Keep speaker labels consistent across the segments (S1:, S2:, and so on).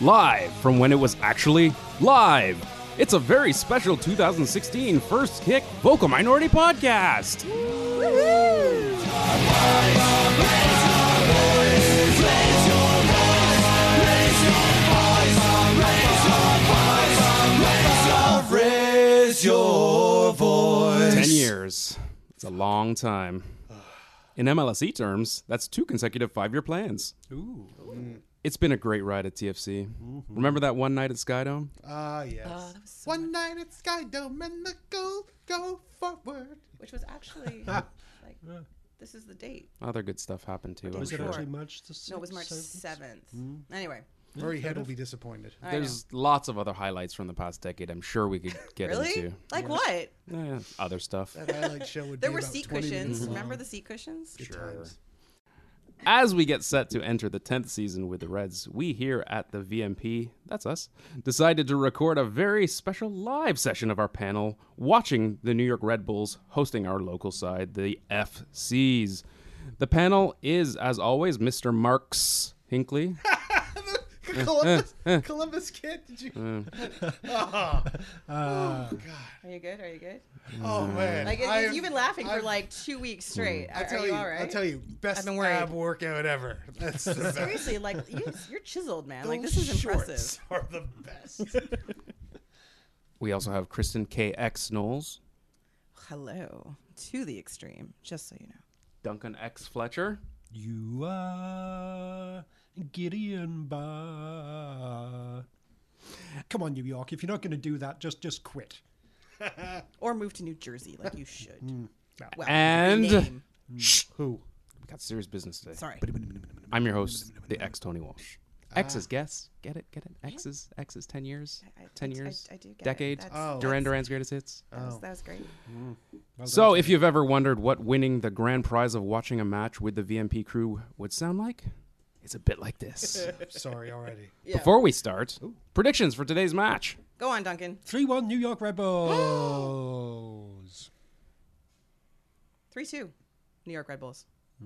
S1: live from when it was actually live. It's a very special 2016 First Kick Vocal Minority Podcast.
S2: Raise your voice.
S1: 10 years. It's a long time. In MLSE E terms, that's two consecutive five year plans. Ooh. It's been a great ride at TFC. Remember that one night at Skydome?
S3: Ah, yes.
S4: Oh, that was so
S3: One night at Sky Dome and the goal go forward.
S4: Which was actually like, this is the date.
S1: Other good stuff happened too. I'm
S5: Was it
S1: sure.
S5: actually March the 6th?
S4: No, it was March seventh. Anyway,
S3: Murray Head will be disappointed.
S4: I
S1: There's lots of other highlights from the past decade I'm sure we could get
S4: know. really
S1: into.
S4: like what?
S1: Eh, other stuff.
S3: That highlight show would
S4: There
S3: be
S4: were
S3: about
S4: seat
S3: 20 minutes
S4: cushions.
S3: long.
S4: Remember the seat cushions?
S3: Good times.
S1: As we get set to enter the 10th season with the Reds, we here at the VMP, that's us, decided to record a very special live session of our panel watching the New York Red Bulls hosting our local side, the FCs. The panel is, as always, Mr. Marks Hinkley.
S3: Columbus, Columbus kid, did you? Mm. Ah.
S4: Are you good? Are you good?
S3: oh man,
S4: Like it,
S3: I am-
S4: you've been laughing for
S3: I've-
S4: like two weeks straight. Are,
S3: I'll tell
S4: are
S3: you,
S4: you all right?
S3: I'll tell you, best
S4: been worried.
S3: ab workout ever. That's the best.
S4: Seriously, like you, you're chiseled, man. Like
S3: Those
S4: this is
S3: shorts
S4: impressive.
S3: Are the best.
S1: We also have Kristen KX Knowles,
S4: Hello to the extreme. Just so you know.
S1: Duncan X Fletcher,
S5: You are Gideon Bar. Come on, New York. If you're not going to do that, just just quit.
S4: Or move to New Jersey, like you should. Well,
S1: And-
S4: rename.
S3: Mm, Who?
S1: we got serious business today.
S4: sorry,
S1: I'm your host, the X Tony Walsh.
S3: Ah.
S1: X is guess. Get it? Get it? X is, X is 10 years.
S4: I- I-
S1: 10
S4: I-
S1: years.
S4: I do get it.
S1: decade.
S4: That's-
S3: Oh.
S1: Duran Duran's greatest hits.
S4: that, was, that was great.
S1: So, if you've ever wondered what winning the grand prize of watching a match with the VMP crew would sound like, it's a bit like this.
S3: Sorry already.
S4: Yeah.
S1: Before we start, predictions for today's match.
S4: Go on, Duncan.
S5: 3 1 New York Red Bulls.
S4: Three two, New York Red Bulls.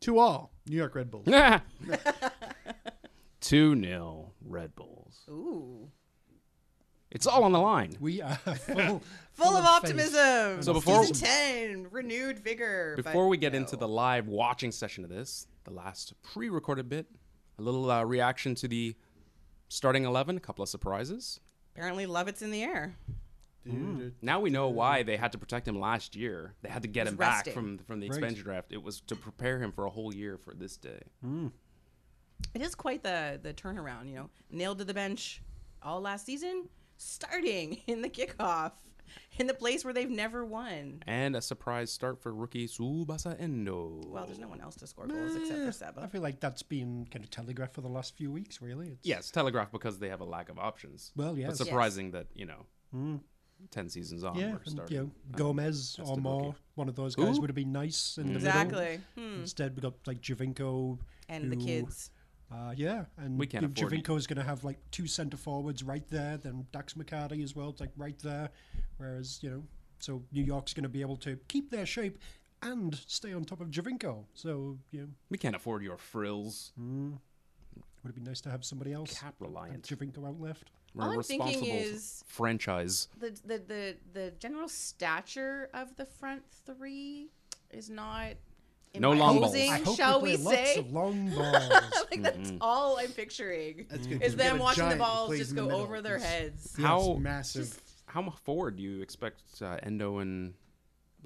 S3: To all New York Red Bulls.
S1: 2 0 Red Bulls.
S4: Ooh,
S1: It's all on the line.
S5: we are full,
S4: full, of,
S5: faith.
S4: optimism.
S1: So before-
S4: season ten, renewed vigor. but
S1: Before we get
S4: no.
S1: into the live watching session of this, the last pre recorded bit, a little uh, reaction to the starting 11, a couple of surprises.
S4: apparently love, it's in the air.
S1: Now we know why they had to protect him last year. They had to get
S4: was
S1: him back
S4: resting.
S1: from from the expansion draft. It was to prepare him for a whole year for this day.
S5: Mm-hmm.
S4: It is quite the the turnaround, you know. Nailed to the bench all last season, starting in the kickoff, in the place where they've never won.
S1: And a surprise start for rookie Subasa Endo.
S4: Well, there's no one else to score goals except
S5: Eh,
S4: for
S5: I
S4: Seba.
S5: feel like that's been kind of telegraphed for the last few weeks, really. It's,
S1: yes, Telegraph because they have a lack of options.
S5: Well,
S1: But
S5: yes. Mm.
S1: surprising that, you know, 10 seasons on
S5: Yeah,
S1: we're
S5: and,
S1: starting.
S5: you know, Gomez or
S1: the
S5: more,
S1: rookie.
S5: one of those guys
S1: Who?
S5: would have been nice in the middle.
S4: Exactly. Hmm.
S5: Instead, we got like Javinko
S4: And the
S5: who-
S4: kids.
S5: Uh, yeah, and
S1: We can't
S5: if
S1: afford it.
S5: Javinko is going to have like two centre forwards right there, then Dax McCarty as well, it's like right there. Whereas you know, so New York's going to be able to keep their shape and stay on top of Javinko. So you know,
S1: We can't afford your frills.
S5: Mm. would it be nice to have somebody else?
S1: Cap
S5: and
S1: reliant.
S5: Javinko out left.
S1: We're
S4: All
S1: a
S4: I'm thinking
S1: responsible
S4: is-
S1: franchise.
S4: The, the the the general stature of the front three is not
S1: No long balls.
S4: imposing,
S1: I
S5: hope we
S4: shall we
S5: play lots
S4: say?
S5: of long balls.
S4: like that's all I'm picturing.
S1: Mm.
S3: That's good, 'cause
S4: Is
S3: we've got
S4: them
S3: a
S4: watching the
S3: giant who
S4: balls
S3: plays
S4: just
S3: in the
S4: go
S3: middle.
S4: over their
S3: It's-
S4: heads.
S3: Yes,
S1: How-
S3: massive?
S1: How much forward do you expect uh, Endo and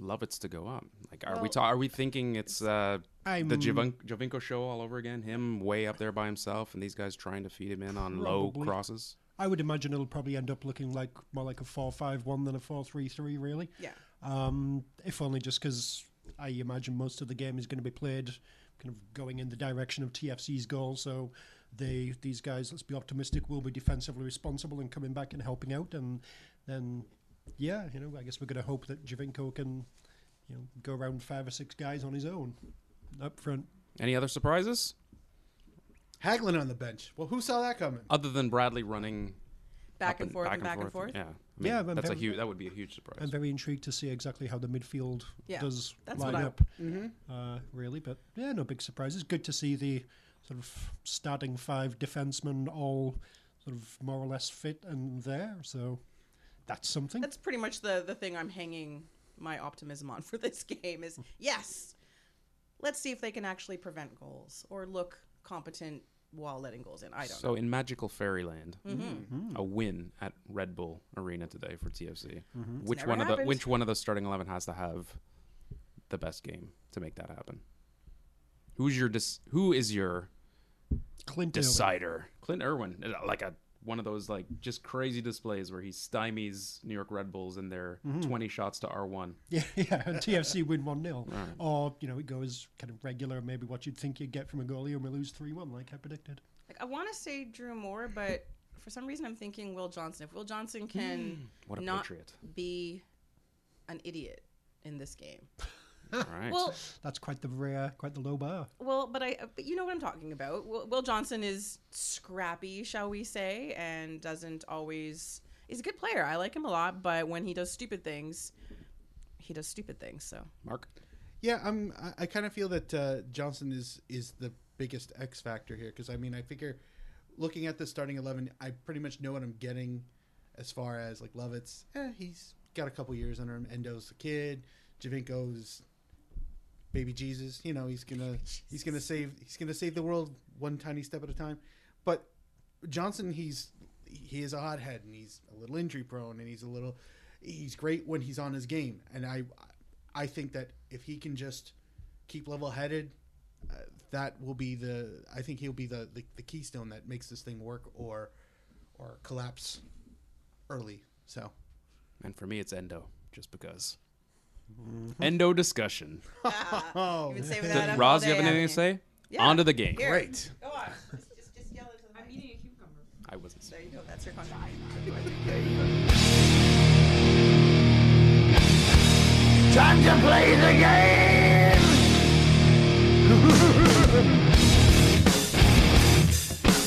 S1: Lovitz to go up? Like, are we
S4: Well- Hmm.
S1: ta- are we thinking it's uh, the
S5: I'm-
S1: Javin- Javinko show all over again? Him way up there by himself, and these guys trying to feed him in on low
S5: Probably.
S1: crosses.
S5: I would imagine it'll probably end up looking like more like a four-five-one than a four-three-three, really.
S4: Yeah.
S5: Um, if only just because I imagine most of the game is going to be played kind of going in the direction of TFC's goal. So they these guys, let's be optimistic, will be defensively responsible and coming back and helping out. And then, yeah, you know, I guess we're going to hope that Javinko can, you know, go around five or six guys on his own up front.
S1: Any other surprises
S3: Haglin on the bench. Well, who saw that coming?
S1: other than Bradley running
S4: Back
S1: up
S4: and forth and back and forth.
S1: Yeah, I
S5: Yeah,
S1: mean,
S5: I'm
S1: that's a
S5: very-
S1: huge. That would be a huge surprise.
S5: I'm very intrigued to see exactly how the midfield
S4: Yeah,
S5: does
S4: that's what
S5: line
S4: I- Mm-hmm.
S5: up, uh, really. But yeah, no big surprises. Good to see the sort of starting five defensemen, all sort of more or less fit and there. So that's something.
S4: That's pretty much the the thing I'm hanging my optimism on for this game is yes. Let's see if they can actually prevent goals or look competent while letting goals in. I don't know.
S1: So in magical fairyland, a win at Red Bull Arena today for TFC. Mm-hmm. Which
S4: never
S1: one of the
S4: happened.
S1: which one of the starting eleven has to have the best game to make that happen? Who's your dis- who is your
S5: Clint Irwin.
S1: decider? Clint Irwin, uh, like a one of those like just crazy displays where he stymies New York Red Bulls in their twenty shots to R one.
S5: Yeah, yeah, and TFC win 1 0. Or, you know, it goes kind of regular, maybe what you'd think you'd get from a goalie, and we lose 3 1, like I predicted.
S4: Like I want to say Drew Moore, but for some reason I'm thinking Will Johnson. If Will Johnson can
S1: What a
S4: not
S1: patriot.
S4: be an idiot in this game,
S1: All right.
S4: well,
S5: That's quite the rare, quite the low bar.
S4: well, but I, but you know what I'm talking about. Will, Will Johnson is scrappy, shall we say, and doesn't always. He's a good player. I like him a lot, but when he does stupid things, he does stupid things. So
S1: Mark.
S6: Yeah, I'm. I- I kind of feel that uh, Johnson is is the biggest X factor here because I mean, I figure looking at the starting eleven, I pretty much know what I'm getting as far as like Lovitz. Eh, he's got a couple years under him. Endo's a kid. Javinko's baby Jesus. You know, he's gonna he's gonna save he's gonna save the world one tiny step at a time. But Johnson, he's he is a hothead and he's a little injury prone and he's a little he's great when he's on his game. And I I think that if he can just keep level headed, uh, that will be the I think he'll be the, the the keystone that makes this thing work or or collapse early. So
S1: And for me, it's Endo, just because. Endo discussion.
S6: oh
S4: you've been saving
S1: Does-
S4: that up all
S1: Roz, you
S4: day,
S1: have anything to
S4: haven't
S1: say?
S4: Yeah.
S1: On to the game.
S4: Here.
S6: great.
S4: Go on. Just, just, just yell into the mic.
S1: I wasn't.
S4: There you go. That's your contract.
S7: Time to play the game!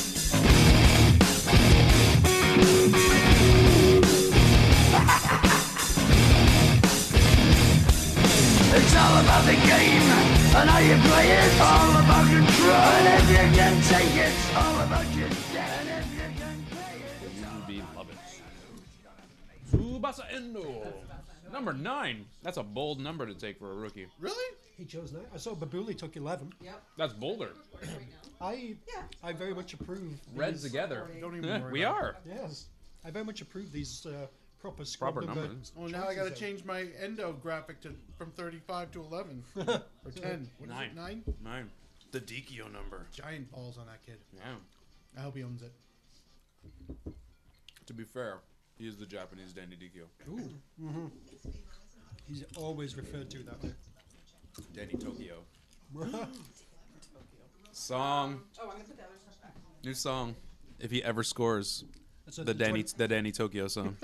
S7: It's all about the game, and how you play it's all about control. And if you can take it, it's all about your dad. If you can play it, it's all
S1: Be loving. Tsubasa Endo. Number nine. That's a bold number to take for a rookie.
S6: Really?
S5: He chose 9. I saw Babuli took 11.
S1: That's bolder.
S5: I
S4: Yeah.
S5: I very much approve.
S1: Reds
S5: these-
S1: together.
S6: Don't even
S1: Yeah,
S6: worry
S1: we
S6: about
S1: are.
S5: Yes. I very much approve these uh, proper squad
S1: Proper
S5: number-
S1: numbers.
S6: Well, Oh, now I got to
S5: choices.
S6: change my endo graphic to from 35 to 11 or 10. What is
S1: Nine.
S6: it? Nine.
S1: Nine. The Dikio number.
S6: Giant balls on that kid.
S1: Yeah.
S6: I hope he owns it.
S8: To be fair, he is the Japanese Danny Dikyo.
S5: He's always referred to that way.
S8: Danny Tokyo.
S1: Song.
S4: Oh, I'm gonna put the other stuff back.
S1: New song. If he ever scores.
S5: So
S1: The Danny,
S5: 20
S1: the Danny Tokyo song.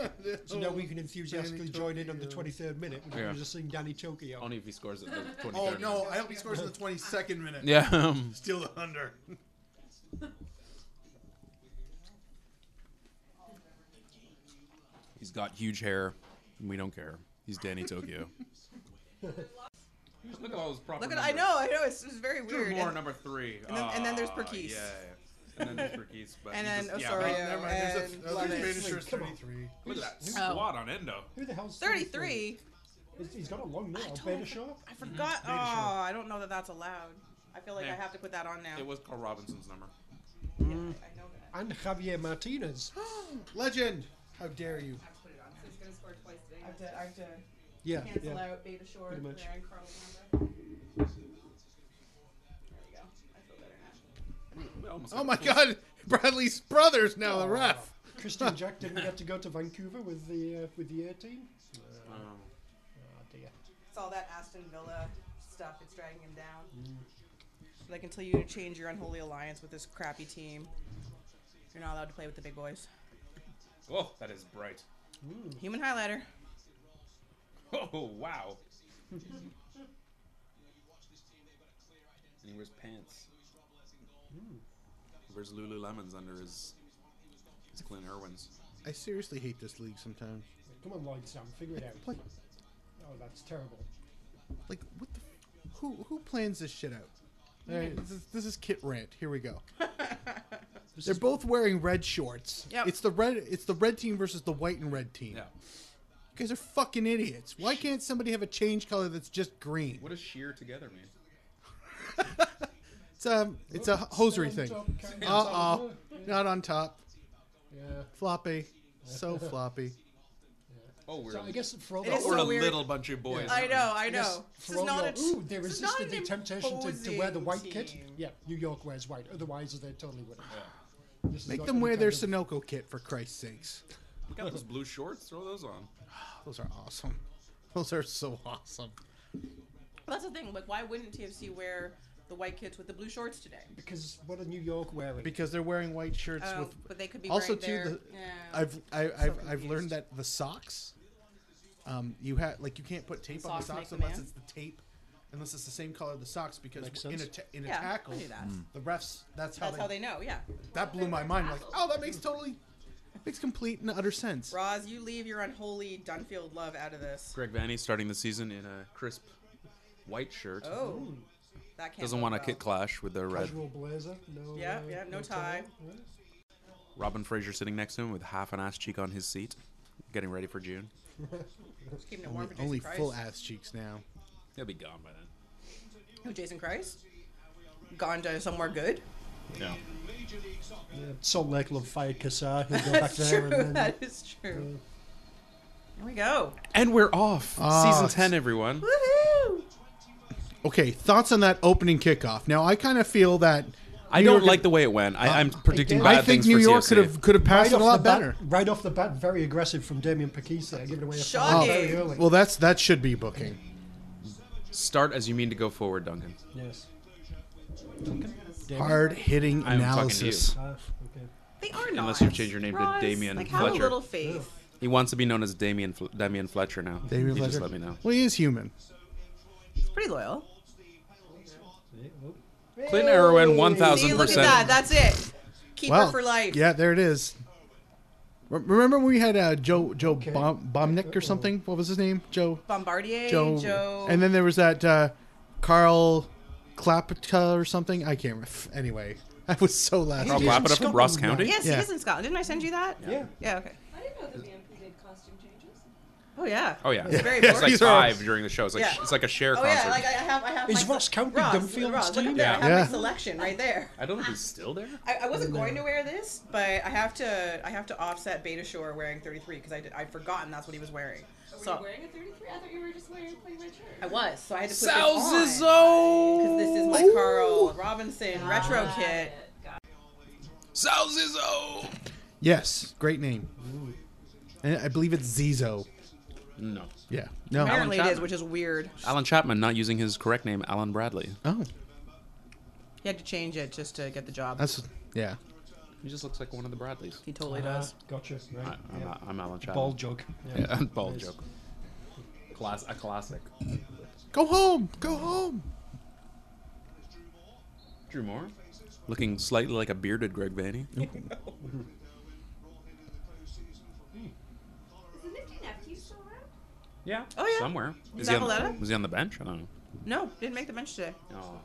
S5: so now we can enthusiastically
S6: Danny
S5: join in on the
S6: Tokyo.
S5: 23rd minute. We're
S1: Yeah.
S5: going to sing Danny Tokyo.
S1: Only if he scores at the 23rd.
S6: Oh no! I hope he scores in the 22nd minute.
S1: Yeah. um,
S6: Steal the under.
S8: He's got huge hair, and we don't care. He's Danny Tokyo.
S1: Look at all those proper
S4: Look at I know, I know. It's, it's very weird.
S1: More
S4: And-
S1: number three.
S4: and then- and then there's
S1: Ah,
S4: Perkis.
S1: Yeah. yeah. And then there's Perkis. But
S4: And
S1: he
S4: then oh,
S1: just- yeah,
S4: Osorio.
S1: but
S6: Never mind. There's
S4: And
S6: a uh,
S4: love it.
S6: there's Banisher's
S5: Come on.
S6: 33.
S1: Look at that
S4: Oh.
S1: squad on Endo.
S5: Who the hell's
S4: 33.
S6: Mm-hmm.
S5: He's- He's got a long name.
S4: don't-
S5: Beta Shaw?
S4: I forgot. Oh, I don't know that that's allowed. I feel like
S1: Yeah.
S4: I have to put that on now.
S1: It was Carl Robinson's number.
S4: Yeah, I know that.
S5: And Javier Martinez.
S6: Legend. How dare you?
S4: I have to put it on. So he's gonna score twice today. I have to, I have to
S5: Yeah.
S4: cancel
S5: yeah.
S4: out Beta Shore,
S5: Pretty much.
S4: Aaron Carl Lambert. There we go. I feel better now.
S1: We almost
S6: Oh
S1: had a
S6: my
S1: full-
S6: God! Bradley's brothers now the ref.
S5: Christian Jack didn't get to go to Vancouver with the uh, with the air team.
S1: Um,
S5: Oh dear.
S4: It's all that Aston Villa stuff. It's dragging him down.
S5: Mm.
S4: Like until you change your unholy alliance with this crappy team, you're not allowed to play with the big boys.
S1: Oh, that is bright.
S4: Human highlighter.
S1: Oh, wow. and he wears pants. Hmm.
S8: Where's Lululemon's under his? It's Clint Irwin's.
S6: I seriously hate this league sometimes.
S5: Come on, Lloyd Sam, figure it out.
S6: Like,
S5: Oh, that's terrible.
S6: like what the? Who who plans this shit out? All right, this, is, this is Kit Rant. Here we go. They're both wearing red shorts.
S4: Yep.
S6: It's the red. It's the red team versus the white and red team.
S1: Yeah.
S6: You guys are fucking idiots. Why can't somebody have a change color that's just green?
S8: What does sheer together mean?
S6: It's a it's a hosiery thing. Uh oh,
S1: Uh-uh.
S6: not on top.
S5: Yeah.
S6: Floppy, so floppy.
S8: Oh, we're,
S5: So I guess for all
S4: It is
S8: we're
S4: so
S8: a
S4: weird.
S8: little bunch of boys.
S4: I know, I know.
S5: Yes,
S4: this is not a.
S5: Ferrogno. Ooh, they
S4: this is not
S5: resisted the
S4: an
S5: temptation to, to wear the white
S4: imposing
S5: kit.
S4: team.
S5: Yeah, New York wears white. Otherwise, they totally wouldn't. This is
S6: Make
S5: not
S6: them
S5: any
S6: wear their
S5: kind of-
S6: Sunoco kit for Christ's sakes.
S8: We got those blue shorts. Throw those on.
S6: Those are awesome. Those are so awesome.
S4: That's the thing. Like, why wouldn't TFC wear the white kits with the blue shorts today?
S5: Because what are New York wearing?
S6: Because they're wearing white shirts
S4: Oh,
S6: with
S4: but they could be
S6: also
S4: wearing
S6: too
S4: their-
S6: the
S4: yeah.
S6: I've I, I've I've
S4: confused.
S6: learned that the socks, um, you have like you can't put tape on the
S4: Socks make
S6: socks
S4: the
S6: unless
S4: man.
S6: it's the tape, unless it's the same color of the socks because
S5: Makes
S6: in a
S5: sense.
S6: ta- in a
S4: Yeah, I
S6: tackle
S4: knew that.
S6: the refs that's how
S4: That's
S6: they,
S4: how they know. Yeah.
S6: that blew my mind like oh that makes totally makes complete and utter sense.
S4: Roz, you leave your unholy Dunfield love out of this.
S1: Greg Vanny starting the season in a crisp white shirt.
S4: Oh, that can't
S1: Doesn't
S4: bode
S1: want a
S4: well.
S1: kit clash with the red.
S5: Casual blazer. No.
S4: Yeah,
S5: uh,
S4: yeah, no tie.
S5: Yeah.
S1: Robin Fraser sitting next to him with half an ass cheek on his seat, getting ready for June.
S4: Just keeping it warm for Jason
S6: Only
S4: Christ.
S6: full ass cheeks now.
S1: He'll be gone by then.
S4: Who, Oh, Jason Christ? Gone to somewhere good.
S8: Yeah.
S5: Yeah, Salt Lake love fired Kassar. He'll go back
S4: That's
S5: there
S4: true.
S5: and then.
S4: That is true. There we go.
S1: And we're off.
S6: Ah,
S1: Season
S6: it's-
S1: 10, everyone.
S4: Woohoo!
S6: Okay, thoughts on that opening kickoff. Now I kind of feel that
S1: I
S6: New
S1: don't
S6: York-
S1: like the way it went. I, I'm predicting
S5: I
S1: bad
S6: I think
S1: things
S6: New
S1: for
S6: York
S1: CFC.
S6: could have could have passed it a lot
S5: the
S6: better.
S5: Bat, right off the bat, very aggressive from Damien Pakisa, giving away a foul
S4: Shocking.
S5: very early.
S6: Well, that's that should be booking.
S1: Start as you mean to go forward, Duncan.
S5: yes.
S6: Hard hitting
S1: I'm talking to you.
S6: analysis.
S5: Ah, okay.
S4: They are not.
S1: Unless you've changed your name to
S4: Roz,
S1: Damian
S4: like, Have a
S1: Fletcher.
S4: little faith.
S1: He wants to be known as Damien, Fl- Damien Fletcher now.
S6: David
S1: he just let
S6: Fletcher.
S1: me know.
S6: Well, he is human.
S4: It's pretty loyal.
S5: Yeah, well,
S1: Clinton Irwin,
S4: See,
S1: 1,000%.
S4: look at that. That's it. Keep her for life.
S6: Yeah, there it is. Re- Remember when we had uh, Joe Joe
S5: Okay.
S6: Bom- Bomnick
S5: Uh-oh.
S6: or something? What was his name? Joe
S4: Bombardier,
S6: Joe.
S4: Joe.
S6: And then there was that uh, Carl Klapka or something. I can't. Ref- anyway, I was so last.
S1: Carl
S5: He's
S1: Clappett
S5: in
S1: up from Ross
S5: Scotland
S1: County.
S5: now.
S4: yes,
S6: yeah.
S4: he is in Scotland. Didn't I send you that?
S5: Yeah.
S4: Yeah. Okay.
S7: I didn't know the VMP did costume changes.
S4: Oh yeah.
S1: Oh, yeah.
S4: It's very
S1: It's
S4: important.
S1: like
S6: These are-
S1: five during the show. It's like,
S4: Yeah.
S1: it's like a share
S4: Oh
S1: concert.
S4: yeah, like I have, I have.
S5: Is
S4: my
S5: Ross County
S4: Ross,
S5: Dunfield's
S4: Ross, look
S5: team?
S4: up there. I have
S6: Yeah.
S4: my selection right there.
S1: I don't know if he's still there.
S4: I, I wasn't going to wear this, but I have to. I have to offset Beta Shore wearing 33 because I did. I've forgotten that's what he was wearing.
S7: Were
S4: So
S7: you wearing a 33? I thought you were just wearing a plain red shirt.
S4: I was. So I had to put this on
S1: Salzizzo!
S4: because this is my Carl Robinson retro kit.
S1: Salzizzo!
S6: Yes, great name. And I believe it's Zizo.
S1: No.
S6: Yeah. No.
S4: Apparently it is,
S1: Chapman.
S4: which is weird.
S1: Alan Chapman not using his correct name, Alan Bradley.
S6: Oh,
S4: He had to change it just to get the job.
S6: that's yeah.
S1: He just looks like one of the Bradleys.
S4: he totally does.
S5: Ah, Gotcha. Right.
S1: I, I'm,
S5: yeah.
S1: I'm Alan Chapman.
S5: Ball joke.
S1: Yeah, ball
S5: Nice.
S1: joke. Class, a classic.
S6: Go home. Go home.
S1: Drew Moore, looking slightly like a bearded Greg Vanny.
S7: Is the nifty nephew still around?
S1: Yeah.
S4: Oh, yeah.
S1: Somewhere.
S4: Is
S1: he on,
S4: Zavaleta?
S1: was he on the bench? I don't know.
S4: No, didn't make the bench today.
S1: Oh.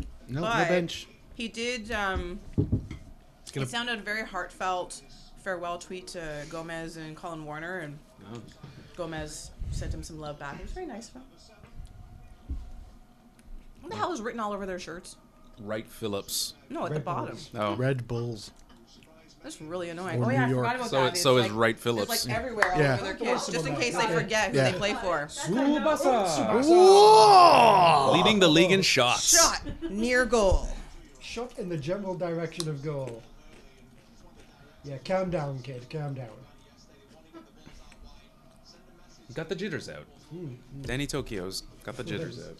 S6: No, no
S4: But-
S6: bench.
S4: He did. Um,
S6: gonna-
S4: It sounded a very heartfelt farewell tweet to Gomez and Colin Warner, and
S1: Oh.
S4: Gomez sent him some love back. It was very nice of him. What the hell is written all over their shirts?
S1: Wright Phillips.
S4: No, at the
S5: Red
S4: bottom.
S5: Bulls.
S1: Oh.
S6: Red Bulls.
S4: That's really annoying.
S6: Or
S4: oh yeah,
S6: New
S4: I
S6: York.
S4: forgot about
S1: So
S4: that.
S1: it- so
S4: It's
S1: is
S4: like-
S1: Wright
S4: it's
S1: Phillips.
S4: like everywhere all
S6: Yeah.
S4: over their kids, just in case they
S5: Yeah.
S4: forget who
S6: Yeah.
S4: they play for.
S1: Leading the league in shots.
S4: Shot near goal.
S5: Shot in the general direction of goal. Yeah, calm down, kid. Calm down.
S1: Got the jitters out. Danny Tokyo's got the jitters out.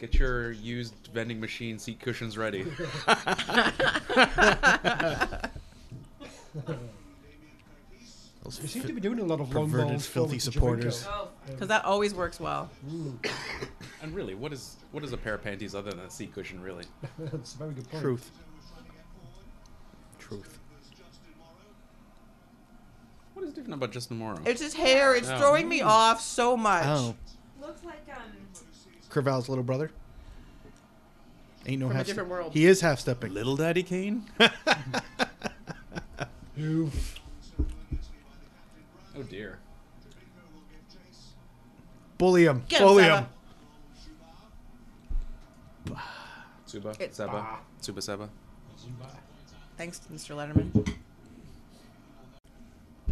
S1: Get your used vending machine seat cushions ready.
S5: We seem to be doing a lot of long
S6: Perverted,
S5: balls.
S6: filthy
S5: forward to
S6: supporters.
S5: Javinko.
S7: Oh,
S4: Because that always works well.
S1: and really, what is what is a pair of panties other than a seat cushion? Really,
S5: That's a very good point.
S6: Truth. Truth.
S1: what is different about Justin Morrow?
S4: It's his hair. It's
S1: Oh.
S4: throwing me off so much.
S6: Oh,
S7: looks like um.
S6: Craval's little brother.
S3: Ain't no
S4: From a
S3: half.
S4: different world.
S3: He is half stepping.
S8: Little Daddy Kane?
S5: Who?
S1: Oh dear.
S3: Bully him.
S4: Get him,
S3: Bully
S4: Saba.
S3: him.
S1: Tsuba.
S4: It's
S1: Seba. Tsuba Seba.
S4: Thanks, Mr. Letterman.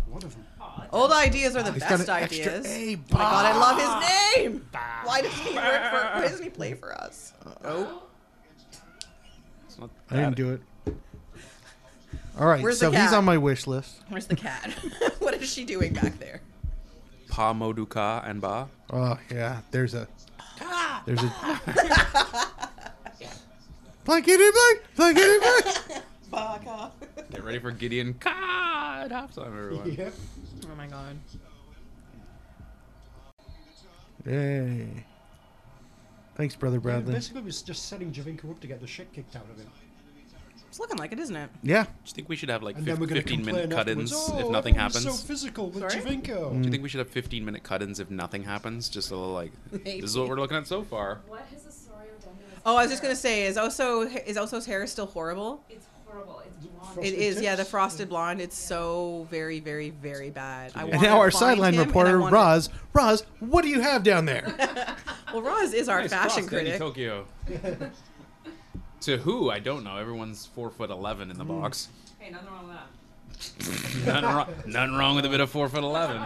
S5: One of them.
S4: Old ideas are the
S3: He's got
S4: best
S3: an extra
S4: ideas.
S3: A,
S4: oh my god, I love his name. Why does he work for? Why doesn't he play for us? Oh,
S1: It's not
S3: I didn't do it. All right,
S4: Where's the
S3: so he's
S4: cat?
S3: on my wish list.
S4: where's the cat? what is she doing back there?
S1: Pa Moduka and Ba.
S3: Oh yeah, there's a
S4: Ah!
S3: there's a blankety blank, blankety blank.
S4: Fuck off.
S1: Get ready for Gideon Ka at halftime, everyone.
S5: Yep.
S4: Oh my god.
S3: Yay! Thanks, brother Bradley.
S5: Basically, it was just setting Javinko up to get the shit kicked out of him.
S4: It's looking like it, isn't it?
S3: Yeah,
S1: Do you think we should have like
S5: And then we're going to
S1: 15
S5: complain
S1: minute cut ins
S5: afterwards, oh,
S1: if nothing
S5: everyone was
S1: happens?
S5: so physical with
S4: Sorry?
S1: Do
S5: Javinko.
S6: Mm.
S1: you think we should have 15 minute cut ins if nothing happens? Just a little like, this is
S4: Maybe.
S1: what we're looking at so far.
S9: What has Osorio done to his
S4: Oh, I was just
S9: hair?
S4: gonna say, is also is Oso's hair still horrible?
S9: It's horrible. It's blonde.
S3: Oh,
S5: Fro-
S4: It
S5: Frosted
S4: is, yeah. The
S5: tips?
S4: frosted blonde. It's so very, very, very bad. I
S3: and now our sideline reporter
S4: Roz.
S3: Roz, Roz, what do you have down there?
S4: Well, Roz is our
S1: Nice
S4: fashion
S1: cross, Danny
S4: critic.
S1: Tokyo. to who? I don't know. Everyone's four foot eleven in the
S5: Hmm.
S1: box.
S9: hey, nothing wrong with that.
S1: Nothing wrong. Nothing wrong with a bit of four foot eleven.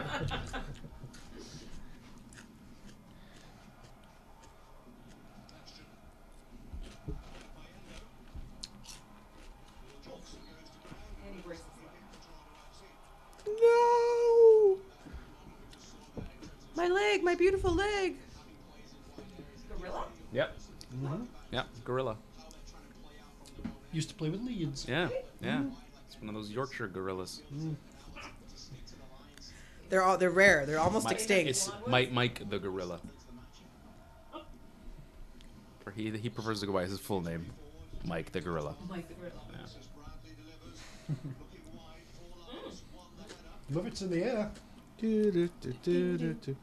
S9: And he breaks his leg.
S3: no.
S4: My leg, my beautiful leg.
S9: Gorilla?
S1: Yep. Yep. Mm-hmm. Gorilla.
S5: Used to play with Leeds.
S1: Yeah. Yeah.
S5: Mm-hmm.
S1: It's one of those Yorkshire gorillas.
S4: They're all they're rare. They're almost
S1: Mike,
S4: extinct.
S1: It's Mike, Mike the gorilla. Or he he prefers to go by his full name, Mike the gorilla.
S9: Like the gorilla.
S5: Love it's in the air.
S3: Do-do-do-do-do-do.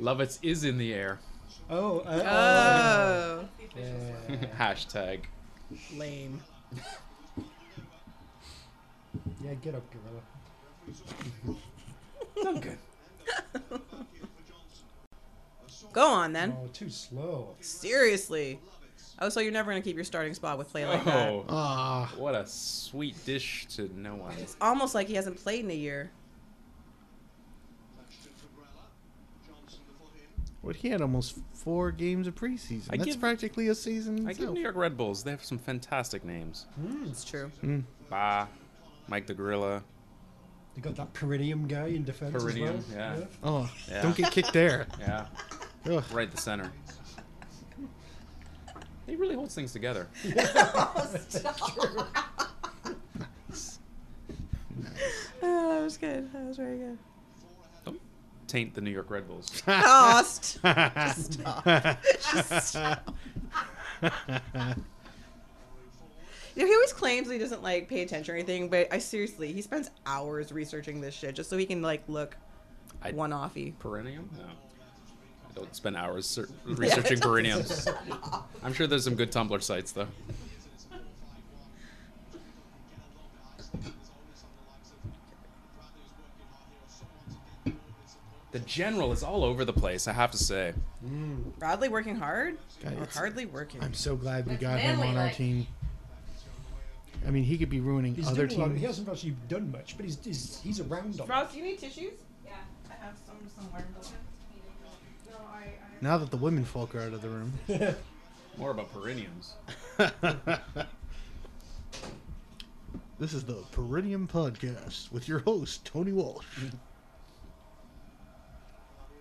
S1: Lovitz is in the air.
S5: Oh, uh,
S4: oh,
S5: oh. Yeah.
S1: Hashtag.
S4: lame.
S5: yeah, get up, gorilla.
S1: Duncan.
S4: Go on then.
S5: Oh, too slow.
S4: Seriously. Oh, so you're never gonna keep your starting spot with play like that.
S1: Oh,
S3: Ah,
S1: what a sweet dish to no one.
S4: It's almost like he hasn't played in a year.
S3: what he had almost four games of preseason.
S1: I
S3: That's
S1: give-
S3: practically a season.
S1: I give
S3: itself.
S1: New York Red Bulls. They have some fantastic names.
S4: It's true.
S1: Ba, Mike the Gorilla,
S5: They got that Perineum guy in defense
S1: Perineum,
S5: as well.
S1: yeah.
S3: Oh,
S1: Yeah.
S3: don't get kicked there.
S1: yeah,
S3: Ugh.
S1: right the center. He really holds things together.
S4: Oh, that was good. That was very good.
S1: Don't taint the New York Red Bulls.
S4: Tossed. Just stop. Just stop. You know, he always claims he doesn't like pay attention or anything, but I seriously, he spends hours researching this shit just so he can like look
S1: I-
S4: one offy.
S1: Perennium? No. I don't spend hours ser- researching perenniums. I'm sure there's some good Tumblr sites though. The general is all over the place, I have to say.
S4: Bradley working hard
S3: God,
S4: or
S3: it's-
S4: hardly working.
S3: I'm so glad we
S9: That's
S3: got him
S9: manly,
S3: on our
S9: like-
S3: team. I mean, he could be ruining
S5: He's
S3: other
S5: doing a lot.
S3: teams.
S5: He hasn't actually done much, but he's he's, he's around on.
S4: Ross, do you need tissues?
S9: Yeah.
S4: I have some somewhere.
S9: No, I. I
S3: Now that the women folk are out of the room,
S1: More about perenniums.
S3: this is the Peridium Podcast with your host Tony Walsh.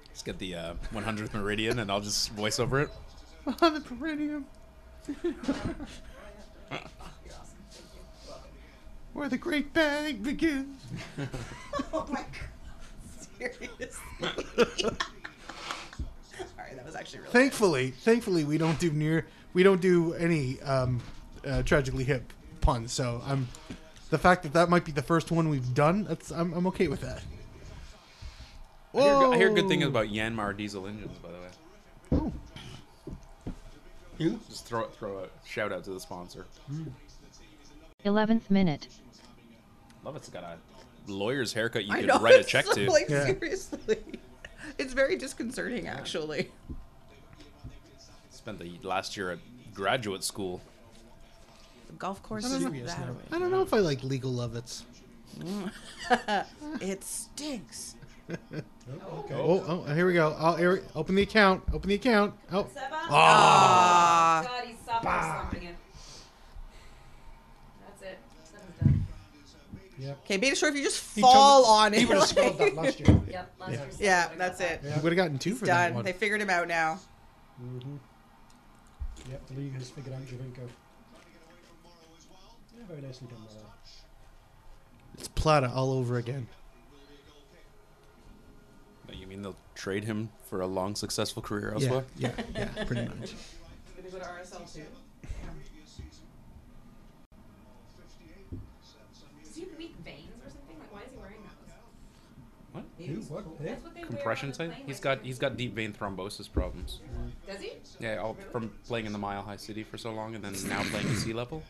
S1: Let's get the uh, 100th meridian, and I'll just voice over it.
S3: On the Peridium,
S9: you're awesome. Thank you. Love it.
S3: where the great bag begins.
S4: Oh my god. Seriously. Sorry, that was actually really
S3: Thankfully, thankfully, we don't do near, we don't do any um, uh, tragically hip puns. So I'm, the fact that that might be the first one we've done, that's I'm, I'm okay with that.
S1: I
S6: Oh.
S1: hear, go- I hear good things
S3: Whoa.
S1: about Yanmar diesel engines, by the way.
S3: Oh. Just throw throw a shout out to the sponsor.
S10: 11th minute.
S1: Lovett's got a lawyer's haircut you
S4: I
S1: could
S4: know,
S1: write a
S4: it's
S1: check
S4: so,
S1: to.
S4: Like
S5: Yeah.
S4: seriously, it's very disconcerting. Actually,
S1: Spent the last year at graduate school.
S4: the golf course
S6: don't
S4: is
S6: know.
S5: Yes,
S4: that
S5: no.
S4: way.
S6: I don't know if I like legal Lovitz.
S4: It stinks.
S6: Oh, oh, here we go. I'll here, open the account. Open the account. Oh,
S9: Seba?
S4: Ah.
S9: Oh, God, he suffers something in. That's it. Seba's done.
S4: Okay, be sure if you just
S5: He
S4: fall
S5: told
S4: on
S5: me- He
S4: it.
S5: would have scored that last year.
S9: Yep, last
S5: Yeah.
S9: year's
S4: yeah,
S9: Seba
S4: that's
S9: got
S4: it.
S5: Yeah.
S6: would have gotten two for that
S4: Done.
S6: one.
S4: They figured him out now.
S5: Yep, the league has figured out Javinko. Yeah, very nicely done by that.
S6: It's Plata all over again.
S1: No, You mean they'll trade him for a long, successful career elsewhere?
S6: yeah, yeah, pretty much.
S4: Did they go to RSL too?
S9: that. Does he have weak veins or something? Like, why is he wearing those?
S1: What?
S5: Who? What? Eh?
S9: That's what they
S1: Compression
S9: wear on
S1: type?
S9: the plane,
S1: He's
S9: like-
S1: got he's got deep vein thrombosis problems.
S9: Does he?
S1: Yeah, all from playing in the Mile High City for so long, and then now playing at sea level.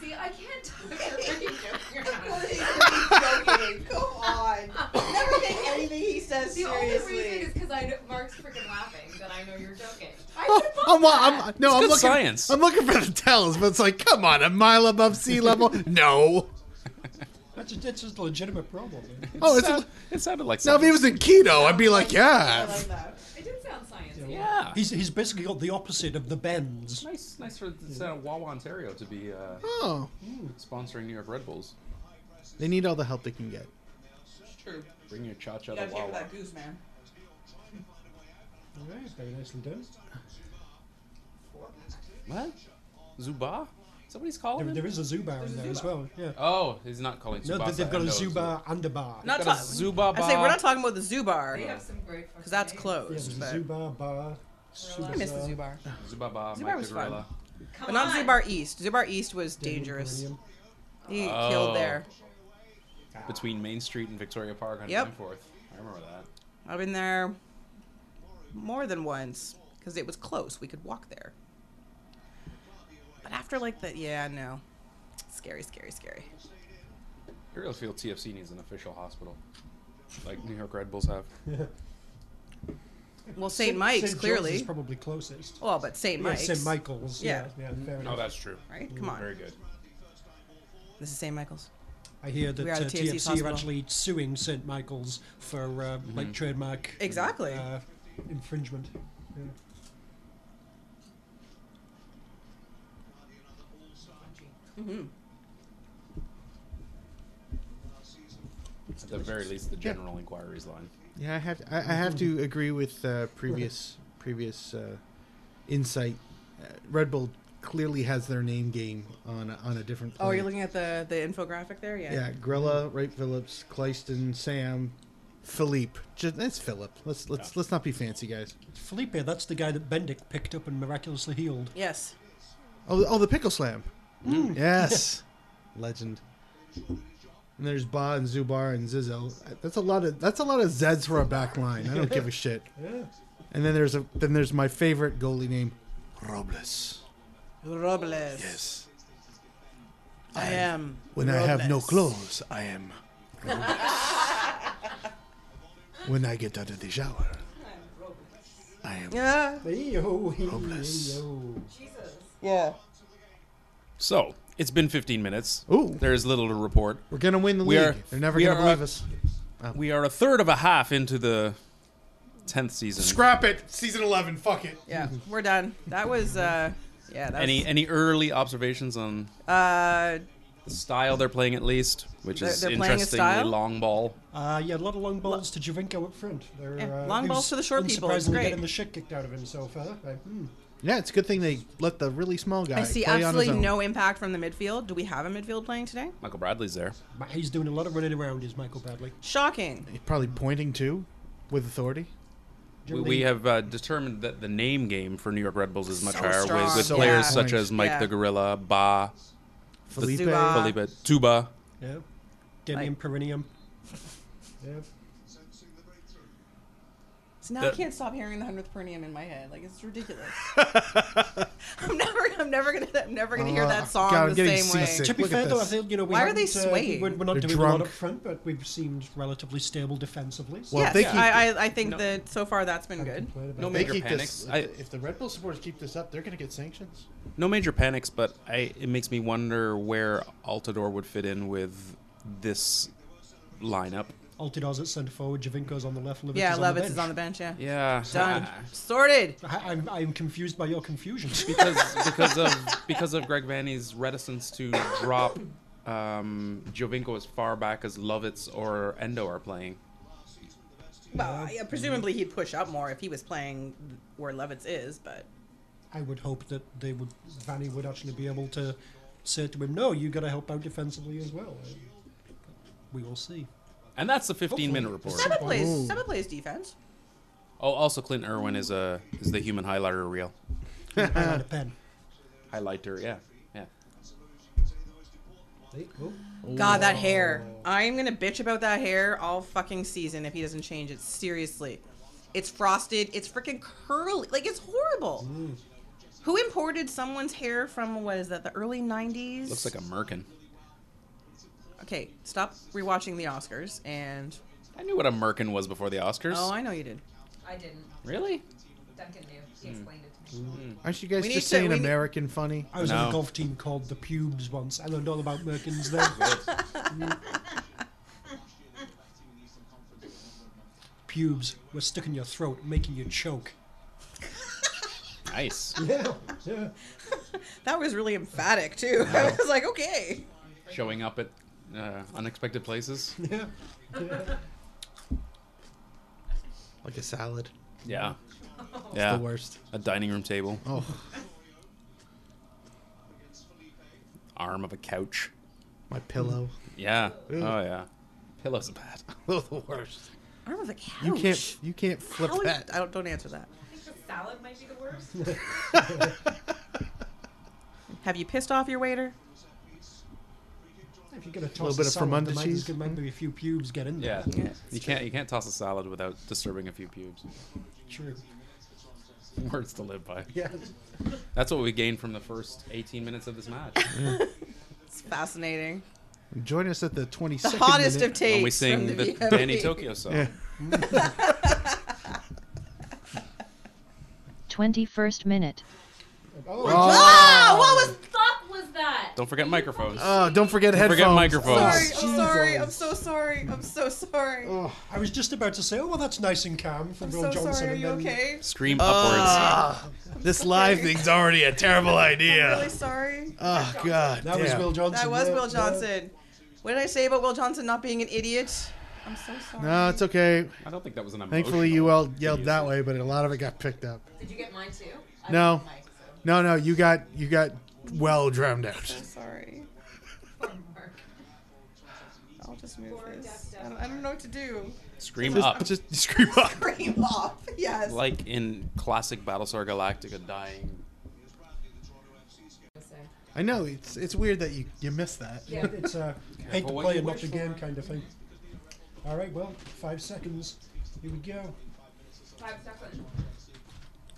S9: See, I can't tell if you're freaking joking or not.
S4: Come on. Never take anything he says
S9: The only reason is
S4: seriously.
S9: because I know- Mark's freaking laughing that I know you're joking. I
S6: Oh,
S9: should
S6: I'm,
S9: bump
S6: I'm,
S9: that.
S6: no, I'm
S1: good
S6: looking.
S1: science.
S6: I'm looking for the tells, but it's like, come on, a mile above sea level. No.
S5: That's, a, that's just a legitimate problem. eh?
S6: Oh, it's
S1: Sound- it sounded like
S6: now if he
S1: something.
S6: was in keto, I'd be like, yeah.
S4: that.
S9: It did sound science. Yeah.
S1: Yeah.
S5: He's, he's basically got the opposite of the bends.
S1: Nice, nice for uh, Wawa Ontario to be uh,
S6: Oh,
S1: sponsoring New York Red Bulls.
S6: they need all the help they can get.
S4: True.
S1: Bring your cha cha
S4: You
S1: to
S4: gotta
S1: Wawa.
S4: that goose, man.
S5: All right, very nicely done.
S1: What? Zuba? Is that what he's calling
S5: There,
S1: him?
S5: there is a Zubar in there as well. Yeah.
S1: Oh, he's not calling
S5: No,
S1: Zuba.
S5: they- they've got a Zubar and a bar.
S4: Not
S1: Got a
S4: talking.
S1: Zuba
S4: I say we're
S1: bar.
S4: not talking about the zoo bar
S9: They
S4: because
S9: have some great fucking
S4: that's
S9: names.
S5: Yeah, there's
S4: closed.
S5: a
S4: but-
S5: Zubar bar.
S4: I miss the zoo bar,
S1: Zuba Ba,
S4: Zuba
S1: Mike
S4: was
S1: the
S4: fun.
S1: Gorilla.
S9: Come
S4: but not
S9: on.
S4: zoo bar east. Zoo bar east was dangerous. He
S1: Oh.
S4: killed there.
S1: Between Main Street and Victoria Park on
S4: Yep.
S1: 10th. I remember that.
S4: I've been there more than once because it was close. We could walk there. But after like the yeah, no, scary, scary, scary.
S1: Ariel Field TFC needs an official hospital, like New York Red Bulls have.
S4: Well, St. Mike's clearly.
S5: is probably closest.
S4: well, but St.
S5: Yeah,
S4: Mike's,
S5: St. Michael's. Yeah, yeah, fair enough.
S1: Oh, that's true.
S4: right? Come on,
S1: Very good.
S4: this is St. Michael's.
S5: I hear
S4: We
S5: that
S4: are
S5: uh,
S4: the TFC
S5: TFC are
S4: hospital.
S5: actually suing St Michael's for uh,
S3: Mm-hmm.
S5: like trademark
S4: Exactly.
S5: uh, infringement. Yeah.
S1: At the very least, the general inquiries line.
S6: Yeah, I have to, I, I have
S4: Mm-hmm.
S6: to agree with uh, previous previous uh, insight. Uh, Red Bull clearly has their name game on a, on a different.
S4: Oh,
S6: Plane.
S4: you're looking at the the infographic there. Yeah.
S6: Yeah, Grella, Wright Phillips, Clyston, Sam, Philippe. Just, that's Philip. Let's let's let's not be fancy, guys.
S5: Felipe, that's the guy that Bendick picked up and miraculously healed.
S4: Yes.
S6: Oh, oh, the pickle slam.
S1: Mm.
S6: Yes, legend. And there's Ba and Zubar and Zizzo. That's a lot of that's a lot of Zeds for a back line. I don't give a shit.
S5: Yeah.
S6: And then there's a then there's my favorite goalie name, Robles.
S4: Robles.
S11: Yes.
S4: I am.
S6: When I have no
S4: Robles.
S6: clothes, I am Robles. when I get out of the shower, I am.
S4: Yeah.
S5: Hey-yo,
S6: Robles.
S5: hey-yo.
S9: Jesus.
S4: Yeah.
S1: So it's been 15 minutes.
S6: Ooh.
S1: there is little to report.
S6: We're gonna win the
S1: We
S6: league.
S1: are-
S6: They're never
S1: we
S6: gonna
S1: are, uh,
S6: believe us.
S1: We are a third of a half into the 10th season.
S6: Scrap it. Season eleven. Fuck it.
S4: Yeah. We're done. That was. uh Yeah. That
S1: Any
S4: was.
S1: any early observations on
S4: Uh,
S1: the style they're playing at least, which
S4: They're-
S1: is
S4: they're playing a
S1: interestingly
S4: style?
S1: long ball.
S5: Uh, yeah, a lot of long balls to Javinko up front. They're,
S4: Yeah,
S5: uh,
S4: long balls
S5: who's
S4: to the short people, it's
S5: unsurprisingly
S4: great.
S5: getting the shit kicked out of him so far. Like, hmm.
S6: Yeah, it's a good thing they let the really small guy.
S4: I see
S6: play on his
S4: absolutely
S6: own.
S4: no impact from the midfield. Do we have a midfield playing today?
S1: Michael Bradley's there.
S5: Ma- He's doing a lot of running around, is Michael Bradley.
S4: Shocking.
S6: He's probably pointing to, with authority.
S1: We,
S5: Generally-
S1: we have uh, determined that the name game for New York Red Bulls is much
S4: So
S1: higher
S4: strong.
S1: with, with
S6: So
S1: players
S6: strong.
S1: such as Mike
S4: Yeah.
S1: the Gorilla, Ba,
S6: Felipe.
S4: Zuba.
S1: Felipe, Tuba.
S5: Yeah. Demian Perinium. Yeah.
S4: So now I can't stop hearing the hundredth per diem in my head. Like it's ridiculous. I'm never, I'm never gonna, I'm never gonna hear that song
S3: God, I'm
S4: the
S3: getting
S4: same way.
S3: seasick.
S5: To be
S3: Look at
S5: fair, though, I
S3: this.
S5: feel you know we
S4: Why are they
S5: haven't, uh,
S4: swaying?
S5: we're, we're not
S3: They're
S5: doing a lot
S3: drunk.
S5: up front, but we've seemed relatively stable defensively. So
S3: Well,
S4: yes,
S3: they keep-
S4: I, I, I think that so far that's been good.
S1: No
S5: no,
S3: They
S1: major
S3: keep
S1: panics.
S3: this,
S1: I,
S3: if the Red Bull supporters keep this up, they're going to get sanctions.
S1: no major panics, but I, it makes me wonder where Altador would fit in with this lineup.
S5: Altidor's at centre forward, Javinko's on the left, Lovitz
S4: Yeah,
S5: is
S4: Lovitz
S5: on
S4: is
S5: the
S4: on
S5: bench.
S4: the bench. Yeah.
S1: Yeah.
S4: Done.
S1: I-
S4: Sorted.
S5: I, I'm, I'm confused by your confusion.
S1: because because of because of Greg Vanny's reticence to drop um, Jovinko as far back as Lovitz or Endo are playing.
S4: Well, yeah, presumably he'd push up more if he was playing where Lovitz is, but
S5: I would hope that they would, Vanny would actually be able to say to him, "No, you got to help out defensively as well." Uh, We will see.
S1: And that's the 15 minute
S5: Hopefully.
S1: report.
S4: Seba plays.
S3: Ooh.
S4: Seba plays defense.
S1: Oh, also Clint Irwin is a is the human highlighter reel.
S5: I had a pen.
S1: Highlighter, yeah, yeah.
S5: They- oh,
S4: God, that hair. I'm gonna bitch about that hair all fucking season if he doesn't change it. Seriously, it's frosted. It's freaking curly. Like it's horrible.
S1: Mm.
S4: Who imported someone's hair from what is that? The early '90s.
S1: Looks like a merkin.
S4: Okay, stop rewatching the Oscars and.
S1: I knew what a merkin was before the Oscars.
S4: Oh, I know you did.
S9: I didn't.
S1: Really?
S9: Duncan knew. He explained it to me.
S3: Aren't you guys
S4: We need
S3: just
S4: to-
S3: saying
S4: we need-
S3: American funny?
S5: I was on
S1: No.
S5: a golf team called the Pubes once. I learned all about Merkins then. Pubes were stuck in your throat, making you choke.
S1: Nice.
S5: Yeah, yeah.
S4: That was really emphatic too. I was like, okay.
S1: Showing up at uh, unexpected places.
S5: Yeah.
S3: Like a salad.
S1: Yeah. Yeah.
S3: The worst.
S1: A dining room table.
S3: Oh.
S1: Arm of a couch.
S3: My pillow.
S1: Yeah. Oh yeah. Pillows are bad.
S3: Oh, the worst.
S4: Arm of the couch.
S3: You can't. You can't flip
S4: How is-
S3: that.
S4: I don't. Don't answer that.
S9: I think the salad might be the worst.
S4: Have you pissed off your waiter?
S5: If you get a
S3: little
S5: toss
S3: bit of
S5: salad,
S3: Fromunda
S5: there might as
S3: cheese.
S5: good- might be a few pubes get in
S1: Yeah.
S5: there.
S1: You can't you can't toss a salad without disturbing a few pubes.
S5: True.
S1: Words to live by.
S5: Yeah.
S1: That's what we gained from the first 18 minutes of this match.
S4: It's fascinating.
S3: Join us at the twenty
S4: The
S3: second.
S4: hottest
S3: minute.
S4: of takes.
S1: when we
S4: from
S1: sing the,
S4: VOD.
S1: Danny Tokyo song.
S3: Yeah.
S12: 21st minute.
S4: Ah, what was?
S9: fuck was that?
S1: Don't forget microphones.
S3: Oh, don't forget headphones.
S1: forget microphones.
S4: Sorry, I'm sorry. I'm so sorry. I'm so sorry.
S5: I was just about to say, oh, well, that's nice and calm from
S4: I'm
S5: Will
S4: so
S5: Johnson.
S4: sorry. Are
S5: and
S4: you
S5: then
S4: okay?
S1: Scream upwards.
S3: This live thing's already a terrible
S4: I'm
S3: idea.
S4: really sorry.
S3: Oh God.
S5: That was
S3: damn.
S5: Will Johnson.
S4: That was
S5: yeah,
S4: Will
S5: yeah.
S4: Johnson. What did I say about Will Johnson not being an idiot? I'm so sorry.
S3: No, it's okay.
S1: I don't think that was an emotional.
S3: Thankfully, you all yelled that way, but a lot of it got picked up.
S9: Did you get mine too? I
S3: No.
S9: got mine, so.
S3: No, no, you got you got well drowned out.
S4: I'm sorry.
S9: Poor Mark.
S4: I'll just move this. I don't, I don't know what to do.
S1: Scream up.
S3: Just scream up.
S4: Cream off. Yes.
S1: Like in classic Battlestar Galactica dying.
S3: I know it's it's weird that you you missed that.
S9: Yeah.
S5: It's a hate
S1: Careful
S5: to
S1: what
S5: play
S1: you
S5: and not
S1: wish
S5: the game kind of thing. All right, well, five seconds. Here we go.
S9: Five seconds.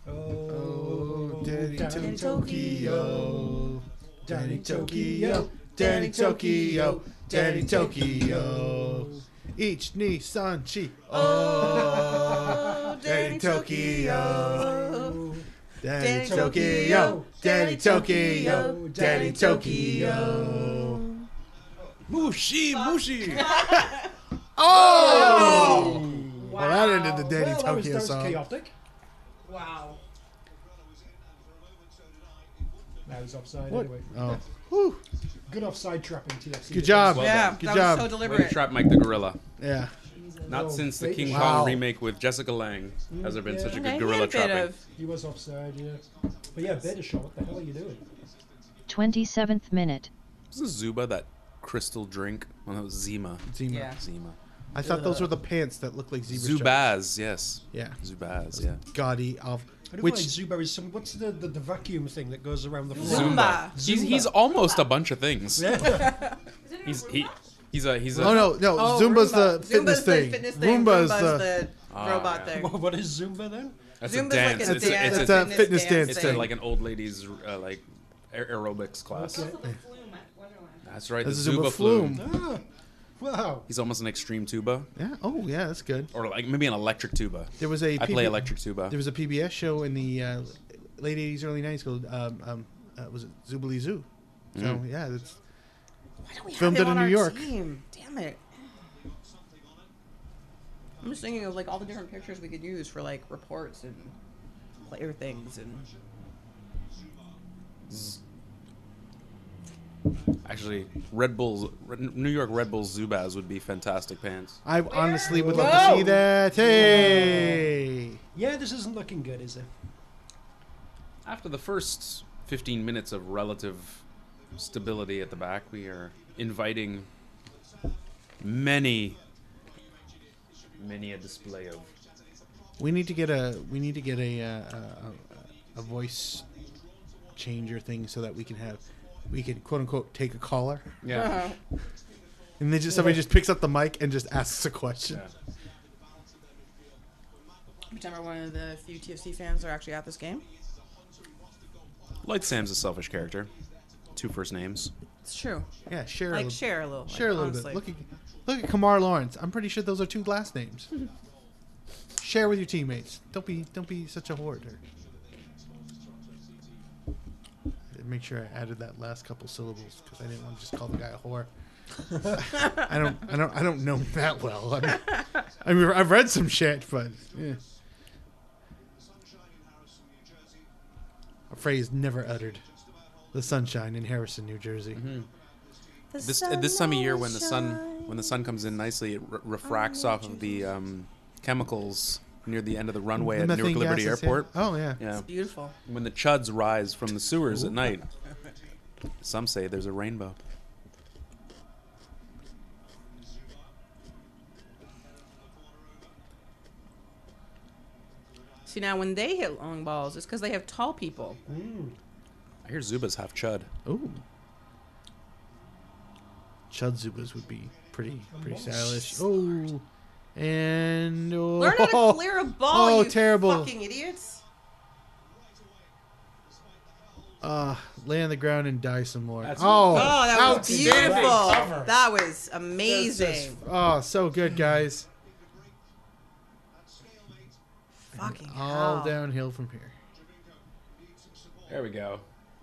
S5: Oh, Danny
S3: Danny to
S5: Tokyo.
S3: Tokyo,
S5: Danny
S3: Danny
S5: Tokyo.
S3: Tokyo, Danny Tokyo, Danny Tokyo. Each knee, san chi. Oh, Danny Tokyo, Danny Tokyo, Danny Tokyo, Danny Tokyo. Mushi, mushi. Oh! Well, that ended the Danny
S5: well, that was,
S3: Tokyo
S5: that was
S3: song.
S5: chaotic.
S9: Wow.
S5: That was offside
S3: What?
S5: anyway.
S3: Oh. Whew.
S5: Good offside trapping, TFC.
S3: Good job.
S1: Well
S4: yeah,
S1: done.
S3: Good
S4: that
S3: job.
S4: was
S1: Way
S4: so
S1: to
S4: deliberate.
S1: trap Mike the Gorilla.
S3: Yeah.
S1: Not
S5: Oh,
S1: since the
S5: baby.
S1: King
S3: Wow.
S1: Kong remake with Jessica Lange has there been such a
S4: Okay,
S1: good
S4: he
S1: gorilla
S4: had a bit
S1: trapping.
S4: of-
S5: He was offside, yeah. But yeah, better shot. What the hell are you doing?
S12: 27th minute.
S1: Was this Zuba that crystal drink? Well, that was Zima.
S3: Zima.
S4: Yeah.
S1: Zima.
S3: I thought those were the pants that looked like zebra stripes.
S1: Zubaz, yes.
S3: Yeah.
S1: Zubaz, yeah.
S3: Gaudy off.
S5: I don't
S3: Which
S5: Which Zuba is some. What's the, the, the vacuum thing that goes around the floor?
S4: Zumba.
S1: He's, he's almost a bunch of things.
S5: Yeah.
S9: Is it an
S1: He's he,
S9: Aruba?
S1: He's a he's a
S6: Oh no, no,
S4: Oh,
S6: Zumba's
S4: Roomba.
S6: the fitness
S4: Zumba's
S6: thing.
S4: The fitness thing.
S6: Zumba's
S4: Roomba's,
S6: the-
S4: the robot
S1: Ah, yeah.
S4: thing.
S5: what is Zumba then?
S1: that's a
S4: Zumba's
S1: dance.
S4: like a
S1: it's
S4: dance.
S1: A,
S6: It's
S1: it's,
S6: a
S1: a,
S6: fitness dance
S1: it's a,
S4: thing.
S1: like an old lady's uh, like aer- aerobics class.
S9: Also the flume at Wonderland.
S1: That's right.
S6: That's
S1: the
S6: Zumba
S1: Zuba,
S6: flume.
S1: flume.
S5: Ah, wow.
S1: He's almost an extreme tuba,
S6: Yeah. Oh yeah, that's good.
S1: or like maybe an electric tuba.
S6: There was a
S1: I play
S6: PB
S1: electric tuba.
S6: There was a PBS show in the uh, late '80s, early '90s called um, um, uh, was it Zubilee Zoo? So
S1: Mm.
S6: yeah, that's
S4: Why don't we
S6: Filmed
S4: have
S6: it
S4: him
S6: in
S4: on
S6: New
S4: our
S6: York.
S4: Team? Damn it. I'm just thinking of like all the different pictures we could use for like reports and player things and
S1: Actually, Red Bulls, Red- New York Red Bulls Zubaz would be fantastic pants.
S6: I honestly would love to see
S4: Whoa.
S6: that. Hey,
S5: Yeah, this isn't looking good, is it?
S1: After the first 15 minutes of relative stability at the back, we are inviting many, many a display of.
S6: we need to get a we need to get a uh, a, a, a voice changer thing so that we can have we can quote unquote take a caller Uh-huh.
S1: Yeah.
S6: and then just somebody just picks up the mic and just asks a question.
S4: pretend we're one of the few TFC fans that are actually at this game.
S1: Like Sam's a selfish character. Two first names.
S4: It's true.
S6: Yeah, share a
S4: Like
S6: little,
S4: share a little.
S6: share a
S4: like,
S6: little
S4: honestly.
S6: bit. Look at look at Kamar Lawrence. I'm pretty sure those are two last names. share with your teammates. Don't be don't be such a hoarder. Make sure I added that last couple syllables because I didn't want to just call the guy a whore. I don't I don't I don't know him that well. I mean, I mean I've read some shit, but yeah. a phrase never uttered. The sunshine in Harrison, New Jersey.
S1: Mm-hmm. This at this time of year, when the sun when the sun comes in nicely, it re- refracts off of the um, chemicals near the end of the runway
S6: The
S1: at Newark
S6: methane
S1: Liberty
S6: gases, yeah.
S1: Airport.
S6: Oh yeah.
S1: Yeah.
S4: beautiful.
S1: When the chuds rise from the sewers at night, some say there's a rainbow.
S4: See now when they hit long balls, it's because they have tall people.
S1: I hear Zuba's half chud.
S6: Ooh. Chud Zubas would be pretty pretty stylish. Oh. And oh,
S4: Learn how to clear a ball.
S6: Oh,
S4: you
S6: terrible.
S4: Fucking idiots.
S6: uh, lay on the ground and die some more.
S1: That's-
S6: oh,
S4: Oh, that was
S6: outstanding.
S4: beautiful. That was amazing.
S6: Oh, so good, guys.
S4: Fucking
S6: All
S4: hell.
S6: downhill from here.
S1: There we go.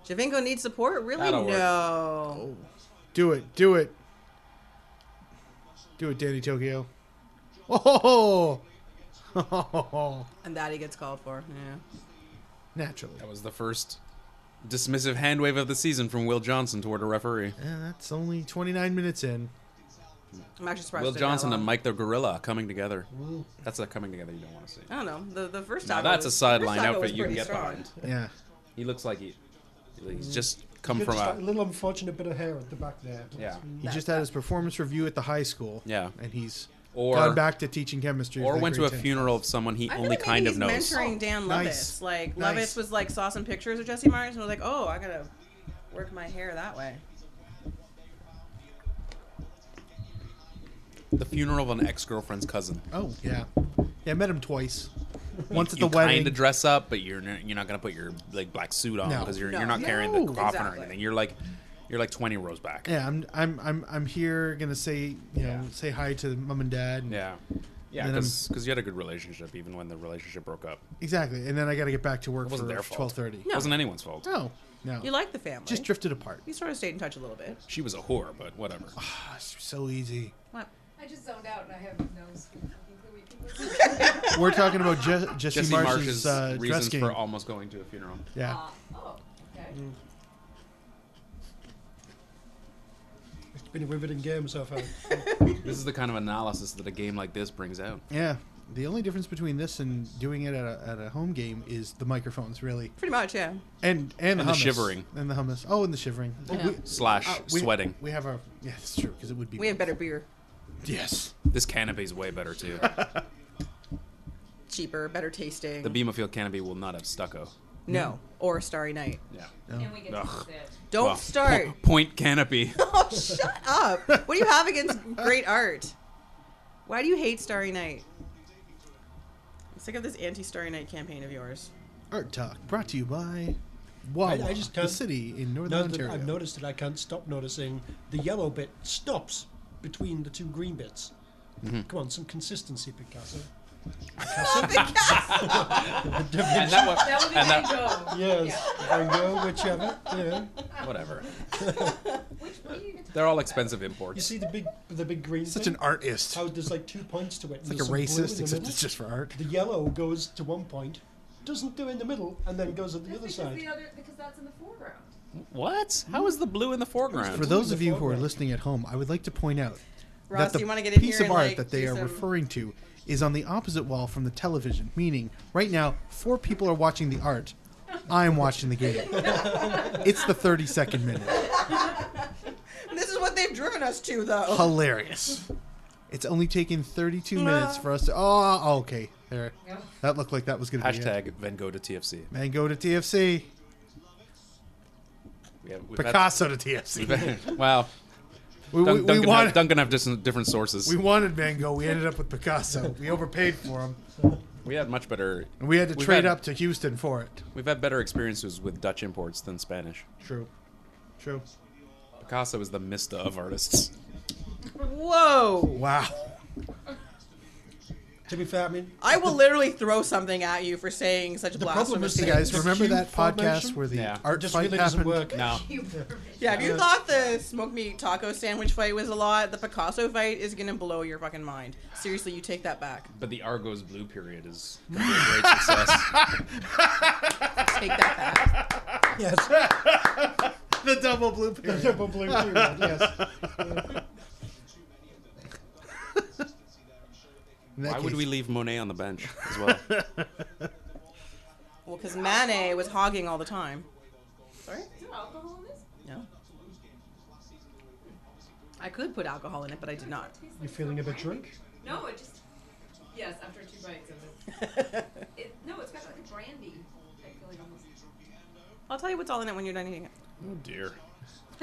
S4: Javinko needs support? Really?
S1: That'll work.
S6: Oh.
S4: no.
S6: Do it, do it, do it, Danny Tokyo. Oh,
S4: And that he gets called for. Yeah.
S6: naturally.
S1: That was the first dismissive hand wave of the season from Will Johnson toward a referee.
S6: And that's only 29 minutes in.
S4: I'm actually surprised.
S1: Will
S4: it took that
S1: Johnson and
S4: long.
S1: Mike the Gorilla coming together. That's a coming together you don't want to see.
S4: I don't know. The the first
S1: Now
S4: time.
S1: that's a sideline outfit
S4: outfit
S1: you can get behind.
S6: Yeah.
S1: He looks like he he's just come
S5: You're
S1: from
S5: just
S1: a
S5: like a little unfortunate bit of hair at the back there. but-
S1: yeah
S6: He just had his performance review at the high school.
S1: Yeah.
S6: And he's
S1: Or-
S6: gone back to teaching chemistry.
S1: or
S6: with
S1: went to a
S6: grade 10.
S1: funeral of someone he
S4: I feel
S1: only
S4: like
S1: kind
S4: maybe
S1: of
S4: he's
S1: knows.
S4: mentoring Dan Lovitz.
S6: Oh, nice.
S4: Like
S6: Nice.
S4: Lovitz was like saw some pictures of Jesse Myers and was like, oh, I gotta work my hair that way.
S1: The funeral of an ex-girlfriend's cousin.
S6: Oh, yeah. Yeah, I met him twice. Once at
S1: you
S6: the wedding.
S1: kind of dress up, but you're n- you're not gonna put your like black suit on
S6: No.
S1: because you're
S4: No.
S1: you're not carrying
S6: No.
S1: the coffin
S4: Exactly.
S1: or anything. You're like you're like twenty rows back.
S6: yeah, I'm I'm I'm I'm here gonna say you know
S1: Yeah.
S6: say hi to mom and dad. and-
S1: yeah,
S6: And then
S1: because you had a good relationship even when the relationship broke up.
S6: exactly. And then I gotta get back to work
S1: It wasn't
S6: for
S1: their fault.
S6: twelve thirty.
S1: It wasn't anyone's fault.
S6: No, no,
S4: You like the family.
S6: just drifted apart.
S4: you sort of stayed in touch a little bit.
S1: She was a whore, but whatever.
S6: Ah, it's so easy.
S4: What?
S9: I just zoned out and I have no fucking clue what you people are saying.
S6: We're talking about Je- Jesse,
S1: Jesse
S6: Marsh's,
S1: Marsh's
S6: uh, dress
S1: reasons
S6: game.
S1: for almost going to a funeral.
S6: yeah,
S9: Uh, Oh, okay.
S5: It's been a riveting game so far.
S1: This is the kind of analysis that a game like this brings out.
S6: yeah. The only difference between this and doing it at a, at a home game is the microphones, really,
S4: Pretty much, yeah.
S6: and and,
S1: And the
S6: hummus.
S1: shivering.
S6: and the hummus. Oh, and the shivering. Oh,
S4: Yeah.
S6: we-
S1: Slash
S6: Uh, we-
S1: sweating.
S6: We have our yeah, that's true because it would be.
S4: We had better beer.
S6: Yes.
S1: This canopy's way better too.
S4: Cheaper, better tasting.
S1: the Beamerfield canopy will not have stucco.
S4: No. Or Starry Night.
S9: And we get to use it.
S4: Don't start.
S1: Point canopy.
S4: oh, shut up. What do you have against great art? Why do you hate Starry Night? I'm sick of this anti Starry Night campaign of yours.
S6: Art Talk brought to you by Wawa,
S5: I just
S6: the
S5: can't-
S6: city in northern
S5: Now that
S6: Ontario.
S5: I've noticed it, I can't stop noticing the yellow bit stops between the two green bits.
S6: Mm-hmm.
S5: Come on, some consistency, Picasso.
S1: and that was
S9: That would be
S1: And that-
S9: Van Gogh.
S5: Yes, Van Gogh, whichever. Yeah.
S1: whatever.
S9: Which what do you get to
S1: They're all expensive
S5: You
S1: imports.
S5: see the big, the big green.
S6: Such
S5: thing?
S6: an artist.
S5: How there's like two points to it. and
S6: It's
S5: there's
S6: like a
S5: some blue in
S6: racist,
S5: the
S6: except
S5: middle.
S6: it's just for art.
S5: The yellow goes to one point, doesn't do in the middle, and then goes at the
S9: That's
S5: other side.
S9: because the other because that's in the foreground.
S1: What? How is the blue in the
S6: For
S1: foreground?
S6: those
S5: the
S6: of you who are
S5: foreground.
S6: listening at home, I would like to point out
S4: Ross,
S6: that the
S4: you want to get in
S6: piece
S4: here
S6: of
S4: and,
S6: art
S4: like,
S6: that they
S4: do
S6: are
S4: some-
S6: referring to is on the opposite wall from the television, meaning right now four people are watching the art. I'm watching the game. it's the 30 second minute.
S4: This is what they've driven us to, though.
S6: Hilarious. It's only taken 32 minutes for us to. Oh, okay. There. That looked like that was going to be it.
S1: Hashtag Van Gogh to TFC.
S6: Mango to TFC.
S1: We have, we've had-
S6: Picasso to TFC.
S1: wow.
S6: We, we,
S1: Dun-
S6: we,
S1: Duncan,
S6: wanted,
S1: have, Duncan have just different sources.
S6: we
S1: We,
S6: wanted Mango. We ended up with Picasso. We overpaid for him.
S1: had much better.
S6: And we had to
S1: We've
S6: trade
S1: had-
S6: up to Houston for it.
S1: We've had better experiences with Dutch imports than Spanish.
S6: True. True.
S1: Picasso is the Mista of artists.
S4: Whoa.
S6: Wow.
S5: To be fair, I mean,
S4: I will literally throw something at you for saying such
S5: problem
S4: blasphemous
S5: is the
S4: things.
S5: guy-
S6: Guys,
S5: The
S6: remember
S5: Q
S6: that podcast
S5: formation?
S6: where the
S1: Yeah.
S6: art
S5: just
S6: fight
S5: really doesn't
S6: happened?
S5: work.
S1: No.
S4: Yeah, if you thought the smoked meat taco sandwich fight was a lot, the Picasso fight is gonna blow your fucking mind. Seriously, you take that back.
S1: But the Argos Blue period is going to be a great success.
S4: Take that back.
S5: Yes,
S6: The double blue period.
S5: double blue period. Yes.
S6: In that
S1: Why would
S6: case-
S1: we leave Monet on the bench as well?
S4: Well, because Manet was hogging all the time. Sorry?
S9: Is there alcohol in this?
S4: No. I could put alcohol in it, but I did not.
S5: You're feeling a bit drunk?
S9: No, it just yes. After two bites of it, it no, it's got like a brandy. I feel like almost.
S4: I'll tell you what's all in it when you're done eating
S1: oh dear.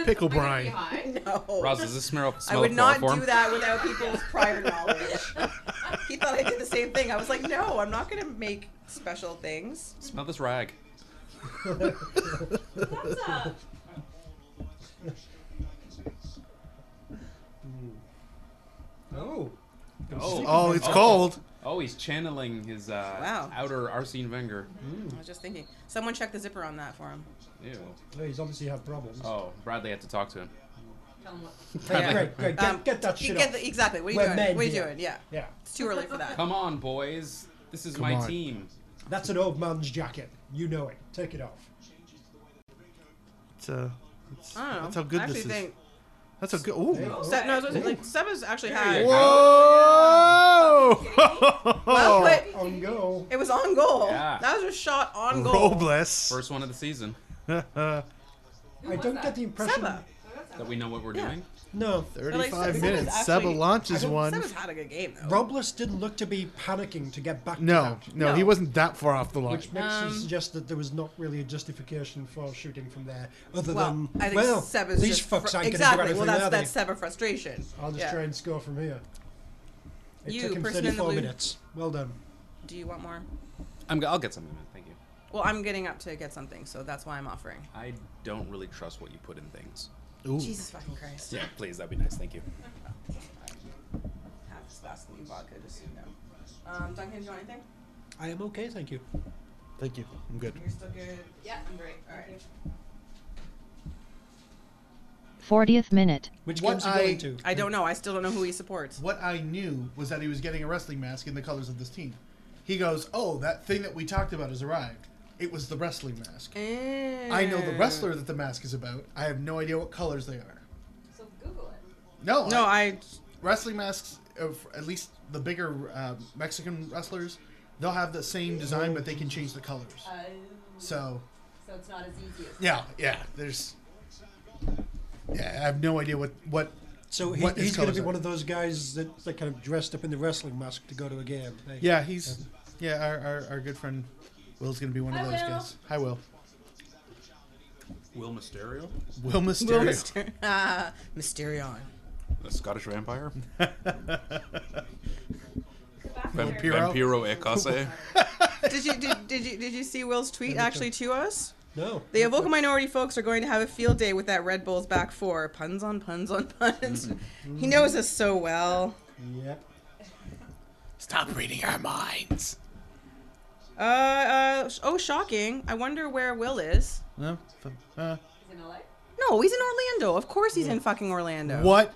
S6: Pickle
S9: Am I gonna
S6: brine.
S9: be high?
S4: it. No.
S1: Roz, does this smell,
S4: Oh. I
S1: smell
S4: would
S1: of
S4: not
S1: chloroform?
S4: do that without people's private knowledge. he thought I did the same thing. I was like, no, I'm not gonna make special things.
S1: Smell this rag.
S9: That's uh, a.
S5: Oh.
S6: Oh, it's cold.
S1: Oh, he's channeling his uh,
S4: Wow.
S1: outer Arsene Wenger.
S6: Hmm?
S4: I was just thinking. Someone check the zipper on that for him.
S1: Ew.
S5: No, he's obviously had problems.
S1: Oh, Bradley had to talk to him.
S9: Tell 'em what-
S5: Hey,
S4: Yeah.
S5: Greg, Greg, get,
S4: Um,
S5: get that
S4: You
S5: shit
S4: get
S5: off.
S4: the- exactly. What are you
S5: We're
S4: doing?
S5: men
S4: What are you
S5: here.
S4: doing? Yeah.
S5: yeah,
S4: It's too early for that.
S1: Come on, boys. This is my
S6: on.
S1: team.
S5: that's an old man's jacket. You know it. Take it off.
S6: It's, uh, it's,
S4: Oh, I don't know.
S6: that's how good
S4: I actually
S6: this is.
S4: think
S6: That's how good. Ooh.
S4: Se- no, I was gonna say, like Seba's actually had.
S1: you
S6: Oh! Whoa!
S4: Well, but
S5: On go.
S4: it was on goal.
S1: Yeah.
S4: That was a shot on goal.
S6: Robles.
S1: First one of the season.
S5: I don't get the impression.
S4: Seba.
S1: That we know what we're
S4: Yeah.
S1: doing.
S5: No,
S4: But, like,
S6: 35
S4: Seba's
S6: minutes.
S4: actually-
S6: Seba launches one.
S4: Seba's had a good game though.
S5: Robles didn't look to be panicking to get back. to
S6: No,
S5: that.
S6: no,
S4: No.
S6: he wasn't that far off the line.
S5: Which makes
S4: Um,
S5: you suggest that there was not really a justification for shooting from there, other
S4: well,
S5: than
S4: I think
S5: well,
S4: Seba's
S5: these
S4: just
S5: fucks
S4: fr-
S5: ain't
S4: exactly.
S5: going to do
S4: Well,
S5: anything,
S4: that's
S5: are
S4: that's
S5: they?
S4: Seba frustration.
S5: I'll just
S4: Yeah.
S5: try and score from here. It
S4: You,
S5: took him
S4: person in the
S5: 34
S4: blue.
S5: minutes. Well done.
S4: Do you want more?
S1: I'm, g- I'll get something, man. Thank you.
S4: Well, I'm getting up to get something, so that's why I'm offering.
S1: I don't really trust what you put in things.
S6: Ooh.
S4: Jesus fucking Christ!
S1: Yeah, please. That'd be nice. Thank you.
S4: Half this glass of new vodka, just so you know. Um, Duncan, do you want anything?
S5: I am okay, thank you.
S6: Thank you. I'm good.
S4: You're still good.
S9: Yeah, I'm great. All right.
S3: 40th minute.
S5: Which
S6: What
S5: games are you
S6: I-
S5: going to?
S4: I don't know. I still don't know who he supports.
S6: What I knew was that he was getting a wrestling mask in the colors of this team. He goes, "Oh, that thing that we talked about has arrived. It was the wrestling mask. I know the wrestler that the mask is about. I have no idea what colors they are.
S9: So Google it.
S6: No,
S4: No,
S6: I-
S4: I.
S6: wrestling masks, of at least the bigger uh, Mexican wrestlers, they'll have the same design, but they can change the colors.
S9: Uh,
S6: So
S9: so it's not as easy as.
S6: yeah, yeah. There's yeah. I have no idea what what.
S5: So he,
S6: what his
S5: he's going to
S6: colours
S5: be
S6: are.
S5: one of those guys that, that kind of dressed up in the wrestling mask to go to a game. eh?
S6: Yeah, he's yeah. Our, our, our good friend
S3: Will's going to be one of
S9: Hi,
S3: those
S9: Will.
S3: guys. Hi, Will.
S8: Will Mysterio,
S3: Will Mysterio.
S4: Will Myster- Ah, Mysterion.
S8: a Scottish vampire.
S9: Vampiro.
S3: Vampiro.
S8: Vampiro e Ecosse.
S4: Did you did, did you did you see Will's tweet actually to us?
S5: No.
S4: The Avoca minority folks are going to have a field day with that Red Bulls back four. Puns on puns on puns. He knows us so well.
S5: Yep.
S8: Stop reading our minds.
S4: Uh, uh, sh- oh, shocking. I wonder where Will is.
S3: No? F- uh,
S9: Is in LA?
S4: No, he's in Orlando. Of course he's in fucking Orlando.
S3: what?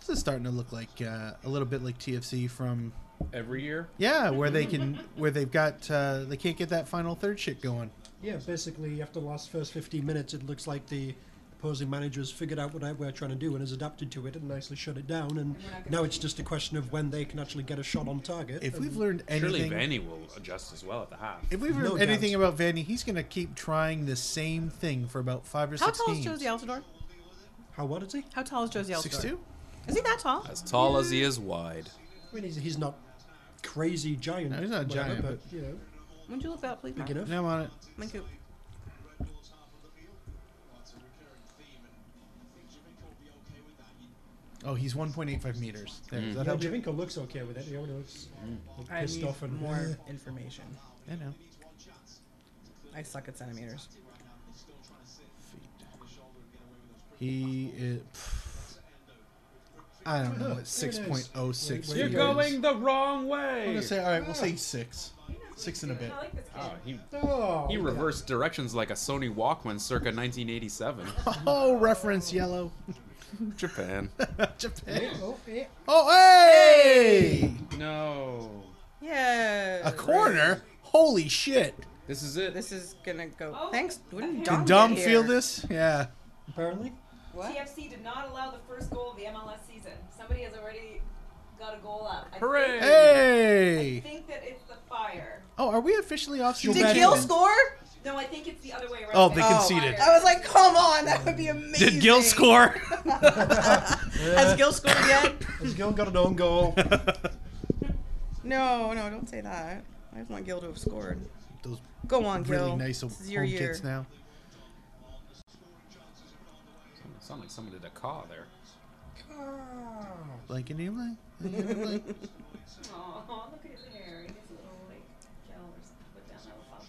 S3: This is starting to look like uh, a little bit like TFC from
S8: Every year.
S3: yeah, where they can where they've got uh, they can't get that final third shit going.
S5: Yeah, basically, after the last first 15 minutes, it looks like the opposing managers figured out what I- we're trying to do and has adapted to it and nicely shut it down. And now it's just a question of when they can actually get a shot on target. and
S3: If
S4: Mm-hmm.
S3: we've learned
S8: Surely
S3: anything,
S8: Vanny will adjust as well at the half.
S3: if we've learned
S5: No doubt.
S3: anything about Vanny, he's going to keep trying the same thing for about five or
S4: How
S3: six
S4: tall is
S3: games.
S4: Josie Altador?
S5: how what is he?
S4: How tall is Josie Altador?
S3: Six two?
S4: Is he that tall?
S8: As tall as he is wide.
S5: I mean, he's, he's not crazy giant.
S3: No, he's not a
S5: whatever,
S3: giant,
S5: but you know,
S4: Would you look that up, please? Mark?
S5: big enough.
S3: Now I'm on it.
S4: Thank you.
S3: Oh, he's 1.85 meters. There, does that
S5: Yeah,
S3: help you?
S5: Javinko looks okay with it. He always looks like,
S4: Mm. I
S5: pissed
S4: need
S5: off and uh,
S4: more information.
S3: I know.
S4: I suck at centimeters.
S3: He is. I don't know what six point oh six.
S5: You're
S8: the wrong
S3: I'm
S8: way.
S3: gonna say all right. We'll say six, six and a bit.
S9: I like this kid.
S8: Oh, he,
S5: Oh,
S8: he reversed directions like a Sony Walkman circa 1987.
S3: Oh, reference yellow.
S8: Japan.
S3: Japan.
S5: oh, eh.
S3: Oh, hey!
S8: No.
S4: Yeah.
S3: A corner. Holy shit!
S8: This is it.
S4: This is gonna go.
S9: Oh.
S4: Thanks. Wouldn't Dom,
S3: Did Dom
S4: get here?
S3: feel this? Yeah.
S5: apparently.
S4: What?
S9: TFC did not allow the first goal of the MLS season. Somebody has already got a goal up. I
S8: Hooray!
S3: Hey!
S9: Think, I think that it's the fire.
S3: Oh, are we officially off?
S5: Did
S4: Did
S5: Imagine-
S4: Gil score?
S9: No, I think it's the other way around.
S3: Oh, they
S9: It's the
S3: conceded.
S9: fire.
S4: I was like, come on, that would be amazing.
S3: Did Gil score?
S4: Has Gil scored yet?
S5: Has Gil got an own goal?
S4: No, no, don't say that. I just want Gil to have scored.
S3: Those
S4: Go on, Gil.
S3: really nice
S4: This
S3: home
S4: is your year.
S3: kits now.
S8: Sound like someone did a caw there.
S3: Like an Emily.
S9: Aw, look at his hair. He has a little like gel or something put down there with pop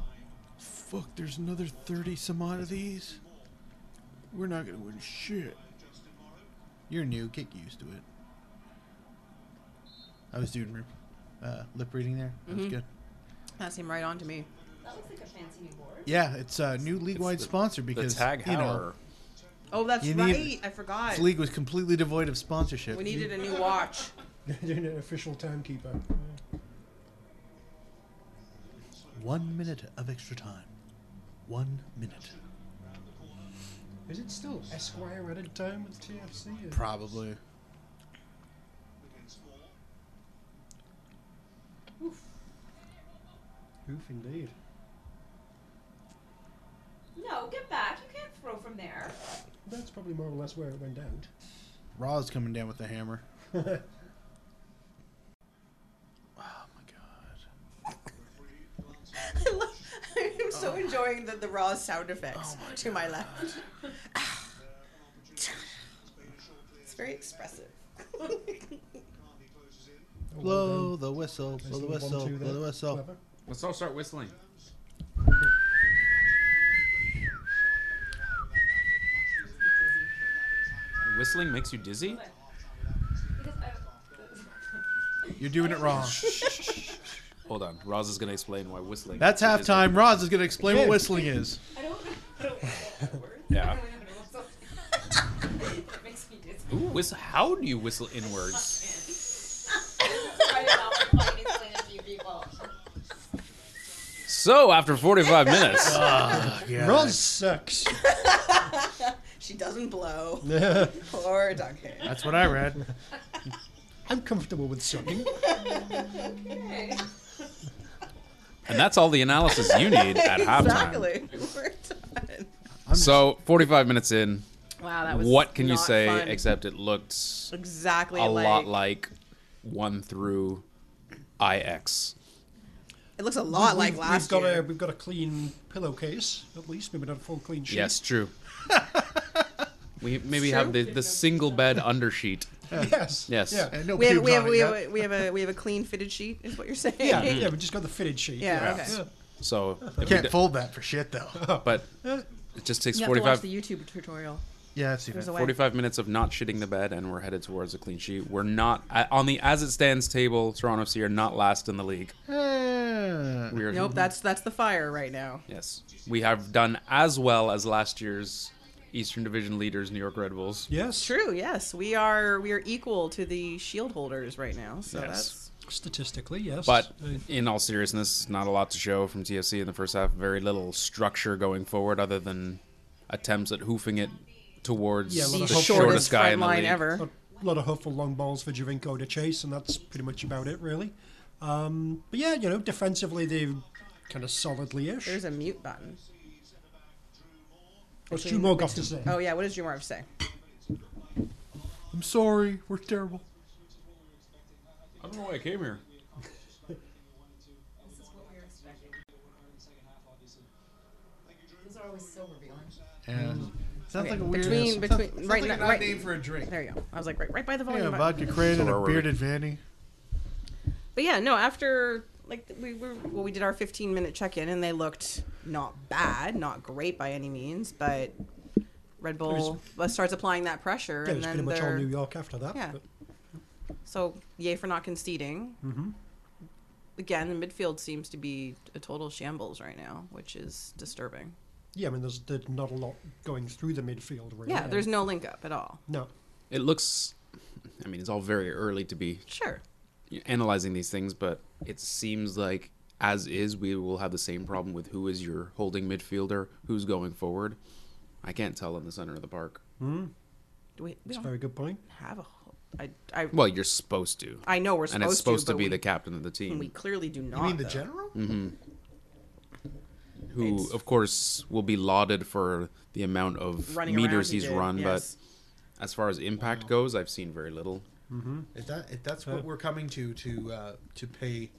S9: pop.
S3: Fuck, there's another 30 some odd of these. We're not gonna win shit. You're new, get used to it. I was doing uh, lip reading there. That was good.
S4: That seemed right on to me.
S9: That looks like a fancy new board.
S3: Yeah, it's a new league wide
S8: the-
S3: sponsor
S8: The
S3: because
S8: Tag
S3: you
S8: Heuer.
S3: know,
S4: Oh, that's
S3: You
S4: right.
S3: need-
S4: I forgot.
S3: this league was completely devoid of sponsorship.
S4: We needed a new watch.
S5: Doing an official timekeeper.
S3: one minute of extra time. One minute.
S5: Is it still Esquire at a time with TFC?
S3: Probably.
S5: Oof, indeed.
S9: No, get back. You can't throw from there.
S5: That's probably more or less where it went down.
S3: Raw's coming down with the hammer. oh my god.
S4: I love, I'm so enjoying the, the raw sound effects to Oh. my left. it's very expressive.
S5: Oh, well done.
S3: Blow the whistle, blow
S5: Nice
S3: the
S5: little
S3: whistle,
S5: one-two
S3: blow the
S5: there.
S3: whistle.
S5: Clever.
S8: Let's all start whistling. Whistling makes you dizzy?
S9: Because I,
S3: You're doing it wrong.
S8: Hold on. Roz is going to explain why whistling.
S3: That's
S8: makes you dizzy.
S3: halftime. Roz is going to explain what
S5: Yeah.
S3: whistling is.
S9: I don't know how to that word.
S8: Yeah.
S9: it makes me dizzy.
S8: Ooh, whis- how do you whistle inwards?
S9: Right off the plane, explain it to you people.
S8: So, after 45 minutes,
S5: Roz sucks.
S4: She doesn't blow
S5: I'm
S4: or duck hair.
S3: That's what I read.
S5: comfortable with sucking.
S3: Oh,
S9: Okay.
S8: and that's all the analysis you need at halftime.
S4: exactly. We're done.
S8: So, 45 minutes in,
S4: Wow, that was
S8: what can you
S4: not
S8: say
S4: fun.
S8: except it looked
S4: exactly
S8: a
S4: like,
S8: lot like 1 through
S1: IX.
S4: It looks a lot like
S5: We've-
S4: last
S5: we've got
S4: year.
S5: A, we've got a clean pillowcase, at least. Maybe not a full clean sheet.
S1: Yes, true. we maybe have the, the single bed undersheet.
S5: yes.
S1: Yes.
S5: Yeah.
S3: no
S4: we have,
S3: pubes
S4: we have,
S3: on it
S4: we, have
S3: yet.
S4: a, we have a we have a clean fitted sheet is what you're saying.
S5: Yeah,
S1: Mm.
S5: yeah, we just got the fitted sheet.
S4: Yeah,
S5: yeah.
S4: okay.
S5: Yeah.
S1: So, if we
S3: Can't
S1: d-
S3: fold that for shit though.
S1: but it just takes
S4: You have to watch
S1: 45,
S4: the YouTube tutorial.
S3: yeah, I've seen
S4: There's
S3: it.
S4: a way.
S1: 45 minutes of not shitting the bed, and we're headed towards a clean sheet. We're not a- on the as it stands table. Toronto FC are not last in the league.
S3: Eh,
S1: We are
S4: Nope, that's that's the fire right now.
S1: yes. We have done as well as last year's Eastern Division leaders, New York Red Bulls.
S5: Yes.
S4: True. Yes, we are we are equal to the shield holders right now. So
S1: Yes.
S4: that's
S5: Statistically, yes.
S1: But
S5: Uh,
S1: in all seriousness, not a lot to show from TFC in the first half. Very little structure going forward, other than attempts at hoofing it towards
S5: Yeah, a lot
S1: the
S5: of
S4: the
S5: hope-
S1: shortest,
S4: shortest,
S1: guy
S4: front
S1: in the
S4: line
S1: league.
S4: ever.
S5: a lot of hopeful long balls for Javinko to chase, and that's pretty much about it, really. Um, but yeah, you know, defensively, they're kind of solidly ish.
S4: There's a mute button.
S5: What's Jumog got to say?
S4: Oh yeah, what does Jumarov say?
S3: I'm sorry, we're terrible.
S1: I don't know why I came here.
S9: This is what we were expecting. Those are always so revealing.
S3: And sounds
S4: Okay,
S3: like a weird
S4: between-
S3: sounds-
S4: between-
S3: sounds
S4: right
S3: like
S4: now-
S3: an odd
S4: right-
S3: name for a drink.
S4: There you go. I was like right, right by the volume
S3: Yeah,
S4: button.
S3: vodka crane
S1: So
S3: and a
S1: are we.
S3: bearded Vanny.
S4: But yeah, no, after like th- we were well, we did our 15 minute check in and they looked not bad, not great by any means, but Red Bull uh, starts applying that pressure
S5: yeah,
S4: and
S5: it's pretty
S4: then
S5: much all
S4: they're
S5: New York after that.
S4: Yeah.
S5: But
S4: so yay for not conceding. Mm-hmm. Again, the midfield seems to be a total shambles right now, which is disturbing.
S5: yeah, I mean, there's, there's not a lot going through the midfield, really.
S4: Yeah, there's no link up at all.
S5: No.
S1: It looks. I mean, it's all very early to be
S4: Sure.
S1: analyzing these things, but it seems like as is, we will have the same problem with who is your holding midfielder, who's going forward. I can't tell in the center of the park.
S4: Do we, we
S5: It's a
S4: don't
S5: very good point.
S4: have a whole, I, I,
S1: Well, you're supposed to,
S4: I know we're
S1: and
S4: supposed
S1: it's supposed to,
S4: but
S1: be
S4: we,
S1: the captain of the team.
S4: we clearly do not.
S3: You mean the
S4: though.
S3: general?
S1: who
S4: It's-
S1: of course will be lauded for the amount of
S4: Running around
S1: meters
S4: he
S1: he's
S4: did,
S1: run
S4: yes.
S1: but as far as impact goes i've seen very little
S3: If that if that's what we're coming to to uh, to pay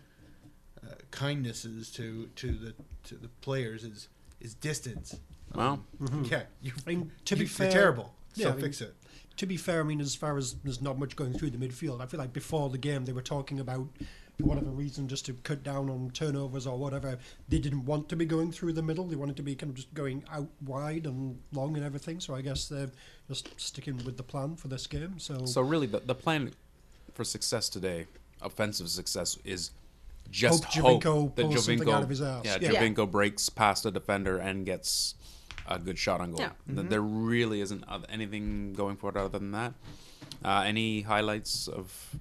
S3: uh, kindnesses to to the to the players is is distance.
S4: Um,
S1: well
S3: Yeah, you,
S5: Mm-hmm. I mean, to be
S3: you-
S5: fair-
S3: you're terrible. So
S5: Yeah, I mean-
S3: fix it.
S5: to be fair, I mean, as far as there's not much going through the midfield, I feel like before the game they were talking about, for whatever reason, just to cut down on turnovers or whatever. They didn't want to be going through the middle. They wanted to be kind of just going out wide and long and everything. So I guess they're just sticking with the plan for this game. So,
S1: so really the, the plan for success today offensive success is just
S5: Hope
S1: hope,
S5: Jovinko
S1: that
S5: pulls something
S1: Jovinko,
S5: out of his ass.
S1: Yeah,
S5: Yeah.
S1: Jovinko breaks past a defender and gets a good shot on goal.
S4: Yeah. Mm-hmm.
S1: Th- There really isn't oth- anything going for it other than that. Uh, any highlights of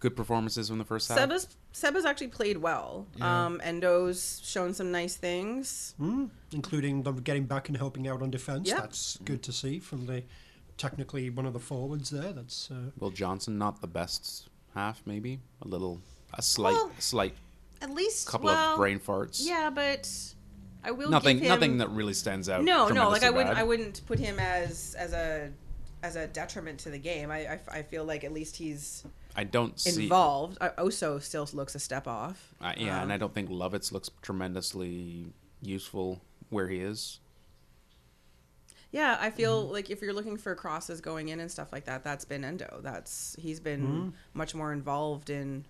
S1: good performances from the first half?
S4: Seba's Seba's actually played well. Um, Endo's shown some nice things.
S1: Hmm?
S5: including them getting back and helping out on defence,
S4: Yeah.
S5: that's good to see from the technically one of the forwards there. That's uh,
S1: Will Johnson not the best half? Maybe a little, a slight,
S4: Well,
S1: slight
S4: At least
S1: couple
S4: well,
S1: of brain farts.
S4: Yeah, but I will
S1: nothing,
S4: give him
S1: nothing that really stands out.
S4: no, no. Like I
S1: tremendously
S4: wouldn't,
S1: bad.
S4: I wouldn't put him as as a as a detriment to the game. I I, I feel like at least he's
S1: I don't see.
S4: involved. Uh, Oso still looks a step off.
S1: I- yeah,
S4: uh,
S1: and I don't think Lovitz looks tremendously useful where he is.
S4: Yeah, I
S1: Mm-hmm.
S4: feel like if you're looking for crosses going in and stuff like that, that's been Endo. That's he's been
S1: Mm-hmm.
S4: much more involved in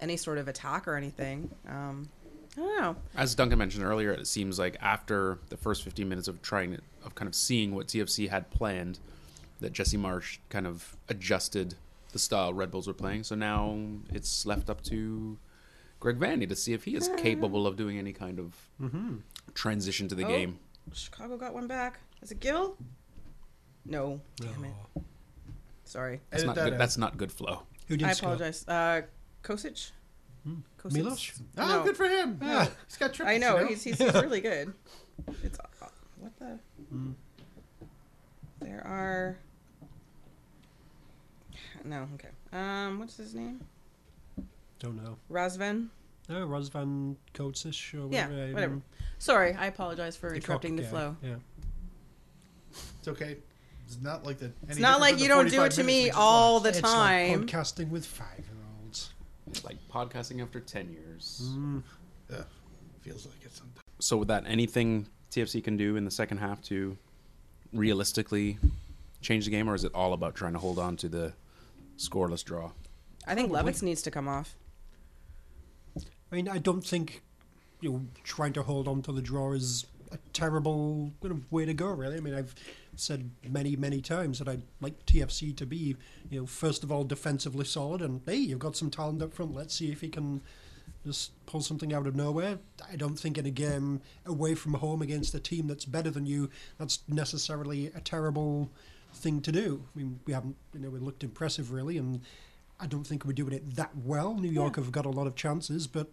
S4: any sort of attack or anything. Um, I don't know.
S1: As Duncan mentioned earlier, it seems like after the first 15 minutes of trying of kind of seeing what TFC had planned, that Jesse Marsh kind of adjusted the style Red Bulls were playing. So now it's left up to Greg Vanny to see if he is
S3: Eh.
S1: capable of doing any kind of
S3: Mm-hmm.
S1: transition to the
S4: Oh.
S1: game.
S4: Chicago got one back. Is it Gill? No. Damn it. Sorry.
S1: That's
S3: Edit
S1: not
S3: that
S1: good,
S3: out.
S1: that's not good flow.
S5: who did
S4: I
S5: score?
S4: apologize. Uh, Kosic? Kosic?
S5: Milos?
S3: Oh,
S4: No.
S3: good for him. Yeah, he's got triples.
S4: I know.
S3: you
S4: He's, he's, he's really good. It's uh, What the? Hmm. There are. No, okay. Um, what's his name?
S5: Don't know.
S4: Razvan?
S5: No, Razvan Kotsic or
S4: Yeah,
S5: whatever. um,
S4: whatever. Sorry, I apologize for
S5: the cock
S4: interrupting the
S5: guy.
S4: flow.
S5: Yeah.
S3: It's okay. It's not like the.
S4: It's not like you don't do it to me all the
S5: It's like
S4: time.
S5: podcasting with five year olds.
S1: It's like podcasting after 10 years.
S6: Ugh, feels like it sometimes.
S1: So, with that, anything TFC can do in the second half to realistically change the game, or is it all about trying to hold on to the scoreless draw?
S4: I think Levitz needs to come off.
S5: I mean, I don't think you know, trying to hold on to the draw is a terrible kind of way to go. Really, I mean, I've said many, many times that I'd like TFC to be, you know, first of all defensively solid, and hey, you've got some talent up front. Let's see if he can just pull something out of nowhere. I don't think in a game away from home against a team that's better than you, that's necessarily a terrible thing to do. I mean, we haven't, you know, we looked impressive really, and I don't think we're doing it that well. New York have got a lot of chances, but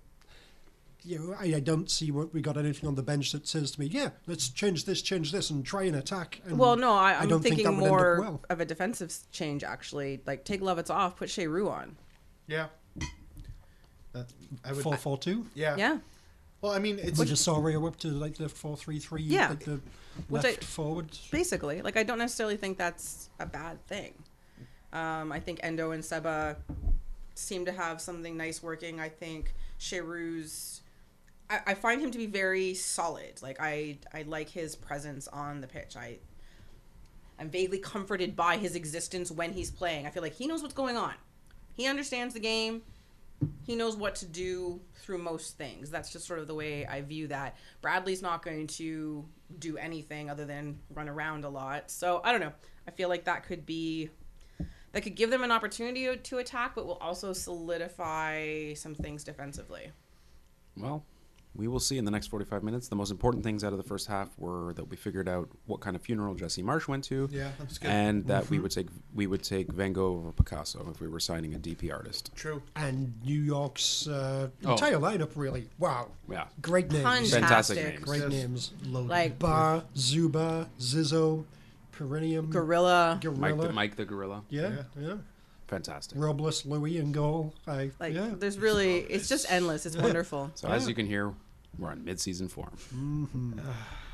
S5: you know, I, I don't see what we got anything on the bench that says to me, yeah, let's change this, change this, and try an attack. And
S4: Well, no, I, I'm
S5: don't think
S4: thinking
S5: that would end up
S4: more
S5: well.
S4: of a defensive s- change. Actually, like take Levitz off, put Shea Rue on.
S6: Yeah. That, I would.
S5: four four two.
S6: yeah.
S4: Yeah,
S6: Well, I mean, it's
S5: We just saw Rio up to like the four three three,
S4: Yeah.
S5: like the
S4: Which I-
S5: left forward.
S4: basically. Like I don't necessarily think that's a bad thing. Um, I think Endo and Seba seem to have something nice working. I think Sheru's I, I find him to be very solid. Like I I like his presence on the pitch. I I'm vaguely comforted by his existence when he's playing. I feel like he knows what's going on. He understands the game. He knows what to do through most things. That's just sort of the way I view that. Bradley's not going to do anything other than run around a lot. So I don't know. I feel like that could be that could give them an opportunity to attack, but will also solidify some things defensively.
S1: Well, we will see in the next 45 minutes. The most important things out of the first half were that we figured out what kind of funeral Jesse Marsh went to.
S6: Yeah, that was good.
S1: And that we would take we would take Van Gogh over Picasso if we were signing a DP artist.
S6: true.
S5: And New York's uh, entire lineup, really. Wow.
S1: Oh. Yeah.
S5: Great names.
S4: Fantastic.
S1: Fantastic names.
S5: Great
S6: Just
S5: names.
S6: Loaded.
S4: Like
S5: Bar, Zuba, Zizzo, Perineum,
S4: gorilla,
S1: Mike
S5: Gorilla.
S1: the, Mike the Gorilla.
S5: Yeah, yeah.
S1: Fantastic.
S5: Robles, Louis, and goal. I,
S4: like
S5: yeah.
S4: there's really it's just endless. It's wonderful.
S1: So as you can hear, we're on mid-season form.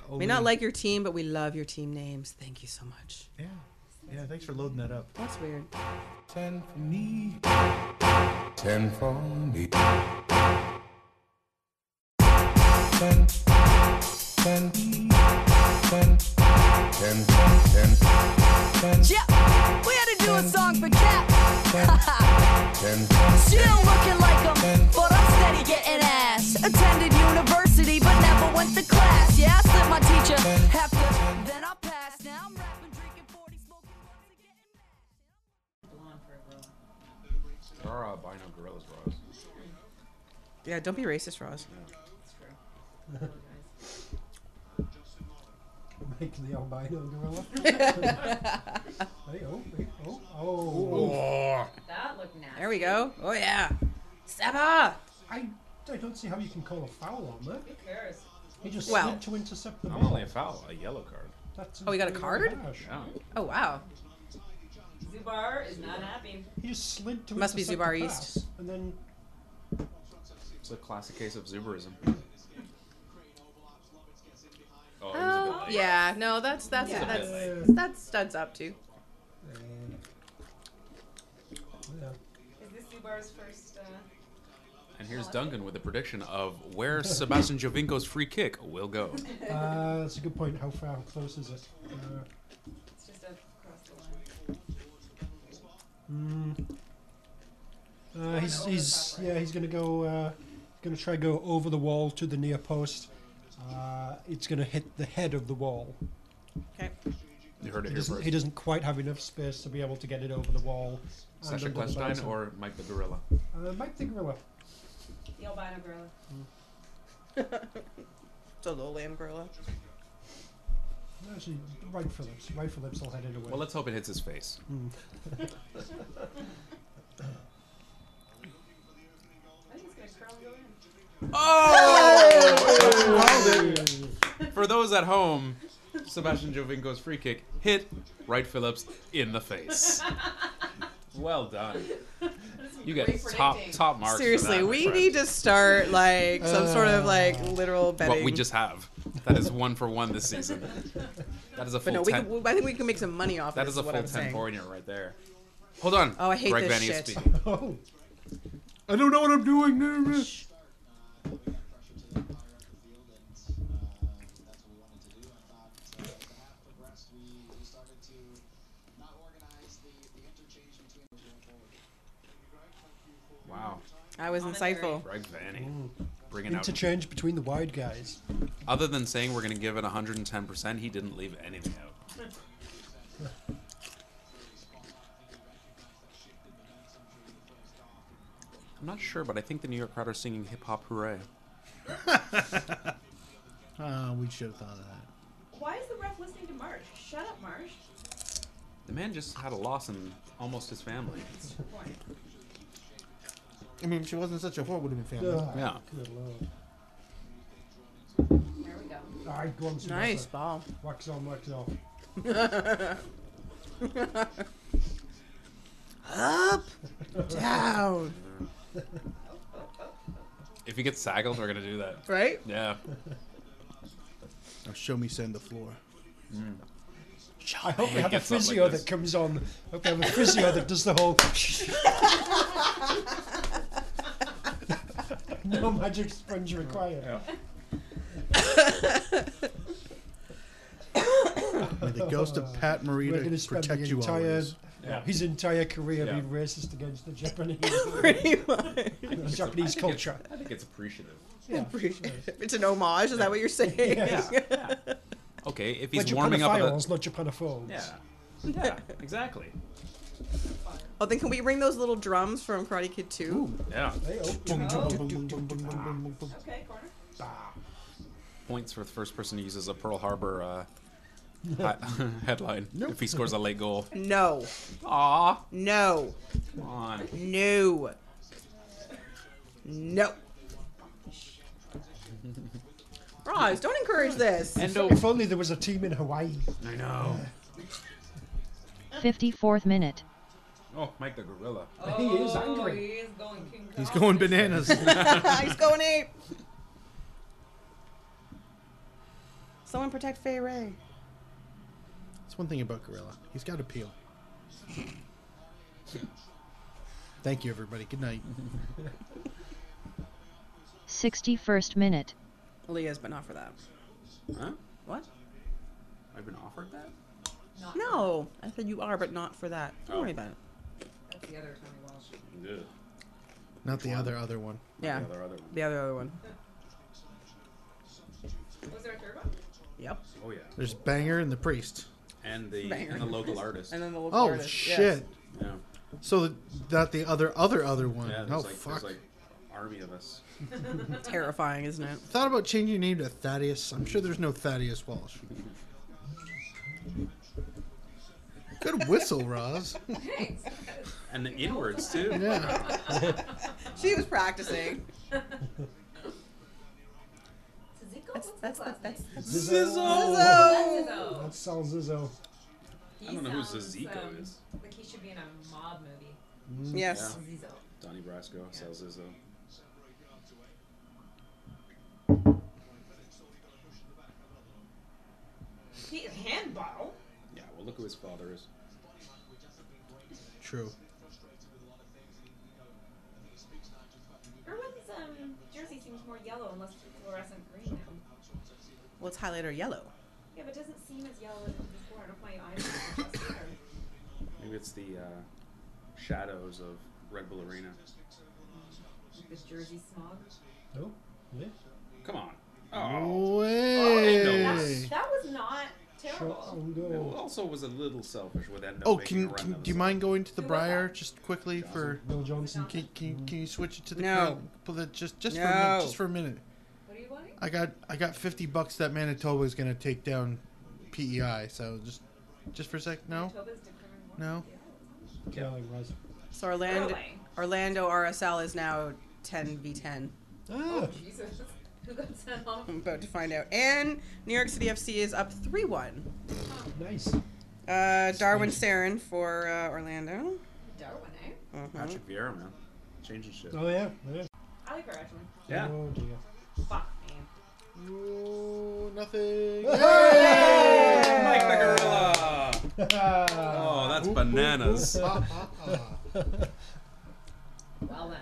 S4: We not like your team, but we love your team names. Thank you so much.
S6: Yeah. Yeah. Thanks for loading that up.
S4: That's weird.
S13: Ten for me. Ten for me. Ten. Ten. Ten. Ten. Ten. Ten.
S7: Yeah, we had to do a song for Cap.
S13: Ten.
S7: She don't looking like him, but I'm steady getting ass. Attended university, but never went to class. Yeah, I slipped my teacher after, then I passed. Now I'm rapping, drinking 40, smoking blunts and getting mad.
S1: There are albino gorillas, Ross.
S4: Yeah, don't be racist, Roz.
S5: Make the albino gorilla. hey, oh, hey, oh, oh.
S9: That looked nasty.
S4: There we go. Oh yeah, Seba.
S5: I, I don't see how you can call a foul on that.
S9: Who cares?
S5: He just
S4: Well-
S5: slipped to intercept the
S1: I'm
S5: ball.
S1: only a foul, a yellow card.
S5: That's
S4: Oh, he got a
S5: incredibly
S4: card?
S5: harsh.
S1: Yeah.
S4: Oh wow.
S9: Zubar is not happy.
S5: He just slid to
S4: Must be
S5: intercept the
S4: Zubar
S5: pass, And then
S1: It's a classic case of Zuberism. Oh, it was a bit late.
S4: Yeah. No, that's that's
S9: Yeah.
S4: that's
S5: Yeah.
S4: that's studs up to.
S5: yeah.
S9: Is this Zubar's first? Uh...
S1: And here's Duncan with a prediction of where Sebastian Jovinko's free kick will go.
S5: Uh, that's a good point. How far? How close is it? Uh,
S9: It's just up across the line.
S5: uh, he's he's yeah he's gonna go uh, gonna try go over the wall to the near post. Uh, it's gonna hit the head of the wall.
S4: Okay.
S1: You heard it
S5: He
S1: here
S5: doesn't,
S1: first.
S5: he doesn't quite have enough space to be able to get it over the wall. and
S1: Sasha
S5: under the
S1: Klestein
S5: buzzer.
S1: or Mike the Gorilla?
S5: uh, Mike the gorilla.
S9: The albino gorilla.
S4: So low lamb gorilla.
S5: Actually, right Phillips. Right Phillips will head it away.
S1: Well, let's hope it hits his face.
S9: I think it's gonna curl and go in.
S1: For those at home, Sebastian Jovinko's free kick hit Wright Phillips in the face. Well done. You get
S9: Great
S1: top
S9: predicting.
S1: top marks. for
S4: Seriously,
S1: that, my
S4: we
S1: friend.
S4: need to start like some sort of like literal betting.
S1: What we just have. That is one for one this season. That is a full
S4: But no, we
S1: ten.
S4: can, I think we can make some money off.
S1: that
S4: this,
S1: is a
S4: what
S1: full
S4: I'm
S1: ten
S4: saying.
S1: pointer right there. Hold on.
S4: Oh, I hate
S1: Greg
S4: this
S1: Vanny is
S4: shit.
S1: speaking.
S5: Oh,
S3: I don't know what I'm doing.
S8: Wow.
S4: I was insightful.
S8: Greg Vanny. Bringing out.
S5: Interchange between the wide guys.
S8: Other than saying we're going to give it 110%, he didn't leave anything out. I'm not sure, but I think the New York crowd are singing hip hop hooray.
S6: Uh,
S3: Ah, we should have thought of that.
S9: Why is the ref listening to Marsh? Shut up, Marsh.
S8: The man just had a loss in almost his family.
S6: I mean, if she wasn't such a whore, would have been family.
S8: Yeah.
S5: Ah, Good lord.
S9: There we go.
S5: All right, go on, Samantha.
S4: Nice ball.
S5: Wax on, wax off.
S6: Up, down.
S8: If he gets saggled, we're going to do that.
S4: Right?
S8: Yeah.
S6: Oh,
S3: Now show me sand the floor.
S5: I hope we have a
S8: gets up like
S5: physio
S8: this.
S5: that comes on. I hope we have a physio that does the whole. no magic sponge required.
S3: May the ghost of Pat
S5: We're going to
S3: Morita
S5: spend
S3: protect
S5: the
S3: you
S5: entire,
S3: always.
S5: his entire career
S8: Yeah.
S5: being racist against the Japanese,
S4: Pretty much.
S5: the Japanese culture.
S8: I think it's appreciative.
S4: It's an homage. Is that what you're saying?
S8: Okay, if
S5: We're
S8: he's warming up. A,
S5: Japanophiles, not Japanophobes.
S8: yeah. Yeah, exactly.
S4: Oh, then can we bring those little drums from Karate Kid 2?
S8: Yeah.
S5: Hey, oh,
S9: Okay, corner.
S8: Points for the first person who uses a Pearl Harbor uh, hi- headline if he scores a late goal.
S4: No.
S8: Aw.
S4: No.
S8: Come on.
S4: No. No. Roz, don't encourage this.
S8: Endo.
S5: If only there was a team in Hawaii.
S8: I know.
S12: 54th minute.
S8: Oh, Mike the Gorilla.
S5: he is
S9: Oh,
S5: angry.
S9: he is going King
S6: He's
S9: Kong.
S6: going bananas.
S4: He's going ape. Someone protect Fay Ray.
S6: That's one thing about Gorilla. He's got appeal. Thank you, everybody. Good night.
S12: 61st minute.
S4: Leah's, but not for that.
S8: Huh?
S4: What?
S8: I've been offered that?
S4: No. I said you are, but not for that.
S8: Oh.
S4: Don't worry about it.
S9: That's the other Tony Walsh.
S8: Yeah.
S6: Not the other other one.
S4: Yeah.
S8: Other, other one.
S4: The other, other one.
S9: Was there a third one?
S4: Yep.
S8: Oh, yeah.
S6: There's Banger and the Priest.
S8: And the,
S4: Banger.
S8: and the local artist.
S4: And then the local
S6: Oh
S4: artist, yes.
S6: shit!
S8: yeah.
S6: So the, not the other other other one.
S8: Yeah, there's
S6: oh
S8: like,
S6: fuck!
S8: There's like army of us.
S4: Terrifying, isn't it?
S6: Thought about changing your name to Thaddeus. I'm sure there's no Thaddeus Walsh. Good whistle, Roz.
S8: And the inwards, too.
S6: Yeah.
S4: She was practicing.
S9: Zico?
S4: That's that's that's
S9: What's his last
S4: that's.
S9: name?
S5: Zizzo.
S4: Zizzo.
S9: Zizzo.
S5: That sounds as though.
S9: He
S8: I don't know who
S9: sounds,
S8: Zizico
S9: um,
S8: is. Mm,
S9: Like he should be in a mob movie.
S4: Yes.
S9: Zizzo.
S8: Donnie Brasco sells his uh, own.
S9: He is handball.
S8: Yeah, well, look who his father is.
S6: True.
S9: Irwin's um, jersey seems more yellow unless it's fluorescent green now.
S4: Well, it's highlighter yellow.
S9: Yeah, but it doesn't seem as yellow as it did before. I don't know if my eyes are color.
S8: Maybe it's the uh, shadows of Red Bull Arena.
S9: The jersey smog.
S5: No? Yeah.
S8: Come on. Oh.
S6: Way.
S1: Oh,
S9: That, that was not
S5: Shot
S9: terrible.
S5: on
S8: It
S5: goal.
S8: also was a little selfish with Endo.
S6: Oh,
S8: making a
S6: can,
S8: run
S6: can
S8: of
S6: do you
S8: his-
S6: mind going to the Briar just quickly for?
S5: Bill Johnson.
S6: Can, can, can you switch it to the
S4: No.
S6: crowd? Pull that just just for a minute,
S4: No.
S6: just for a minute.
S9: What are you wanting?
S6: I got I got fifty bucks that Manitoba is gonna take down PEI. So just just for a sec. No,
S9: Manitoba's determined
S6: no.
S9: one.
S5: Yeah, it was.
S4: So Orlando,
S9: Really?
S4: Orlando RSL is now 10 v 10.
S5: Ah,
S9: Jesus. Who got sent off?
S4: I'm about to find out. And New York City FC is up 3 1.
S5: nice.
S4: Uh, Darwin Sarin for uh, Orlando.
S9: Darwin, eh?
S4: Mhm.
S8: Patrick Vieira, man. Changing shit.
S5: Oh, yeah. yeah.
S9: I like her actually.
S8: Yeah.
S5: Oh, dear.
S9: Fuck, man.
S6: Oh, nothing.
S8: Mike the Gorilla. Oh, that's bananas.
S6: Ah, ah, ah.
S9: Well then.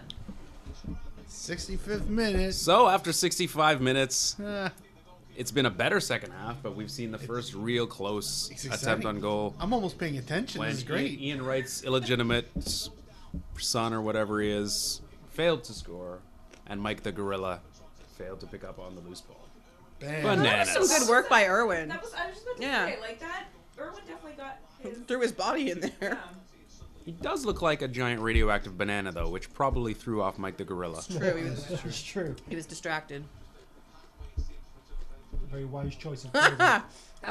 S6: 65th minute. Ah,
S1: So after 65 minutes, it's been a better second half, but we've seen the first real close attempt
S6: exciting.
S1: on goal.
S6: I'm almost paying attention.
S1: when
S6: this is great.
S1: Ian, Ian Wright's illegitimate son or whatever he is failed to score, and Mike the Gorilla failed to pick up on the loose ball.
S4: Well,
S1: Bananas.
S4: that was some good work by Irwin.
S9: That was, I was just about to
S4: Yeah.
S9: say, like that, Irwin definitely got his.
S4: Threw his body in there.
S1: He does look like a giant radioactive banana, though, which probably threw off Mike the Gorilla.
S4: True, he was,
S5: It's true.
S4: he was distracted.
S5: Very wise choice. Of
S4: that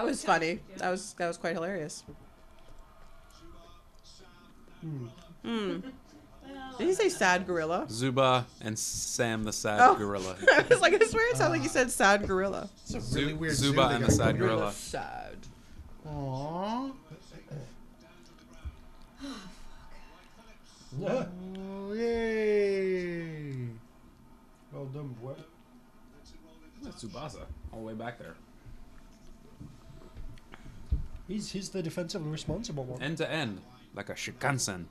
S4: was funny. That was that was quite hilarious. Hmm. Did he say sad gorilla?
S1: Zuba and Sam the Sad
S4: Oh.
S1: Gorilla. Ah.
S4: I was like, I swear it sounded like you said sad gorilla.
S6: It's a
S1: Zu-
S6: really weird zoo
S1: Zuba
S6: they
S1: and
S6: got
S1: the Sad
S6: going.
S1: Gorilla.
S4: Sad.
S6: Aww. Oh, yay.
S5: Well done. What?
S1: That's Tsubasa, all the way back there.
S5: He's he's the defensively responsible one.
S1: End to end, like a Shikansen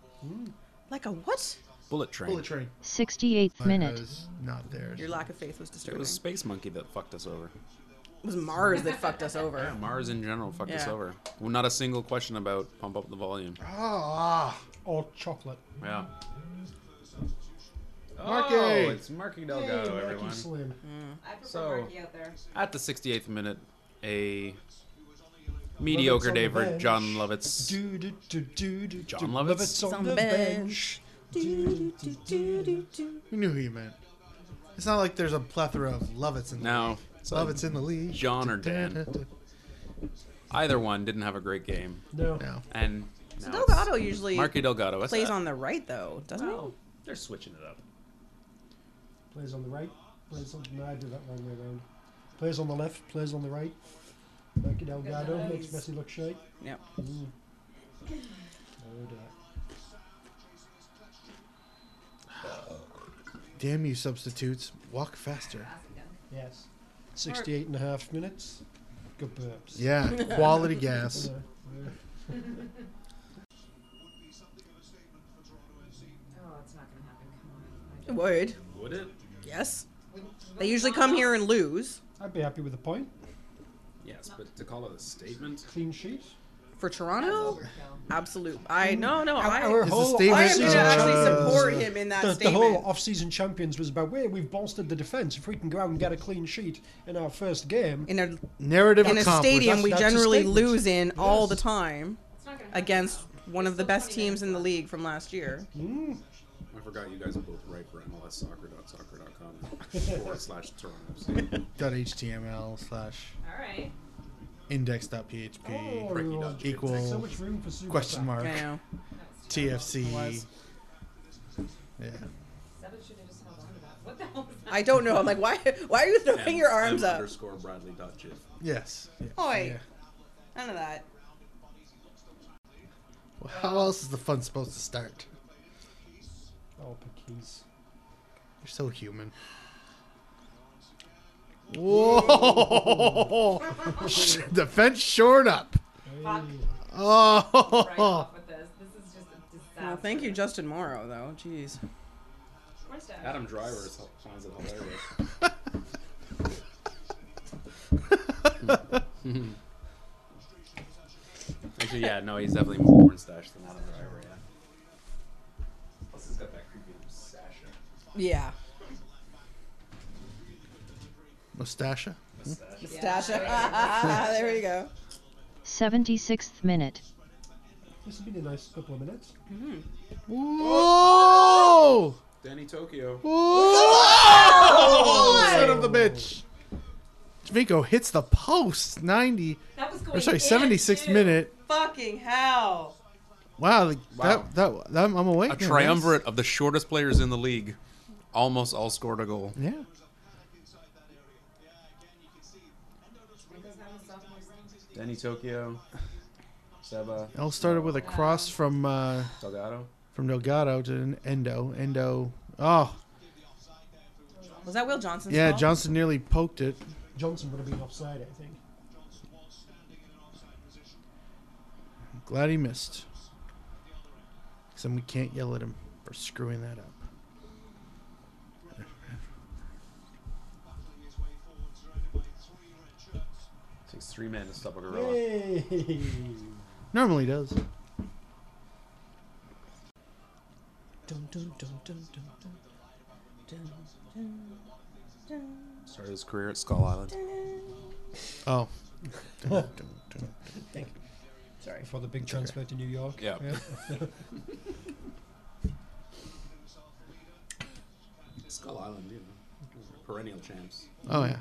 S4: Like a what?
S1: bullet train.
S6: Bullet train.
S12: 68th minute.
S6: Not there.
S4: Your lack of faith was
S1: It
S4: disturbing.
S1: was Space Monkey that fucked us over.
S4: It was Mars that fucked us over.
S1: Mars in general fucked us
S4: Yeah.
S1: over. Well, not a single question about pump up the volume.
S6: Ah.
S5: Or chocolate.
S1: Yeah.
S6: Marky!
S1: Oh, it's Marky Delgado,
S5: Hey, Lucky
S1: everyone.
S5: Slim.
S9: I prefer
S1: So-
S9: Marky out there.
S1: At the 68th minute, a
S5: Lovett's
S1: mediocre
S5: on the
S1: day for
S5: bench.
S1: John Lovitz.
S5: Do, do, do, do, do,
S1: John
S5: do.
S1: Lovitz?
S5: Lovett's
S4: It's
S5: on the bench.
S6: We knew who you meant. It's not like there's a plethora of Lovitz in the
S1: No.
S6: league.
S1: So
S6: Lovitz in the league.
S1: John or Dan. Either one didn't have a great game.
S5: No.
S6: No.
S1: And now it's
S4: Delgado usually
S1: Marky Delgado. What's
S4: plays
S1: that?
S4: on the right though, doesn't
S5: Oh.
S1: Well, Oh, they're switching it up.
S5: Plays on the right. Plays on. No, I do that wrong way around. Plays on the left. Plays on the right. Mikey Delgado makes Messi look shite.
S4: he? Yep.
S5: Mm. No, do that.
S6: Damn you, substitutes. Walk faster.
S5: Yes. 68 and a half minutes. Good burps.
S6: Yeah. Quality gas.
S5: Yeah, yeah.
S9: Oh, it's not going to happen. Come
S4: It would.
S1: Would it?
S4: Yes. They usually come here and lose
S5: I'd be happy with a point.
S1: Yes, but to call it a statement.
S5: Clean sheet.
S4: for Toronto.
S9: on.
S4: Absolute. I no no. I,
S5: Mm. Our
S6: It's a
S5: whole
S6: statement
S4: I am
S5: off-season
S4: going to
S6: Uh,
S4: actually
S5: champions-
S4: support him in that
S5: the, the
S4: statement.
S5: whole off-season champions was about where we've bolstered the defense. If we can go out and get a clean sheet in our first game,
S4: in a
S6: Narrative
S4: in a
S6: accomplished.
S4: stadium we
S5: That's- that's a
S4: generally
S5: statement.
S4: lose in all
S5: Yes.
S4: the time
S9: It's not going to happen.
S4: against one of the best teams in the league from last year.
S1: I forgot you guys are both right for mlssoccer.soccer.com forward slash Toronto.
S6: .html slash
S9: All right.
S5: Oh,
S6: index.php
S1: Ricky
S6: equal
S5: so much room for super
S6: question mark
S4: I know.
S6: TFC.
S4: Was.
S6: Yeah.
S9: Seven should have just held on to that. What the hell was that?
S4: I don't know. I'm like, why? Why are you throwing your arms up?
S1: Underscore Bradley dot gif.
S6: Yes. Yeah.
S4: Oi,
S6: Yeah.
S4: none of that.
S6: Well, how else is the fun supposed to start?
S5: Oh, Pekies.
S6: You're so human. Whoa! Defense shored up.
S9: Fuck
S6: Oh!
S9: right off with this. This is just a disaster.
S4: Well, thank you, Justin Morrow, though. Jeez.
S9: Where's Dad?
S1: Adam Driver finds it hilarious. Actually, yeah, no, he's definitely more porn stash than Adam Driver. Yeah. Plus, he's got that creepy mustache.
S4: Yeah.
S6: Mustache.
S4: Stasha. there we go.
S12: 76th minute.
S5: This has been a nice couple of minutes.
S6: Whoa!
S1: Danny Tokyo. Oh,
S6: Whoa! Son of the bitch. Javinko hits the post. 90.
S9: That was going
S6: Or sorry,
S9: in,
S6: 76th
S9: too.
S6: minute.
S4: Fucking hell.
S6: Wow. the-
S1: Wow.
S6: That, that, that, I'm awake.
S1: A
S6: now, guys.
S1: triumvirate of the shortest players in the league, almost all scored a goal.
S6: Yeah.
S9: Because that was sophomore season.
S1: Danny Tokyo, Seba,
S6: It all started with a cross from uh,
S1: Delgado.
S6: from Delgado to an Endo. Endo. Oh,
S4: Was that Will Johnson's
S6: yeah.
S4: fault?
S6: Johnson nearly poked it.
S5: Johnson would have been offside, I think.
S6: Glad he missed. Because then we can't yell at him for screwing that up.
S8: three men to stop a gorilla.
S5: Yay!
S6: Normally does.
S4: Dun, dun, dun, dun, dun, dun. Dun, dun, dun.
S8: Started his career at Skull Island.
S6: Oh.
S5: Thank you. Sorry. Before the big transfer to New York.
S8: Yeah. Skull Island, you know, perennial champs.
S6: Oh
S1: Mm-hmm.
S6: yeah.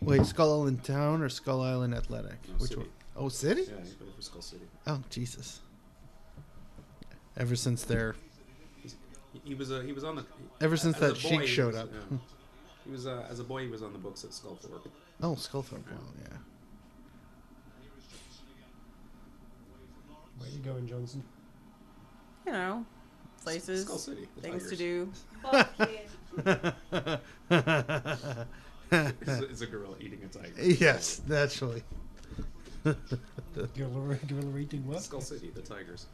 S6: Wait, Skull Island Town or Skull Island Athletic?
S8: No,
S6: Which
S8: City.
S6: one? Oh, City.
S8: Yeah, he played for Skull City.
S6: Oh Jesus. Ever since their
S8: He's, he- he was a, he was on the.
S6: Ever since
S8: as a
S6: that sheik
S8: boy, he
S6: showed
S8: was-
S6: up.
S8: yeah. He was uh, as a boy. He was on the books at Skullthorpe.
S6: oh Skullthorpe, wow, yeah.
S5: Where you going, Johnson?
S4: You know, places,
S8: Skull City, the
S4: things to
S8: Tigers.
S4: do.
S8: it's, a, it's a gorilla eating a tiger.
S6: yes, naturally.
S5: Gorilla, gorilla eating what?
S8: Skull City, the Tigers.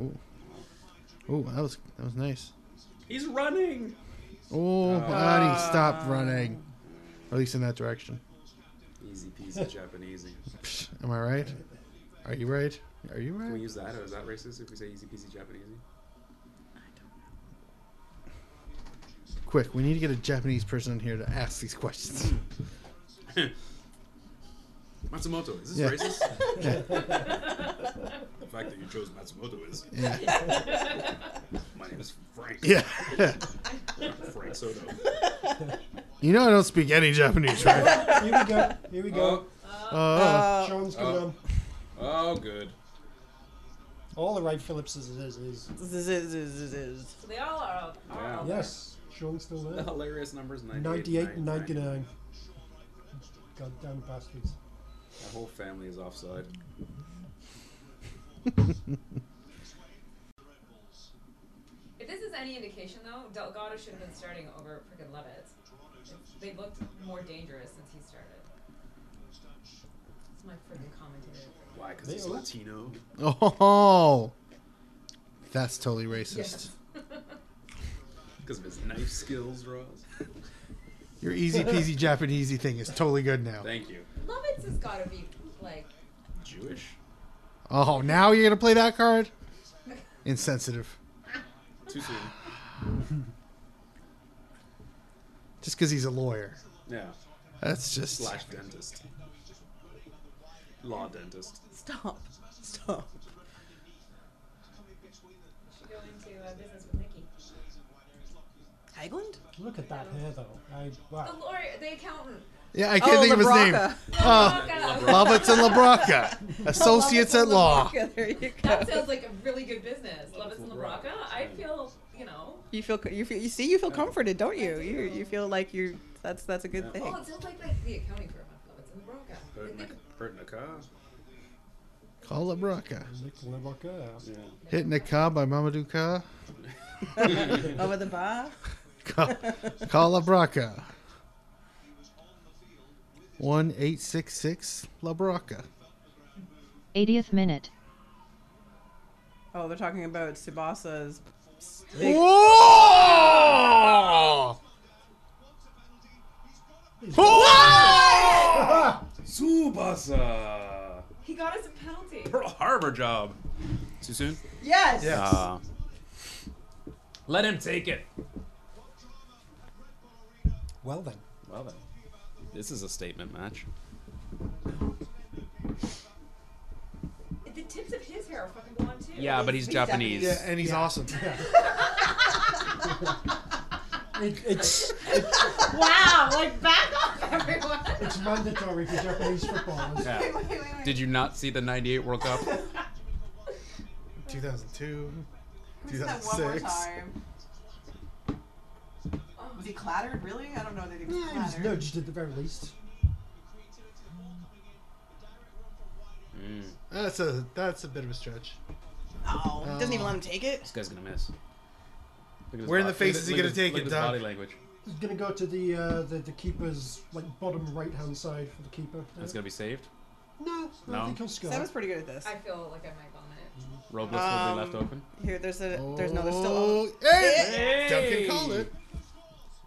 S6: Ooh. Ooh, that was that was nice.
S8: He's running.
S6: Oh, buddy, stop running. At least in that direction.
S8: Easy peasy Japanesey.
S6: Psh, Am I right? Are you right? Are you
S8: Can we
S6: right?
S8: use that? Or is that racist if we say easy peasy Japanesey?
S6: Quick, we need to get a Japanese person in here to ask these questions.
S8: Matsumoto, is this
S6: Yeah.
S8: racist? the fact that you chose Matsumoto is. My name is Frank.
S6: Yeah.
S8: Frank Soto.
S6: you know I don't speak any Japanese, right?
S5: Here we go. Here we go. Uh,
S6: Oh,
S5: Sean's coming
S8: Oh.
S5: on.
S8: Oh, good.
S5: All the right Phillips is, is, is.
S4: Zzz, zzz, zzz, zzz.
S9: So they all are. are
S8: Yeah.
S9: all
S5: Yes, Sean's still
S8: The
S5: there.
S8: hilarious numbers 98,
S5: 98 and
S8: 99.
S5: 99. Goddamn bastards.
S8: The whole family is offside.
S9: If this is any indication, though, Delgado should have been starting over freaking Levitt. It's- They looked more dangerous since he started. It's my freaking commentator.
S8: Why? Because he's
S5: Leo.
S8: Latino.
S6: oh, that's totally racist.
S8: Because of his knife skills, Ross.
S6: Your easy peasy Japanesey thing is totally good now.
S8: Thank you.
S9: Lovitz has got to be like.
S8: Jewish?
S6: Oh, now you're gonna play that card? Insensitive.
S8: Too soon.
S6: Just because he's a lawyer.
S8: Yeah.
S6: That's just
S8: Slash dentist. Law dentist.
S4: Stop. Stop.
S9: Should go into uh, business with Nikki.
S4: Hagland?
S5: Look at that hair, though. I,
S9: The
S5: wow.
S9: lawyer, the accountant.
S6: yeah. I can't think of his name.
S4: LaBroca.
S6: Oh, Lovitz and LaBroca, associates at law.
S4: LaBroca, There you go.
S9: That sounds like a really good business. Lovitz and LaBroca. I feel, you know.
S4: You feel co- you feel you see you feel comforted, don't you? You you feel like you that's that's a good thing.
S9: Well, it sounds like, like the accounting firm of Lovitz and LaBroca.
S8: Hurt in the, hurt in the car.
S6: Call LaBroca.
S5: Nick LaRocca.
S8: Yeah.
S6: Hitting a car by Mamadou Ka.
S4: Over Oh, the bar.
S6: Call, call LaBroca. One eight six six LaBroca.
S3: 80th minute.
S4: Oh, they're talking about Subasa's
S6: Whoa! Whoa!
S8: Tsubasa!
S9: He got us a penalty.
S8: Pearl Harbor job. Too soon?
S4: Yes.
S8: Uh, let him take it.
S5: Well, then.
S8: Well then, this is a statement match.
S9: The tips of his hair are fucking blonde too.
S8: Yeah, but he's Japanese.
S6: Yeah, and he's awesome.
S5: It, it's,
S9: Wow, like back off everyone.
S5: it's mandatory for Japanese footballers.
S8: Yeah.
S9: wait, wait, wait.
S8: Did you not see the '98 World Cup?
S6: 2002,
S4: That one more
S6: 2006.
S4: time. Was he clattered? Really? I don't know that he was
S5: He was
S4: clattered.
S5: nudged at the very least.
S8: Mm,
S6: That's a that's a bit of a stretch.
S4: Oh, he doesn't even let him take it.
S8: this guy's gonna miss. Look at his
S6: Where in the
S8: bo-
S6: face
S8: look at-
S6: is he
S8: look at
S6: gonna
S8: his-
S6: take
S8: look
S6: it,
S8: at his
S6: Doc?
S8: Body language.
S5: He's gonna go to the uh, the, the keeper's like bottom right hand side for the keeper.
S8: That's gonna be saved.
S5: No, I
S8: No.
S5: think he'll score.
S4: Sam was pretty good at this.
S9: I feel like I might vomit.
S8: Robles will
S4: Um,
S8: be left open.
S4: Here, there's a. There's no. There's
S3: Oh,
S4: still.
S3: hey! Duncan called it.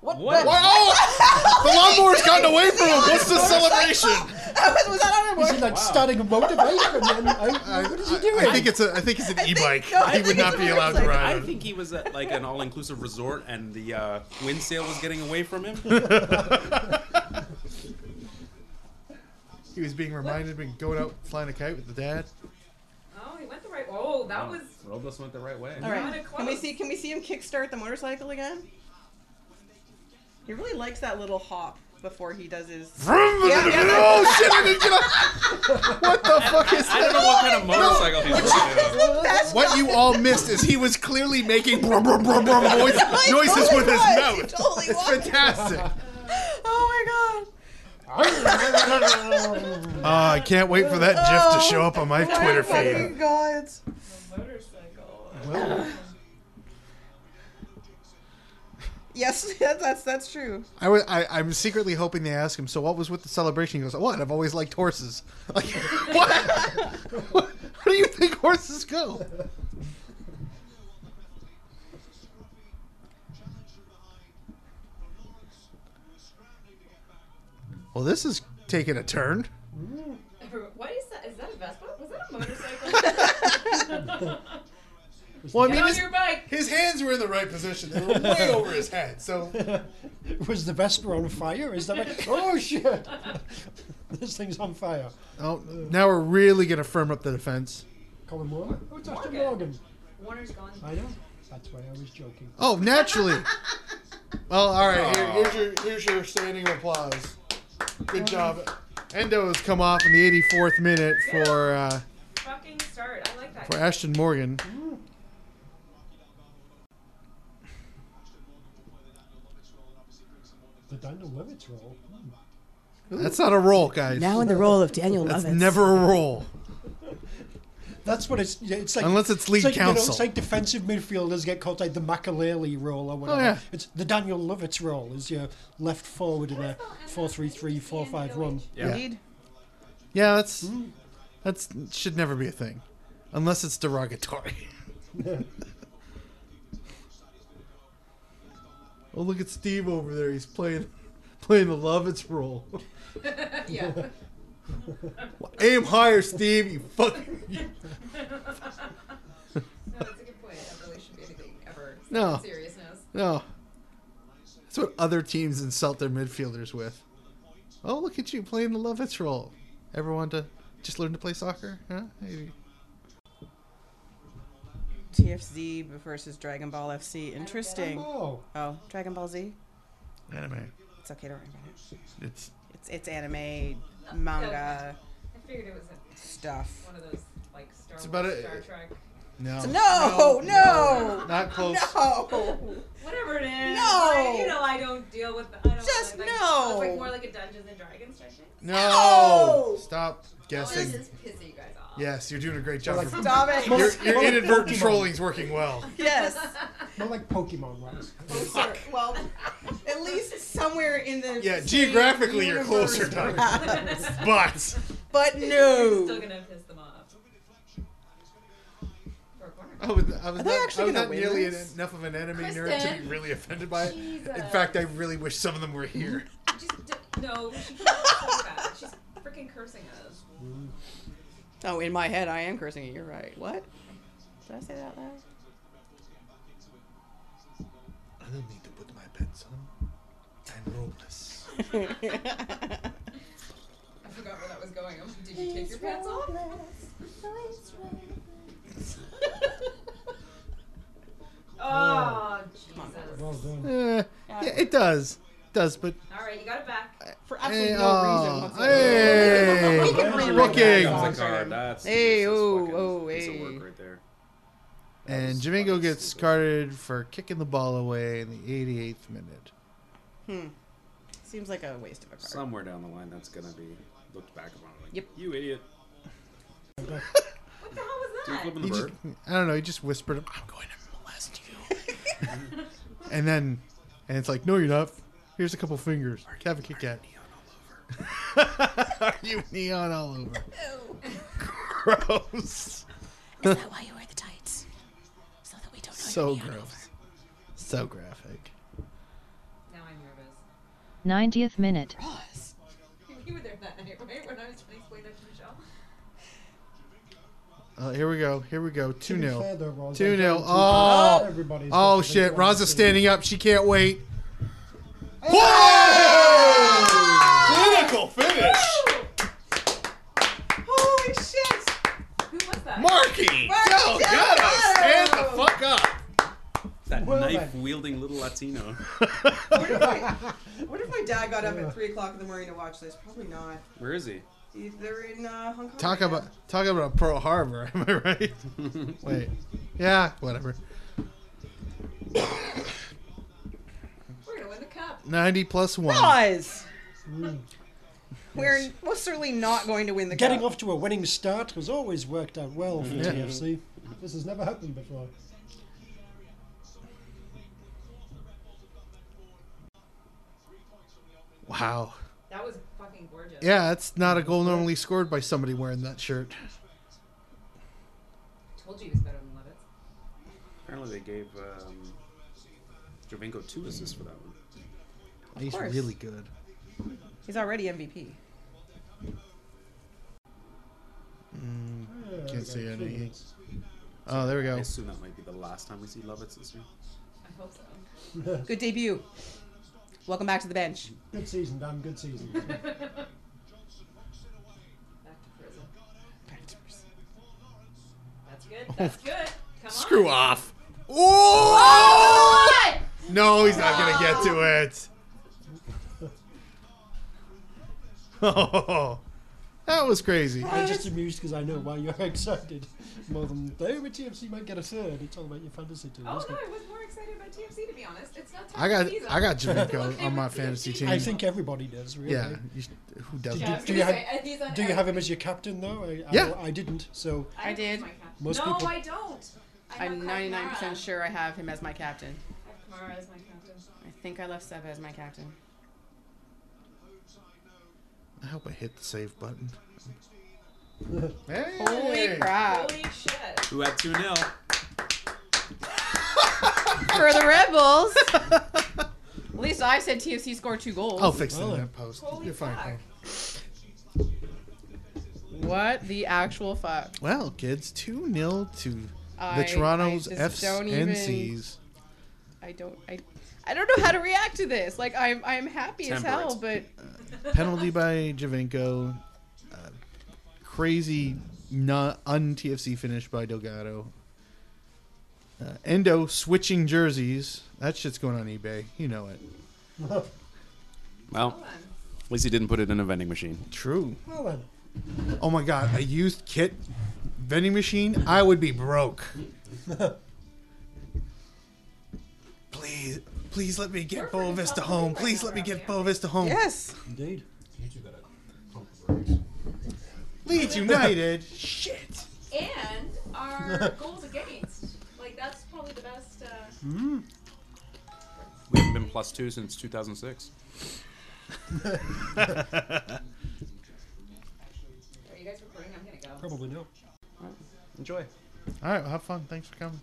S4: What?
S3: What? Oh! The lawnmower's gotten away from him. What's the celebration?
S8: Oh.
S4: was, was that on a
S5: Is he like starting a motivation? And, I, what is he doing?
S3: I think it's a. I think it's an e-bike.
S4: no, I
S3: he would
S4: think
S3: not
S4: it's
S3: be
S4: a
S3: allowed to
S4: motorcycle.
S3: ride.
S8: I
S3: on it.
S8: think he was at like an all-inclusive resort, and the uh, wind sail was getting away from him.
S6: He was being reminded of being going out flying a kite with the dad.
S9: Oh, he went the right. Oh, that was.
S8: Robles went the right way.
S4: All
S9: Not a
S4: right. Can we
S9: close.
S4: see? Can we see him kickstart the motorcycle again? He really likes that little hop before he does his. Yeah, yeah,
S6: Oh shit! I didn't get up. What the fuck is
S8: I don't know
S6: that?
S8: what kind of motorcycle he was on.
S6: What you all missed is he was clearly making brum, brum, brum, brum voice,
S4: He
S6: noises
S4: totally
S6: with his
S4: was.
S6: mouth.
S4: He totally
S6: It's
S4: was.
S6: fantastic.
S4: Oh my god.
S6: Oh, I can't wait for that gif to show up on my
S4: Oh my
S6: Twitter
S4: fucking
S6: feed.
S4: God.
S9: Motorcycle.
S4: Yes, that's that's, that's true.
S6: I was, I, I'm secretly hoping they ask him. So what was with the celebration? He goes, "What? I've always liked horses." Like, what? what? How do you think horses go? Well, this is taking a turn.
S9: What is that? Is that a Vespa? Was that a motorcycle?
S6: Well, I
S9: Get
S6: mean,
S9: on
S6: his,
S9: your bike.
S6: his hands were in the right position. They were way over his head. So
S5: Was the Vespa on fire? Is that like, oh shit, this thing's on fire?
S6: Oh, now we're really gonna firm up the defense.
S5: Colin Moore? Oh, it's Aston
S9: Morgan.
S5: Morgan.
S9: Warner's gone.
S5: I know. That's why I was joking.
S6: Oh, naturally. well, all right. Here, here's your here's your standing applause. Good job. Endo has come off in the 84th minute for uh,
S9: Fucking start. I like that.
S6: for Ashton Morgan.
S5: The Daniel Levitt's role. Hmm.
S6: That's not a roll, guys.
S4: Now in the role of Daniel
S6: That's
S4: Lovitz.
S6: never a roll.
S5: That's what it's. yeah, It's like
S6: Unless it's lead
S5: like, you know,
S6: counsel.
S5: it's like defensive midfielders get called like the Makaleli role or whatever.
S6: Oh, yeah.
S5: It's the Daniel Lovitz role is your left forward
S4: uh,
S5: in a 4-3-3, 4-5 run.
S4: Indeed.
S6: Yeah, that's
S1: Hmm?
S6: that's should never be a thing, unless it's derogatory. oh, look at Steve over there. He's playing playing the love its role.
S9: Yeah.
S6: Aim higher, Steve. You fucking.
S9: No, that's a good point. That really should be anything ever.
S6: No.
S9: Seriousness.
S6: No. That's what other teams insult their midfielders with. Oh, look at you playing the love its role. Ever want to just learn to play soccer? Huh? Maybe.
S4: TFZ versus Dragon Ball FC. Interesting.
S5: Oh,
S4: Oh, Dragon Ball Z.
S6: Anime.
S4: It's okay to worry about it.
S6: It's
S4: It's it's anime, manga
S9: I figured it was a,
S4: stuff.
S9: one of those like Star
S6: about
S9: Wars,
S6: it.
S9: Star Trek,
S6: no,
S4: No, no, Oh,
S6: not close.
S4: no.
S9: whatever it is.
S4: No.
S9: Like, you know, I don't deal with. I don't
S4: Just
S9: like,
S4: no.
S9: It's like more like a Dungeons and Dragons type shit.
S6: No!
S4: No!
S6: Stop
S9: This
S6: guessing.
S9: is pissing you guys off.
S6: Yes, you're doing a great job.
S4: Stop it.
S6: Your, your inadvertent trolling's working well.
S4: Yes.
S5: not like Pokemon ones.
S4: Closer. Well, at least somewhere in the
S6: Yeah,
S4: same
S6: geographically you're
S4: universe,
S6: closer, Doug.
S4: perhaps.
S6: But
S4: But
S9: You're still
S4: no.
S9: gonna piss them off. For a corner.
S6: I was, I was
S4: Are they actually
S6: not, I was
S4: gonna
S6: not
S4: win
S6: nearly
S4: this?
S6: en- enough of an enemy nerd to be
S9: Kristen.
S6: really offended by it. In
S9: Jesus.
S6: fact, I really wish some of them were here.
S9: Just d- no. She can't talk about it. She's freaking cursing us.
S4: Oh, in my head I am cursing it. You're right. What? Did I say that out loud?
S6: I don't need to put my pants on. I'm robless.
S9: I forgot where that was going. I'm like, Did you take your pants off? Oh, Jesus.
S5: Well done.
S6: Eh, yeah, it does. It does, but
S9: All right, you got it back.
S4: For
S6: hey,
S4: absolutely no reason
S6: oh,
S4: whatsoever.
S6: hey,
S4: We can rewrite
S6: booking.
S4: that.
S8: That was a card. That's
S4: Hey,
S8: that's
S4: oh,
S8: fucking
S4: oh,
S8: piece of
S4: hey.
S8: work right there.
S6: And Jamingo gets carded for kicking the ball away in the 88th minute.
S4: Seems like a waste of a card.
S8: Somewhere down the line, that's gonna be looked back upon. Like,
S4: Yep.
S8: You idiot.
S9: What the hell was
S8: You
S9: that?
S8: flipping
S6: He
S8: the
S6: just,
S8: bird.
S6: I don't know. He just whispered, "I'm going to molest you," and then, and it's like, "No, you're not. Here's a couple fingers. Have a Kit Kat." Are you neon all over? Gross.
S4: Is that why you wear the tights? So that we don't know.
S6: So graphic. So graphic.
S9: Now I'm nervous.
S12: 90th minute.
S9: You were there that night, right? When I was trying to explain that to Michelle.
S6: Uh, here we go. Here we go. 2
S5: fair, though, Roz,
S6: 0. 2
S5: I
S6: 0.
S5: guarantee
S6: Oh.
S5: that everybody's
S6: Oh,
S5: got the
S6: shit.
S5: big
S6: Roz
S5: ones.
S6: is standing up. She can't wait.
S2: Clinical finish.
S9: Holy shit! Who was that?
S2: Marky. Go, got him. Stand the fuck
S6: up.
S8: That
S14: Well then.
S8: knife wielding little Latino.
S4: What if my dad got up at three o'clock in the morning to watch this? Probably not.
S8: Where is he?
S4: He's- They're in uh, Hong Kong.
S6: Talk about talk about Pearl Harbor, am I right? Wait. Yeah, whatever.
S9: We're gonna win the cup.
S6: 90 plus 1.
S4: Roz! We're most certainly not going to win the
S5: Getting
S4: cup.
S5: off to a winning start has always worked out well for
S6: Yeah.
S5: TFC. This has never happened before.
S6: Wow.
S9: That was fucking gorgeous.
S6: Yeah, that's not a goal normally scored by somebody wearing that shirt.
S9: Told you he was better than Lovitz.
S8: Apparently they gave um, Jovinko two assists for that one.
S4: Of He's course. really
S6: good.
S4: He's already MVP.
S6: Mm,
S8: okay,
S6: can't see
S8: cool.
S6: anything. Oh, there we
S8: I
S6: go.
S8: assume that might be the last time we see Lovitz this year.
S9: I hope so.
S4: Good debut. Welcome back to the bench.
S5: Good season, Dan. Good season.
S9: Back to prison.
S4: Back to prison.
S9: That's good. That's good. Come
S6: Screw
S9: on.
S6: off. Oh! No, he's not gonna get to it. Oh, that was crazy.
S5: I'm just amused because I know why you're excited. More than though, but TFC might get a third. It's all about your fantasy team.
S9: Oh
S5: isn't
S9: no,
S5: it?
S9: I was more excited about TFC to be honest. It's not.
S6: I got
S9: TFC's
S6: I got
S9: on.
S6: Javinko on my fantasy team.
S5: I think everybody does, really.
S6: Yeah, you, who
S5: Do,
S6: doesn't?
S5: do-
S9: Yeah, I was
S5: do you
S9: gonna
S5: have,
S9: say, uh, he's on
S5: do you have him as your captain, though? I, I,
S6: Yeah.
S5: I didn't, so.
S9: I, did.
S5: Most
S9: no,
S5: people-
S9: I don't. I have
S4: I'm
S9: Kamara.
S4: 99% sure I have him as my captain.
S9: I have Kamara as my captain.
S4: I think I left Seba as my captain.
S6: I hope I hit the save button.
S4: Holy crap.
S9: Holy shit!
S8: Who had 2 0?
S4: For the Red Bulls. At least I said TFC scored two goals.
S6: I'll fix it in that post.
S9: Holy
S6: You're fine.
S9: fuck.
S6: Paul.
S4: What the actual fuck?
S6: Well, kids, two 0 to
S4: I-
S6: the Toronto's
S4: I just don't even-
S6: FNCs.
S4: I don't I I don't know how to react to this. Like I'm I'm happy as hell, but
S6: Penalty by Javinko. Uh, crazy not un TFC finish by Delgado. Uh, Endo switching jerseys. That shit's going on eBay. You know it.
S1: Well, at least he didn't put it in a vending machine.
S6: True.
S5: Well then.
S6: Oh my god, a used kit vending machine? I would be broke. please, please let me get Boa Vista home. Please let me get Boa Vista home.
S4: yes.
S5: Indeed.
S6: Leeds United. Shit.
S9: And our goals against. Like that's probably the best. Uh,
S8: We haven't been plus two since 2006.
S9: are you guys recording? I'm gonna go.
S5: Probably not.
S8: Enjoy.
S6: All right, well, have fun. Thanks for coming.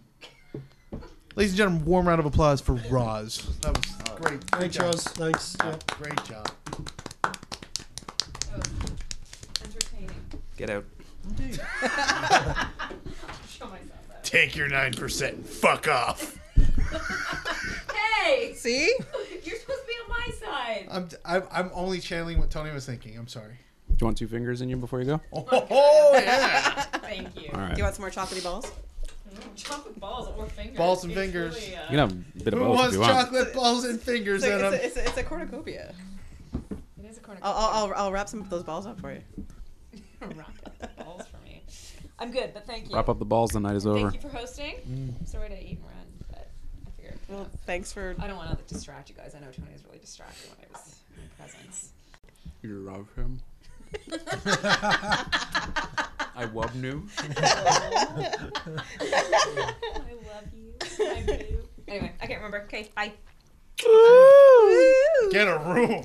S6: Ladies and gentlemen, warm round of applause for Roz. That was great.
S5: Thanks, Roz. Thanks. Yeah.
S6: Great job.
S9: That was entertaining.
S8: Get out.
S9: Show myself. That.
S6: Take your 9% and fuck off.
S9: Hey,
S4: See?
S9: you're supposed to be on my side.
S6: I'm, I'm, I'm only channeling what Tony was thinking. I'm sorry.
S1: Do you want two fingers in you before you go?
S6: Oh, yeah.
S9: Thank you.
S1: All
S4: Do
S1: right.
S4: you want some more chocolatey balls?
S9: Chocolate balls or fingers.
S6: Balls and
S9: It's
S6: fingers.
S9: really, uh,
S1: You can have a bit of
S6: Who
S1: both if
S6: wants
S1: you want.
S6: chocolate balls and fingers
S4: It's a,
S6: in them?
S4: it's, a, it's, a, it's a cornucopia.
S9: It is a corner.
S4: I'll, I'll, I'll, I'll wrap some of those balls up for you.
S9: Rocket balls for me. I'm good, but thank you.
S1: Wrap up the balls, the night is
S9: Thank
S1: over.
S9: you for hosting. I'm sorry to eat and run, but I figured.
S4: Well, thanks for.
S9: I don't want to distract you guys. I know Tony was really distracted when I was in my presence.
S8: You love him. I love new.
S9: I love you. I do. Anyway, I can't remember. Okay, bye.
S6: Get a room.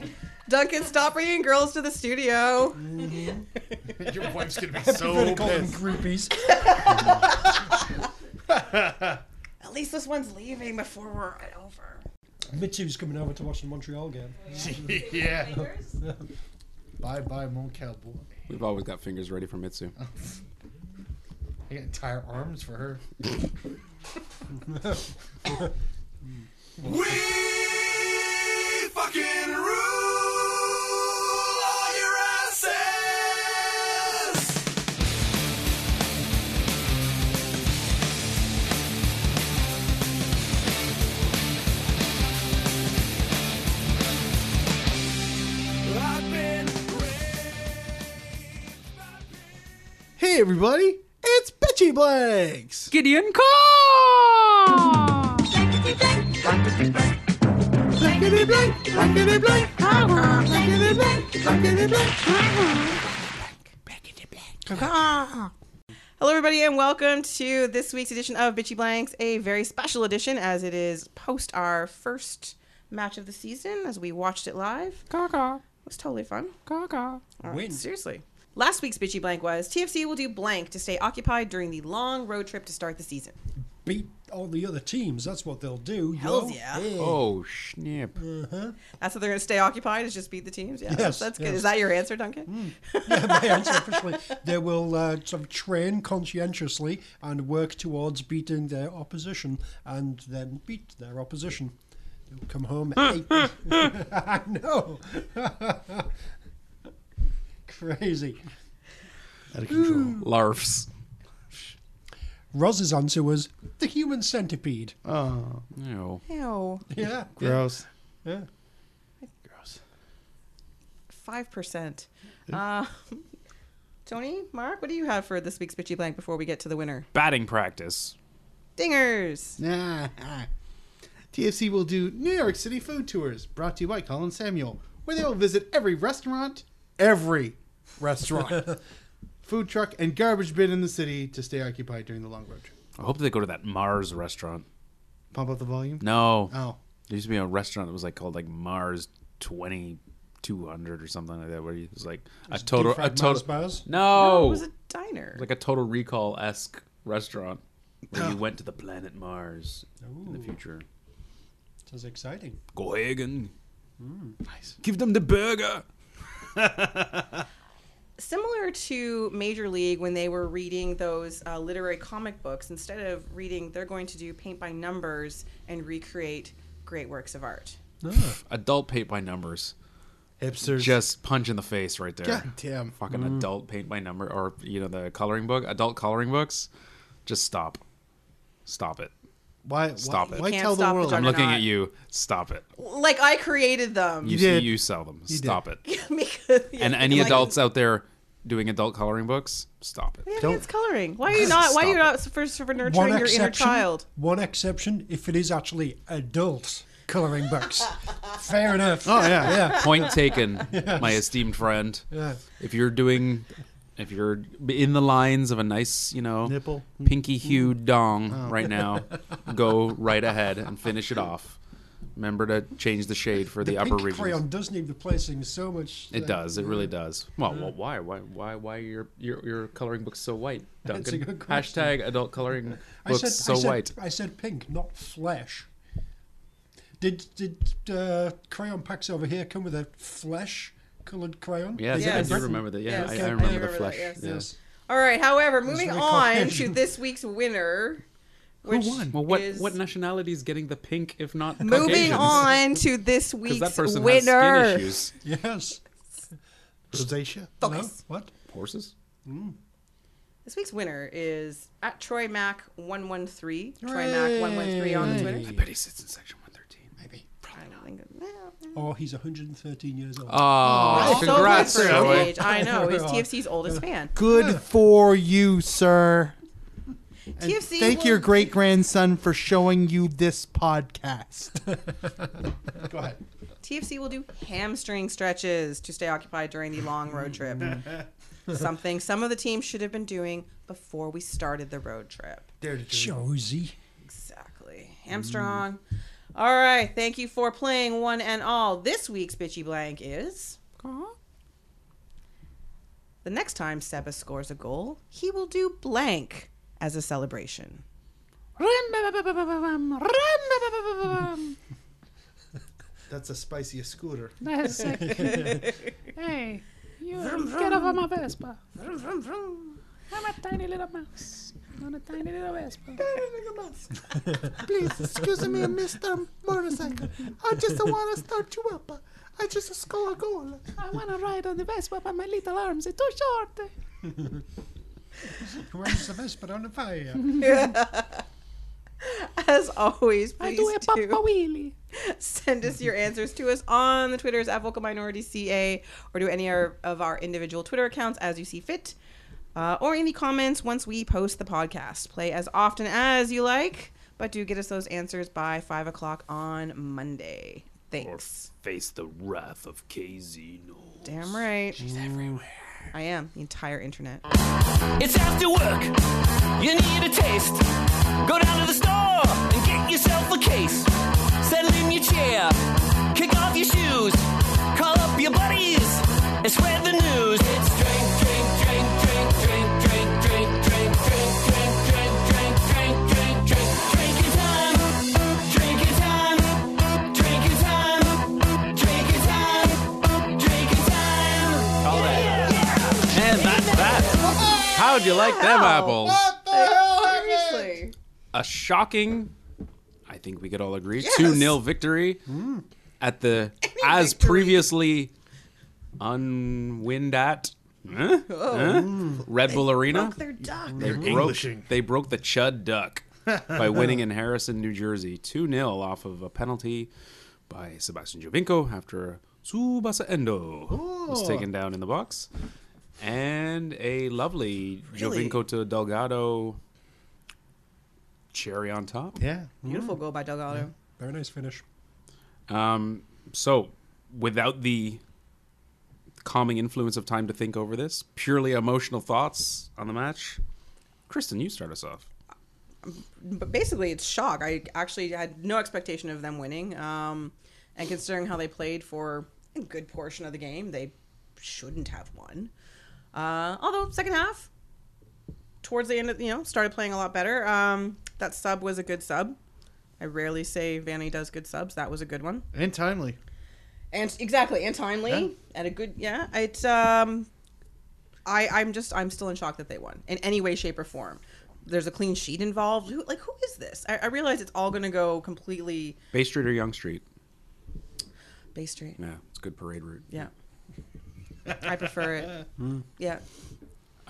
S4: Duncan, stop bringing girls to the studio.
S6: Your wife's gonna be
S5: gonna
S6: so
S5: call them
S6: pissed.
S5: groupies.
S4: At least this one's leaving before we're over.
S5: Mitsu's coming over to watch the Montreal game.
S6: yeah. Bye bye, Mon Cowboy.
S15: We've always got fingers ready for Mitsu.
S6: I got entire arms for her.
S8: We fucking rule all your asses. I've been
S6: Hey everybody, it's Bitchy Blanks.
S15: Gideon Cole.
S8: Blankety blank, blankety blank, blankety blank, blankety blank.
S4: Hello, everybody, and welcome to this week's edition of Bitchy Blanks, a very special edition as it is post our first match of the season as we watched it live.
S15: Caca.
S4: It was totally fun.
S15: Caca.
S4: All right, Seriously. Last week's Bitchy Blank was TFC will do blank to stay occupied during the long road trip to start the season.
S5: Beat all the other teams. That's what they'll do. yo.
S4: Hells yeah.
S5: Hey.
S15: Oh snip!
S5: Uh-huh.
S4: That's how they're going to stay occupied, is just beat the teams. Yeah,
S5: Yes,
S4: that's, that's good.
S5: yes.
S4: Is that your answer, Duncan?
S5: My answer officially. They will uh, sort of train conscientiously and work towards beating their opposition and then beat their opposition. They'll come home. eight- I know. Crazy.
S6: Out of control.
S15: Larfs.
S5: Roz's answer was the human centipede.
S6: Oh,
S15: No.
S4: Ew.
S5: Yeah.
S6: gross.
S5: Yeah.
S6: Gross.
S4: 5%. Uh, Tony, Mark, what do you have for this week's Bitchy Blank before we get to the winner?
S1: Batting practice.
S4: Dingers!
S6: Nah. TFC will do New York City food tours brought to you by Colin Samuel, where they will visit every restaurant, every restaurant, food truck, and garbage bin in the city to stay occupied during the long road trip.
S1: I hope they go to that Mars restaurant.
S6: Pump up the volume.
S1: No.
S6: Oh,
S1: There used to be a restaurant that was like called like Mars twenty two hundred or something like that, where it was like a total a
S5: Fried Mars
S1: total
S5: bars.
S1: no,
S4: It was a diner.
S1: like a total recall esque restaurant where
S4: Oh.
S1: you went to the planet Mars in the future.
S5: Sounds exciting.
S1: Go Hagen.
S4: Mm.
S1: Nice. Give them the burger.
S4: Similar to Major League when they were reading those uh, literary comic books, instead of reading, they're going to do paint by numbers and recreate great works of art.
S1: Adult paint by numbers.
S6: hipsters.
S1: Just punch in the face right there.
S6: God damn.
S1: Fucking adult paint by number or you know the coloring book, adult coloring books. Just stop. Stop it.
S6: Why?
S1: Stop
S6: why,
S1: it.
S6: Why
S4: Can't
S6: tell the
S4: stop the
S6: world?
S1: I'm
S4: They're
S1: looking
S4: not.
S1: at you. Stop it.
S4: Like I created them.
S1: You,
S6: You
S1: see,
S6: did.
S1: you sell them.
S6: did.
S1: stop it.
S4: because, yeah,
S1: And any
S4: like-
S1: adults out there doing adult coloring books, stop it.
S4: Yeah,
S6: Don't-
S4: it's coloring. Why are you not? Why are you
S1: Stop
S4: not for, for nurturing your inner child?
S5: One exception, if it is actually adult colouring books. Fair enough.
S6: Oh yeah.
S5: Yeah.
S1: Point taken, my esteemed friend.
S5: Yeah.
S1: If you're doing, if you're in the lines of a nice, you know,
S6: Nipple.
S1: pinky
S5: Mm-hmm.
S1: hued dong
S5: Oh.
S1: right now, go right ahead and finish it off. Remember to change the shade for the, upper
S5: Pink
S1: regions.
S5: crayon does need replacing so much.
S1: It
S5: uh,
S1: does. It really does. Well, well why, why, why, why are your your, your coloring books so white, Duncan?
S5: a good question.
S1: Hashtag adult coloring
S5: I
S1: books
S5: said,
S1: so
S5: I said,
S1: white.
S5: I said pink, not flesh. Did did uh, crayon packs over here come with a flesh coloured crayon?
S1: Yeah,
S4: Yes.
S1: I do remember that. Yeah,
S4: Yes.
S1: I,
S4: Okay.
S1: I
S4: I
S1: remember the
S4: remember that,
S1: flesh.
S4: yes.
S1: yeah.
S5: Yes.
S4: All right. However, moving
S5: very
S4: on to
S5: Caucasian.
S4: this week's winner, which
S6: won?
S1: Well, what
S4: is-
S1: what nationality is getting the pink if not
S4: moving
S1: Caucasians?
S4: on to this
S1: Because
S4: week's
S1: that person
S4: winner.
S1: has skin issues.
S5: Yes.
S6: Rosacea.
S5: No?
S4: Focus.
S5: What?
S1: Horses.
S4: This week's winner is at Troy Mac one one three. Troy Mac one one three on the Twitter.
S1: I bet he sits in section one thirteen. Maybe.
S4: I don't think.
S5: Oh, he's 113 years old.
S1: Oh,
S4: so
S1: congrats,
S4: good for his
S1: Troy.
S4: age. I know. He's TFC's oldest fan.
S6: Good for you, sir.
S4: TFC.
S6: Thank
S4: will-
S6: your great grandson for showing you this podcast. Go ahead.
S4: TFC will do hamstring stretches to stay occupied during the long road trip. Something some of the teams should have been doing before we started the road trip.
S6: Dare to do it.
S5: Josie.
S4: Exactly. Hamstrong. All right. Thank you for playing one and all. This week's bitchy blank is. The next time Seba scores a goal, he will do blank as a celebration.
S3: That's the spiciest scooter.
S2: That's sick. hey, you get off of my Vespa. I'm a tiny little mouse. I'm a tiny little Vespa. Tiny little mouse.
S14: Please, excuse me, Mr. Motorcycle. I just want to start you up. I just score a goal.
S2: I want to ride on the Vespa, but my little arms are too short.
S5: Where's the Vespa on the fire?
S4: As always,
S2: I
S4: please
S2: do a
S4: do
S2: papa wheelie.
S4: send us your answers to us on the Twitters at Vocal Minority CA or to any our- of our individual Twitter accounts as you see fit. Uh, or in the comments once we post the podcast. Play as often as you like, but do get us those answers by 5 o'clock on Monday. Thanks.
S1: Face the wrath of KZ.
S4: Damn right. She's everywhere. I am. The entire internet.
S7: It's after work. You need a taste. Go down to the store and get yourself a case. Settle in your chair. Kick off your shoes. Call up your buddies and spread the news. It's drink, drink, drink, drink, drink, drink, drink, drink, drink, drink, drink, drink, drink, drink, drink, drinking time. Drinking time. Drinking time. Drinking time. Drinking time. All that.
S8: And that's that. How'd you like them apples?
S4: Seriously.
S1: A shocking, I think we could all agree,
S4: Yes.
S1: 2 0 victory
S2: Hmm.
S1: at the, as previously unwinned at. Huh?
S2: Oh.
S1: Huh?
S2: Mm.
S1: Red
S2: They
S1: Bull Arena.
S2: broke their duck.
S1: They
S2: They're
S1: broke,
S2: Englishing.
S1: They broke the Chud Duck by winning in Harrison, New Jersey, 2 0 off of a penalty by Sebastian Jovinko after Tsubasa Endo was
S8: Oh.
S1: taken down in the box. And a lovely
S4: Really?
S1: Jovinko to Delgado cherry on top.
S6: Yeah.
S4: Beautiful goal by Delgado.
S5: Very nice finish.
S1: Um, so, without the calming influence of time to think over this, purely emotional thoughts on the match, Kristen, you start us off.
S4: but basically it's shock. I actually had no expectation of them winning. Um, and considering how they played for a good portion of the game, they shouldn't have won. Uh, although second half, towards the end, of, you know, started playing a lot better. Um, that sub was a good sub. I rarely say Vanny does good subs. That was a good one
S6: And timely.
S4: and exactly and timely
S6: Yeah.
S4: at a good yeah it's um i i'm just i'm still in shock that they won in any way shape or form there's a clean sheet involved who, like who is this I, I realize it's all gonna go completely
S1: Bay Street or Young Street?
S4: bay street
S1: Yeah, it's a good parade route.
S4: yeah i prefer it
S1: Mm.
S4: yeah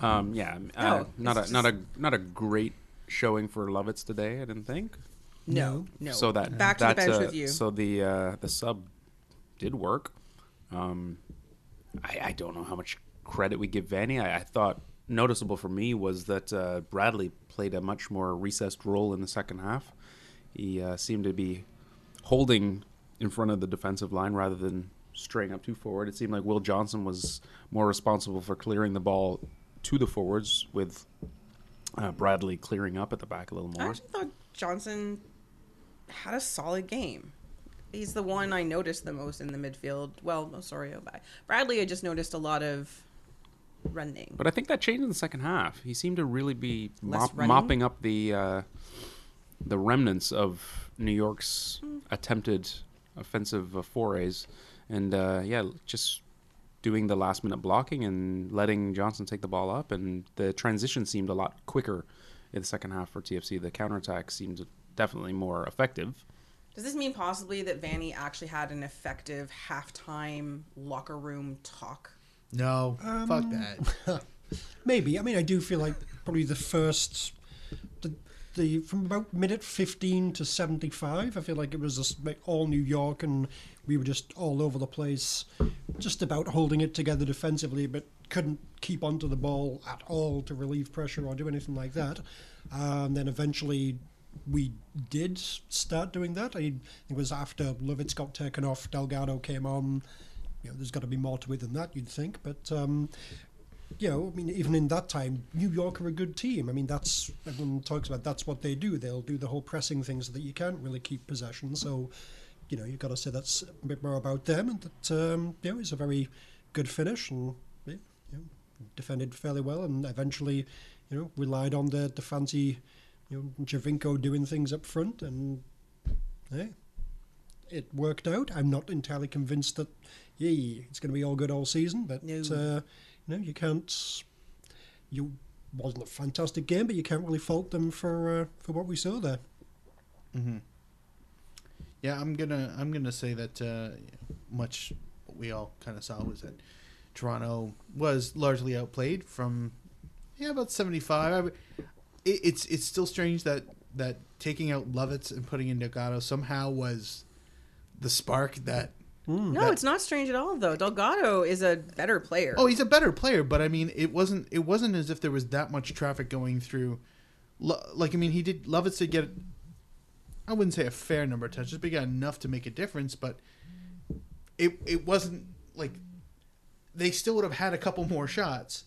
S1: Um, yeah, um, uh,
S4: No,
S1: not a
S4: it's
S1: not a not a great showing for Lovitz today. I didn't think.
S4: No, No. no.
S1: So that
S4: Back to the
S1: that's,
S4: bench
S1: uh,
S4: with you.
S1: So the uh, the sub did work. Um, I, I don't know how much credit we give Vanny. I, I thought noticeable for me was that uh, Bradley played a much more recessed role in the second half. He uh, seemed to be holding in front of the defensive line rather than straying up too forward. It seemed like Will Johnson was more responsible for clearing the ball to the forwards with uh, Bradley clearing up at the back a little
S4: i
S1: more.
S4: actually thought johnson had a solid game he's the one i noticed the most in the midfield well osorio by bradley i just noticed a lot of running
S1: But I think that changed in the second half. He seemed to really be
S4: Less
S1: mop-
S4: running?
S1: mopping up the uh, the remnants of New York's attempted offensive uh, forays, and uh, yeah, just doing the last minute blocking and letting Johnson take the ball up, and the transition seemed a lot quicker in the second half for TFC. The counterattack seemed definitely more effective.
S4: Does this mean possibly that Vanny actually had an effective halftime locker room talk?
S6: No,
S14: Um,
S6: fuck
S5: that. Maybe. I mean, I do feel like probably the first, the, the from about minute fifteen to seventy-five, I feel like it was just like all New York, and we were just all over the place, just about holding it together defensively, but couldn't keep onto the ball at all to relieve pressure or do anything like that. And then eventually. We did start doing that. I think it was after Lovitz got taken off, Delgado came on. You know, there's got to be more to it than that, you'd think. But um, you know, I mean, even in that time, New York are a good team. I mean, that's everyone talks about. That's what they do. They'll do the whole pressing thing so that you can't really keep possession. So, you know, you've got to say that's a bit more about them, and that um, you know, it's a very good finish and yeah, you know, defended fairly well, and eventually, you know, relied on the the fancy, you know, Javinko doing things up front, and yeah, it worked out. I'm not entirely convinced that, yay, it's going to be all good all season, but uh, you know, you can't. You wasn't a fantastic game, but you can't really fault them for uh, for what we saw there.
S6: Mm-hmm. Yeah, I'm gonna I'm gonna say that uh, much what we all kind of saw was that Toronto was largely outplayed from yeah about 75. I w it, it's it's still strange that that taking out Lovitz and putting in Delgado somehow was the spark that
S4: No,
S6: Hmm. that-
S4: it's not strange at all, though. Delgado is a better player.
S6: Oh, he's a better player, but I mean, it wasn't it wasn't as if there was that much traffic going through. Lo- Like I mean, he did Lovitz did get, I wouldn't say a fair number of touches, but he got enough to make a difference. But it it wasn't like they still would have had a couple more shots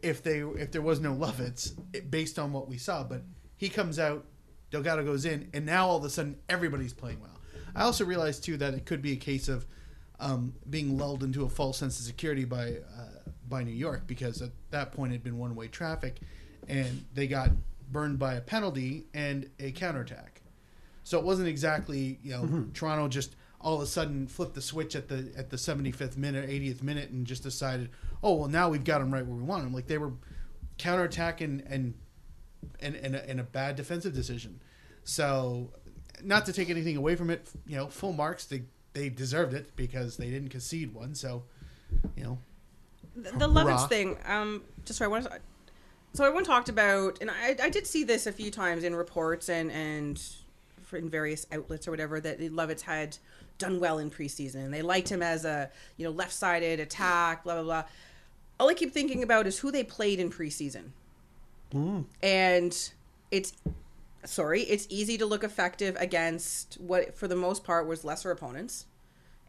S6: if they if there was no Lovitz it, based on what we saw. But he comes out, Delgado goes in, and now all of a sudden everybody's playing well. I also realized too that it could be a case of um, being lulled into a false sense of security by uh, by New York because at that point it had been one way traffic, and they got burned by a penalty and a counterattack. So it wasn't exactly you know
S5: Mhm.
S6: Toronto just all of a sudden flipped the switch at the at the 75th minute, 80th minute, and just decided, oh well, now we've got them right where we want them. Like they were counterattacking and and and a, and a bad defensive decision. So, not to take anything away from it, you know, full marks. They they deserved it because they didn't concede one. So, you know,
S4: the, the
S6: Hurrah.
S4: Lovitz thing. Um, just so I want to. So everyone talked about, and I, I did see this a few times in reports and and for- in various outlets or whatever that the Lovitz had done well in preseason. They liked him as a you know left sided attack, blah blah blah. All I keep thinking about is who they played in preseason, and it's sorry, it's easy to look effective against what for the most part was lesser opponents,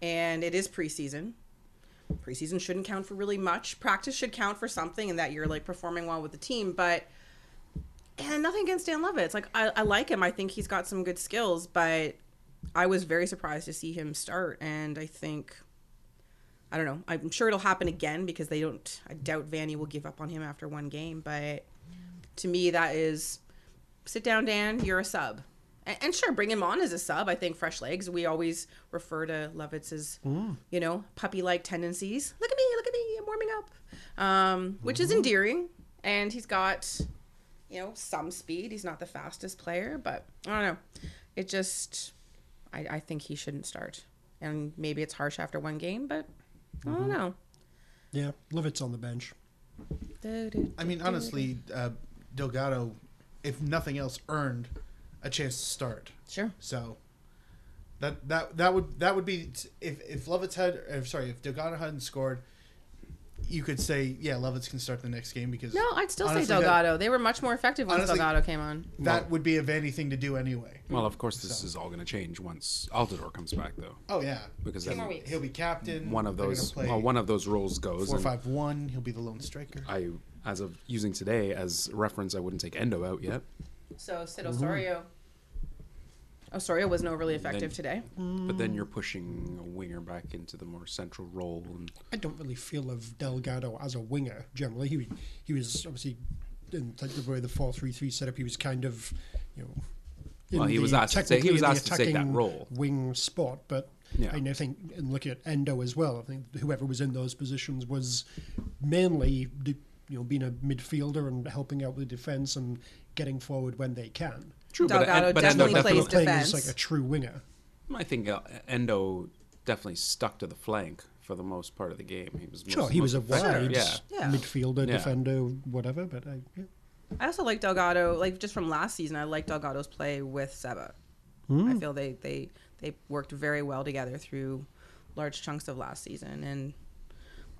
S4: and it is preseason preseason shouldn't count for really much. Practice should count for something, and that you're like performing well with the team. But and nothing against Dan Lovitz. Like I, I like him. I think he's got some good skills, but I was very surprised to see him start. And I think I don't know. I'm sure it'll happen again because they don't. I doubt Vanny will give up on him after one game. But to me, that is sit down, Dan. You're a sub. And and sure, bring him on as a sub. I think fresh legs. We always refer to Lovitz as
S6: Mm.
S4: you know, puppy like tendencies. Look at me, look at me, I'm warming up. Um, which
S6: Mm-hmm.
S4: is endearing. And he's got, you know, some speed. He's not the fastest player, but I don't know. It just, I, I think he shouldn't start. And maybe it's harsh after one game, but I
S6: Mm-hmm.
S4: don't know.
S5: Yeah, Lovett's on the bench.
S6: I mean, honestly, uh, Delgado, if nothing else, earned a chance to start.
S4: Sure.
S6: So that that that would that would be if if Lovitz had, uh, sorry, if Delgado hadn't scored, you could say, yeah, Lovitz can start the next game because
S4: No, I'd still
S6: honestly,
S4: say
S6: that-
S4: Delgado. they were much more effective once
S6: honestly,
S4: Delgado came on.
S6: That would be a Vanny thing to do anyway.
S8: Well, of course, this is all going to change once Altidore comes back, though.
S6: Oh yeah,
S8: because
S6: he'll,
S8: then
S6: he'll be captain.
S8: one of
S6: They're gonna
S8: those
S6: play
S8: well, one of those roles goes.
S6: four
S8: and
S6: five one. He'll be the lone striker.
S8: I, as of using today as reference, I wouldn't take Endo out yet.
S4: So, Sid
S8: Mhm.
S4: Osorio. Osorio wasn't overly
S8: Then-
S4: effective today.
S8: But then you're pushing a winger back into the more central role, and
S5: I don't really feel of Delgado as a winger generally. He he was obviously in like the way the four three three setup. He was kind of you know. in
S8: Well, he was
S5: the-
S8: asked to take- he
S5: technically
S8: was
S5: in the
S8: asked to take that
S5: attacking
S8: role.
S5: wing spot, but
S8: Yeah.
S5: I, mean, I think and looking at Endo as well, I think whoever was in those positions was mainly the, you know being a midfielder and helping out with the defense and getting forward when they can.
S8: True, but- Delgado but Endo definitely plays
S5: playing as
S8: defense.
S5: like a true winger.
S8: I think uh, Endo definitely stuck to the flank for the most part of the game. He was most,
S5: Sure, he was
S8: most
S5: a
S8: effective.
S5: wide
S4: Yeah.
S5: midfielder,
S8: Yeah.
S5: defender, whatever. But I, yeah.
S4: I also like Delgado, like just from last season, I like Delgado's play with Seba. I
S1: Hmm.
S5: Mm.
S4: feel they, they they worked very well together through large chunks of last season, and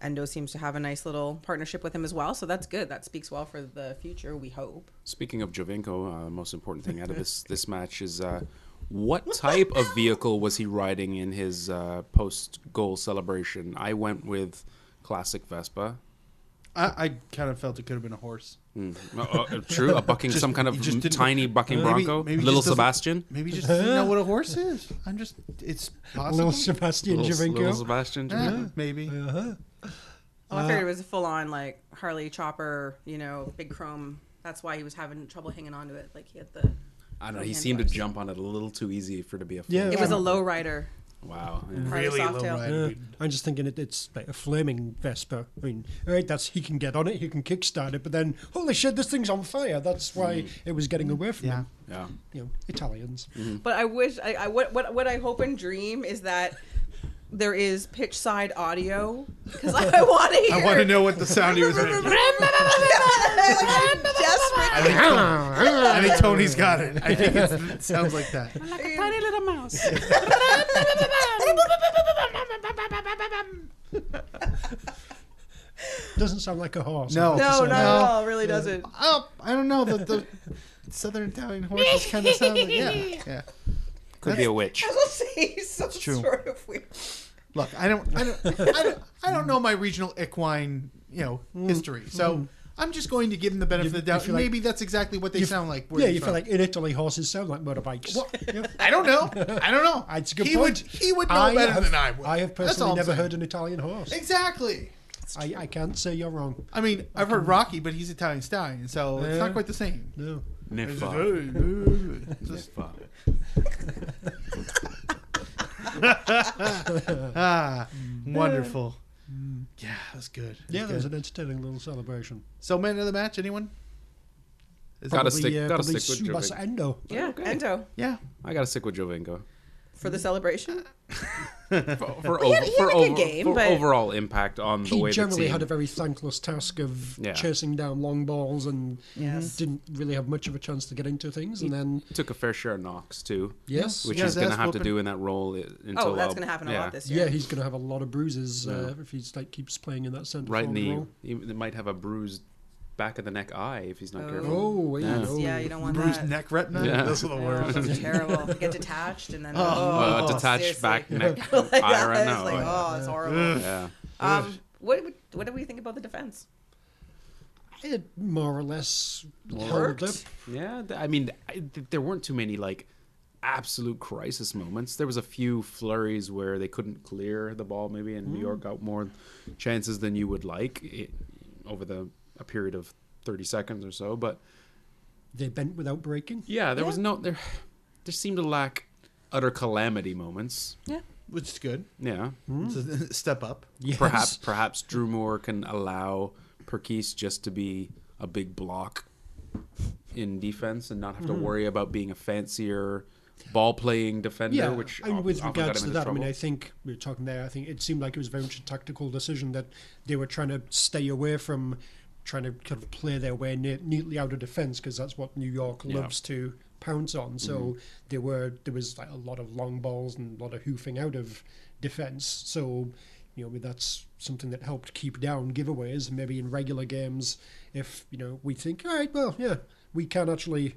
S4: Endo seems to have a nice little partnership with him as well. So that's good. That speaks well for the future. We hope.
S8: Speaking of Jovinko, uh, the most important thing out of this this match is uh, what type of vehicle was he riding in his uh, post goal celebration? I went with classic Vespa.
S6: I, I kind of felt it could have been a horse.
S1: Mm. Uh, uh, true, a bucking- some kind of
S6: he just didn't-
S1: tiny bucking bronco?
S6: he
S1: Little
S6: just doesn't-
S1: Sebastian?
S6: Maybe he just doesn't know what a horse is. I'm just, it's possible.
S5: Little Sebastian
S1: Little-
S5: Javinko.
S1: little Sebastian
S6: Yeah,
S1: Javinko.
S6: maybe.
S5: Uh-huh.
S4: Oh, I
S1: Uh,
S4: figured it was a full on like Harley chopper, you know, big chrome. That's why he was having trouble hanging on to it. Like he had the.
S1: I don't know. He seemed to jump on it a little too easy for it to be a full
S5: Yeah.
S4: It was a
S1: jump.
S4: low rider.
S1: Wow. yeah.
S4: Harley Softail.
S5: Yeah, Uh, I'm just thinking it, it's like a flaming Vespa. I mean, all right, that's he can get on it, he can kickstart it, but then holy shit, this thing's on fire. That's why
S6: Mm.
S5: it was getting away from him.
S1: Yeah.
S5: You know, Italians.
S6: Mm.
S4: But I wish I, I what what what I hope and dream is that there is pitch side audio because I want to hear.
S6: I want to know what the sound he was making. I think, Tony, I think Tony's got it. I think it's, it sounds like that.
S4: like a tiny little mouse.
S5: Doesn't sound like a horse.
S6: No,
S4: no,
S6: no.
S4: not at all. It Really doesn't.
S6: Oh, I don't know. The, the Southern Italian horses kind of sound like yeah, yeah.
S1: Could be a witch.
S4: I will say some
S6: true.
S4: sort of weird.
S6: Look, I don't, I don't, I don't, I don't know my regional equine, you know,
S5: Mm.
S6: history. So I'm just going to give them the benefit of the doubt.
S5: feel like-
S6: Maybe that's exactly what they
S5: You-
S6: sound like. where
S5: Yeah,
S6: they're
S5: you feel
S6: from.
S5: like in Italy horses sound like motorbikes.
S6: I don't know. I don't know.
S5: It's a good
S6: he
S5: point.
S6: would, he would know better
S5: have,
S6: than I would.
S5: I have
S6: That's
S5: personally
S6: all I'm
S5: never
S6: saying.
S5: heard an Italian horse.
S6: Exactly.
S5: I, I can't say you're wrong.
S6: I mean, I've heard Rocky, but he's Italian stallion, so it's
S5: Mm. Yeah.
S6: not quite the same.
S5: No.
S6: Niffa. Just- ah, wonderful. Yeah, that was good. That
S5: Yeah, that
S6: good.
S5: was an entertaining little celebration.
S6: So, man of the match, anyone? Is
S1: Gotta
S5: Probably,
S1: stick-
S5: uh,
S1: gotta
S5: probably
S1: stick with
S5: Subasa
S1: Jovic.
S5: Endo.
S4: Yeah, Ento
S6: Yeah.
S1: I got to stick with Jovinko.
S4: for the celebration.
S1: For, for,
S4: Well, he had-
S1: over-
S4: he had
S1: for
S4: a good
S1: over-
S4: game,
S1: for
S4: but-
S1: overall impact on the
S5: he
S1: way the
S5: generally
S1: team.
S5: had a very thankless task of
S1: Yeah.
S5: chasing down long balls and
S4: Yes.
S5: didn't really have much of a chance to get into things. And then
S1: took a fair share of knocks too.
S5: Yes.
S1: which
S5: Yeah,
S1: he's going to
S5: that's
S1: have to
S5: whooping.
S1: do in that role. i- Until
S4: Oh, that's
S1: uh,
S4: gonna happen a lot this year.
S5: yeah, he's going to have a lot of bruises uh, if he like keeps playing in that centre
S1: Right in
S5: forward
S1: the,
S5: role.
S1: he he might have a bruised back of the neck eye if he's not careful.
S5: Oh, yeah.
S1: Yeah.
S5: oh.
S4: Yeah, you don't want
S6: Bruised
S4: that.
S6: neck retina?
S1: Yeah.
S6: Those are the
S4: Oh,
S6: worst.
S4: that's terrible. Get detached and then oh,
S1: Uh, detached
S4: seriously.
S1: back neck
S4: Like,
S1: eye right
S4: it's
S1: now.
S4: like,
S1: Yeah.
S4: oh, it's horrible.
S1: Yeah,
S4: Um, what would- what do we think about the defense?
S5: It more or less held
S4: Worked.
S5: up.
S1: yeah. th- I mean, I, th- there weren't too many like absolute crisis moments. There was a few flurries where they couldn't clear the ball, maybe, and New York got more chances than you would like i over the a period of thirty seconds or so. But
S5: They bent without breaking.
S1: yeah, there was no there. There seemed to lack utter calamity moments.
S4: Yeah.
S6: Which is good.
S1: Yeah.
S4: Mm-hmm.
S6: It's a step up.
S5: Yes.
S1: Perhaps perhaps Drew Moore can allow Perkis just to be a big block in defense and not have
S5: Mm-hmm.
S1: to worry about being a fancier ball playing defender,
S5: Yeah,
S1: which
S5: I mean,
S1: of-
S5: with
S1: often got
S5: regards
S1: him into
S5: to that, I mean,
S1: trouble.
S5: I think we were talking there. I think it seemed like it was very much a tactical decision that they were trying to stay away from trying to kind of play their way ne- neatly out of defence because that's what New York
S1: Yeah. Mm-hmm.
S5: loves to pounce on. So there were there was like a lot of long balls and a lot of hoofing out of defence. So you know, I mean, that's something that helped keep down giveaways. Maybe in regular games, if you know, we think, all right, well, yeah, we can actually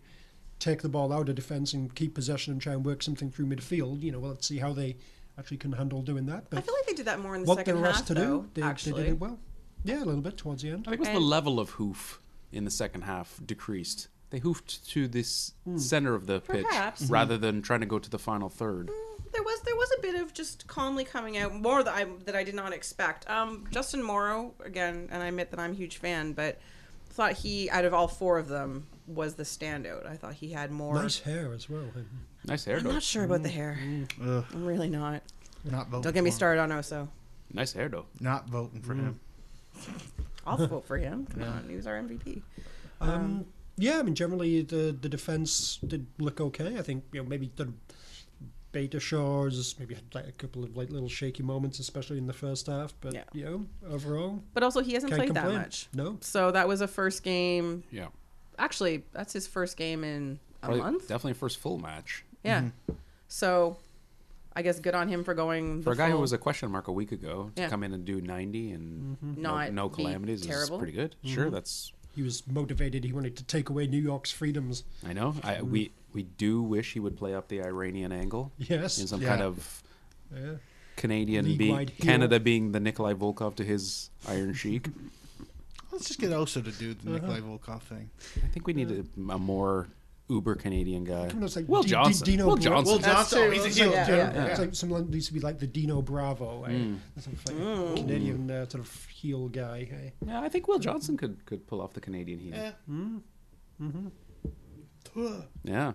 S5: take the ball out of defence and keep possession and try and work something through midfield. You know, well, let's see how they actually can handle doing that. But
S4: I feel like they did that more in the
S5: what they
S4: second
S5: were
S4: half,
S5: asked to
S4: though.
S5: do, they, they
S4: actually,
S5: did it well. Yeah, a little bit towards the end.
S1: I think it was the
S4: And-
S1: level of hoof in the second half decreased. They hoofed to this
S5: Hmm.
S1: center of the
S4: Perhaps.
S1: pitch rather
S5: Mm-hmm.
S1: than trying to go to the final third.
S5: Mm.
S4: there was there was a bit of just calmly coming out more that I that I did not expect. Um, Justin Morrow again, and I admit that I'm a huge fan, but thought he out of all four of them was the standout. I thought he had more.
S5: Nice Mm, hair as well.
S1: Nice hair,
S4: I'm
S1: though.
S4: not sure about the hair.
S6: Ugh,
S4: I'm really not.
S6: not voting.
S4: Don't get me
S6: for him.
S4: started on Oso.
S1: Nice hair, though.
S6: Not voting for him.
S4: I'll vote for him. Come on, he was our MVP.
S5: Um, yeah, I mean, generally the the defense did look okay. I think you know maybe the Beta Shores maybe had like a couple of like little shaky moments, especially in the first half. But
S4: Yeah.
S5: you know, overall,
S4: But also, he hasn't
S5: Can't
S4: played
S5: complain.
S4: that much.
S5: No.
S4: So that was a first game.
S1: Yeah.
S4: Actually, that's his first game in a
S1: Probably-
S4: month.
S1: Definitely first full match.
S4: Yeah. So I guess good on him Mm-hmm. for going.
S1: For
S4: the
S1: a guy who
S4: full-
S1: was a question mark a week ago to
S4: Yeah. Mm-hmm.
S1: come in and do 90 and no-
S4: Not
S1: no,
S4: be
S1: calamities is
S4: terrible.
S1: pretty good.
S5: Mm-hmm.
S1: Sure, that's
S5: he was motivated. He wanted to take away New York's freedoms.
S1: I know. I we we do wish he would play up the Iranian angle.
S5: Mm-hmm. Yes.
S1: In some
S6: Yeah.
S1: kind of
S5: Yeah.
S1: Canadian being
S5: League-wide heel.
S1: Canada being the Nikolai Volkov to his Iron Sheik.
S6: I Let's just get Oso to do
S5: Uh-huh.
S6: the Nikolai Volkoff thing.
S1: I think we need a, a more uber Canadian guy.
S5: Kind of like
S1: Will
S5: D- D-
S1: Johnson.
S5: Dino
S1: Will
S5: Bra-
S1: Johnson.
S6: Oh,
S5: That's it.
S1: He's a
S5: It's
S1: hero.
S5: like,
S1: Yeah,
S5: you know,
S1: yeah,
S5: it's
S1: yeah.
S5: like someone used to be like the Dino Bravo, eh?
S1: Mm.
S5: sort of like
S1: Mm.
S5: Canadian uh, sort of heel guy. Eh?
S1: Yeah, I think Will Johnson could, could pull off the Canadian heel.
S6: Yeah.
S5: Mm-hmm.
S1: Yeah.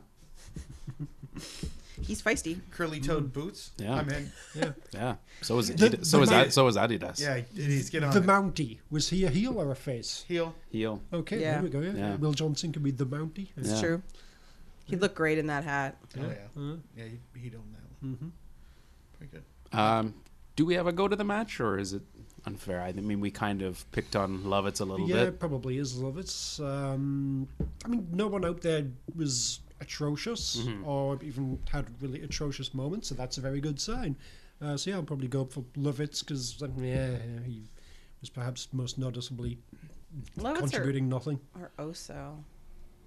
S4: He's feisty.
S6: Curly toed boots.
S1: Yeah.
S6: I'm in.
S5: Yeah.
S1: Yeah. So is
S5: The-
S1: Adidas. So
S5: the
S1: is
S5: ma-
S1: that. So is Adidas.
S6: Yeah, it is. Get on
S5: The
S6: it.
S5: Mountie was he a heel or a face?
S6: Heel.
S1: Heel.
S5: Okay,
S4: Yeah.
S5: there we go. Yeah.
S1: Yeah.
S5: Will Johnson could be the Mountie.
S4: It's true. He'd look great in that hat.
S6: Oh, yeah. Yeah, he'd, he'd own that one.
S5: Mm-hmm.
S6: Pretty good.
S1: Um, do we have a go to the match, or is it unfair? I mean, we kind of picked on Lovitz a little
S5: yeah,
S1: bit.
S5: probably is Lovitz. Um, I mean, no one out there was atrocious
S1: Mhm.
S5: or even had really atrocious moments, so that's a very good sign. Uh, so yeah, I'll probably go for Lovitz because yeah, he was perhaps most noticeably
S4: Lovitz or-
S5: contributing nothing.
S4: Or Oso.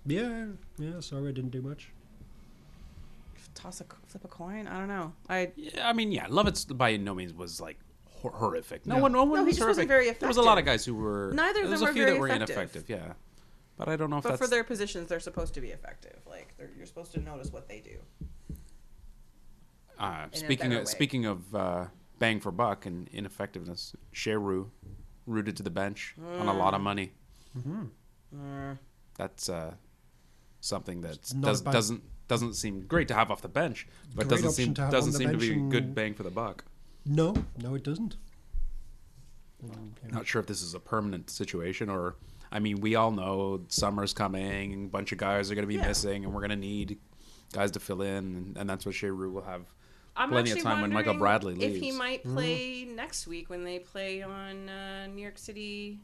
S5: Yeah, yeah. Sorry, I didn't do much.
S4: Toss a c- flip a coin. I don't know. I.
S1: Yeah, I mean, yeah, Lovitz by no means was like hor- horrific. No,
S4: No.
S1: one, no one
S4: No, he
S1: was
S4: just wasn't
S1: horrific.
S4: very
S1: There was a lot of
S4: effective.
S1: guys who were.
S4: Neither of
S1: there was
S4: them
S1: a
S4: were
S1: few
S4: very
S1: that were
S4: effective.
S1: ineffective. Yeah, but I don't know if
S4: But
S1: that's
S4: for their positions, they're supposed to be effective. Like they're, you're supposed to notice what they do.
S1: Uh,
S4: in a
S1: speaking
S4: better
S1: of,
S4: way.
S1: speaking of uh, bang for buck and ineffectiveness, Sheru rooted to the bench on a lot of
S4: Mm.
S1: money.
S5: Mhm.
S1: That's uh, something that
S5: not
S1: does,
S5: a bad-
S1: doesn't doesn't seem great to have off the bench, but
S5: Great
S1: doesn't
S5: option
S1: seem
S5: to have
S1: doesn't
S5: on the
S1: seem to be a
S5: bench
S1: good
S5: and-
S1: bang for the buck.
S5: No, no, it doesn't. Um, yeah.
S1: Not sure if this is a permanent situation or. I mean, we all know summer's coming, a bunch of guys are going to be
S4: Yeah.
S1: missing, and we're going to need guys to fill in, and, and that's what Sheru will have
S4: I'm
S1: plenty of
S4: actually
S1: time when Michael
S4: wondering
S1: Bradley leaves. Mm-hmm.
S4: If he might play next week when they play on uh, New York City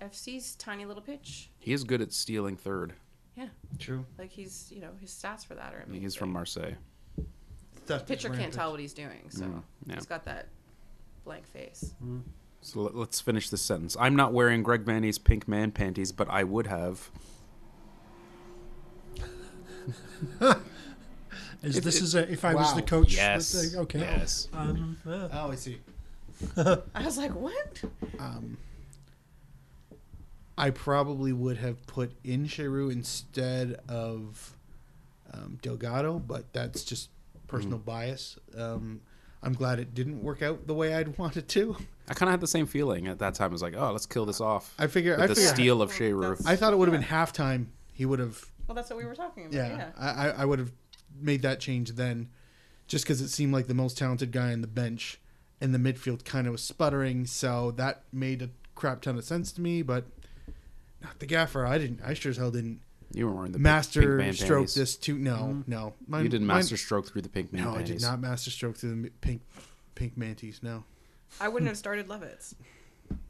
S4: FC's tiny little pitch.
S1: He is good at stealing third.
S4: Yeah.
S6: True.
S4: Like he's, you know, his stats for that are
S1: I mean,
S4: amazing.
S1: he's from Marseille.
S4: The pitcher can't tell what he's doing, so
S1: Mm, yeah.
S4: he's got that blank face.
S1: So let- let's finish this sentence. I'm not wearing Greg Vanny's pink man panties, but I would have.
S5: Is
S1: If
S5: this
S1: it-
S5: is a, if I was
S1: Wow.
S5: the coach?
S1: Yes.
S5: that they- okay.
S1: Yes.
S5: Um,
S6: Oh, I see.
S4: I was like, what?
S6: Um, I probably would have put in Sheru instead of um, Delgado, but that's just personal
S1: Mm-hmm.
S6: bias. Um, I'm glad it didn't work out the way I'd want it to.
S1: I kind of had the same feeling at that time. I was like, oh, let's kill this off.
S6: I figure-
S1: With
S6: I
S1: the
S6: figure-
S1: steal of Sheru.
S6: I thought it would have been halftime. He would have
S4: Well, that's what we were talking about.
S6: Yeah,
S4: Yeah.
S6: I, I- I would have made that change then, just because it seemed like the most talented guy on the bench, and the midfield kind of was sputtering. So that made a crap ton of sense to me, but not the gaffer. I didn't. I sure as hell didn't.
S1: You weren't wearing the pink- pink
S6: master
S1: band
S6: stroke
S1: panties.
S6: this too. No,
S4: Mm-hmm.
S1: Mm.
S6: no.
S1: You didn't
S6: mine-
S1: master stroke through the pink man
S6: No, I did
S1: panties.
S6: not master stroke through the m- pink pink manties. No.
S4: I wouldn't have started Lovitz,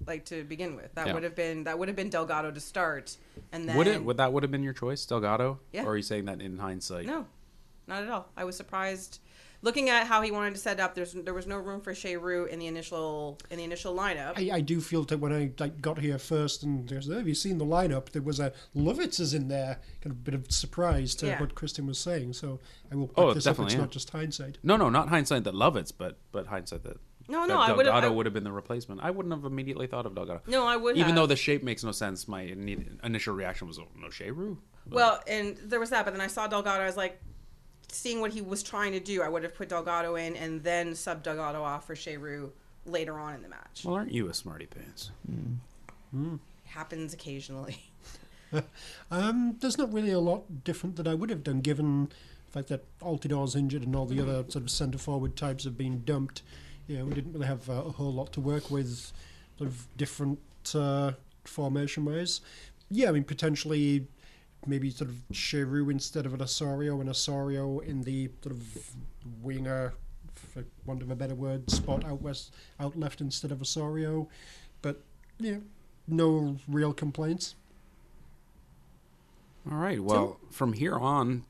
S4: like to begin with. That
S1: Yeah.
S4: would have been that would have been Delgado to start, and then
S1: Would it? Would that would have been your choice, Delgado?
S4: Yeah.
S1: Or are you saying that in hindsight?
S4: No, not at all. I was surprised. Looking at how he wanted to set up, there's there was no room for Shea Rue in the initial in the initial lineup.
S5: I, I do feel that when I like, got here first and there's, have you seen the lineup? There was a Lovitz is in there, kind of a bit of surprise to
S4: Yeah.
S5: what Kristen was saying. So I will pick
S1: Oh,
S5: this up.
S1: definitely.
S5: It's
S1: yeah.
S5: not just hindsight.
S1: No, no, not hindsight that Lovitz, but but hindsight that.
S4: No,
S1: that
S4: no, I would've-
S1: Delgado
S4: I-
S1: would have been the replacement. I wouldn't have immediately thought of Delgado.
S4: No, I would
S1: Even
S4: have.
S1: though the shape makes no sense, my ini- initial reaction was, "Oh, no, Sheru."
S4: Well, and there was that, but then I saw Delgado. I was like, seeing what he was trying to do, I would have put Delgado in and then sub Delgado off for Shea Rue later on in the match.
S1: Well, aren't you a smarty pants?
S4: Happens occasionally.
S5: Um, there's not really a lot different that I would have done, given the fact that Altidor's injured and all the other sort of centre forward types have been dumped. You know, we didn't really have uh, a whole lot to work with, sort of different uh, formation wise. Yeah, I mean potentially maybe sort of Cheru instead of an Osorio, and Osorio in the sort of winger, for want of a better word, spot out west, out left instead of Osorio, but yeah, no real complaints.
S1: All right. Well, from here on,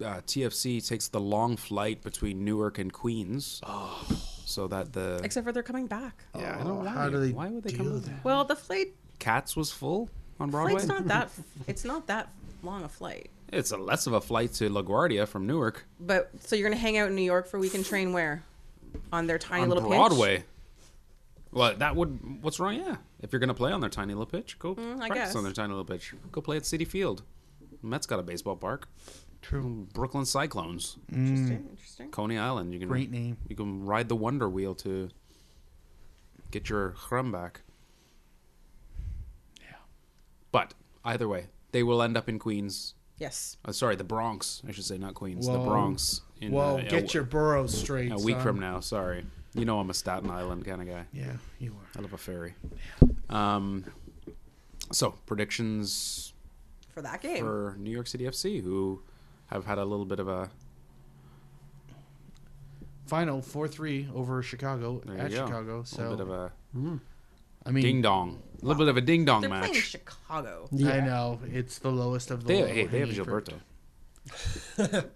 S1: uh, TFC takes the long flight between Newark and Queens,
S4: Oh.
S1: so that the
S4: Except for they're coming back.
S1: yeah, I don't know why.
S6: oh, How do they
S1: why would they
S6: deal
S1: come?
S6: with
S1: with-
S6: that?
S4: Well, the flight
S1: Cats was full on Broadway.
S4: flight's not that it's not that long a flight.
S1: It's a less of a flight to LaGuardia from Newark
S4: But so you're gonna hang out in New York for a week and train where? On their tiny
S1: on
S4: little pitch?
S1: Broadway. Well, that would. What's wrong? Yeah, if you're gonna play on their tiny little pitch, go
S4: Mm, I
S1: practice
S4: guess.
S1: on their tiny little pitch. Go play at City Field. Met's got a baseball park. True. Brooklyn Cyclones.
S6: Interesting,
S4: Mm. interesting.
S1: Coney Island. You can
S6: Great name.
S1: You can ride the Wonder Wheel to get your chrum back. Yeah. But either way, they will end up in Queens.
S4: Yes.
S1: Uh, sorry, the Bronx. I should say not Queens. The
S6: Whoa.
S1: Bronx.
S6: Whoa,
S1: uh,
S6: get your boroughs straight,
S1: A week
S6: son.
S1: from now. Sorry. You know I'm a Staten Island kind of guy.
S6: Yeah, you
S1: are. I love a ferry. Um, so predictions
S4: For that game.
S1: for New York City FC, who have had a little bit of a
S6: Final four three over Chicago
S1: there you
S6: at
S1: go,
S6: Chicago.
S1: a
S6: So
S1: little bit of a
S6: I mean-
S1: ding dong, a little bit of a ding dong
S4: They're playing
S1: match.
S4: Chicago.
S6: I know it's the lowest of the.
S1: They
S6: low
S1: have, hey, they have
S6: hanging fruit.
S1: Gilberto.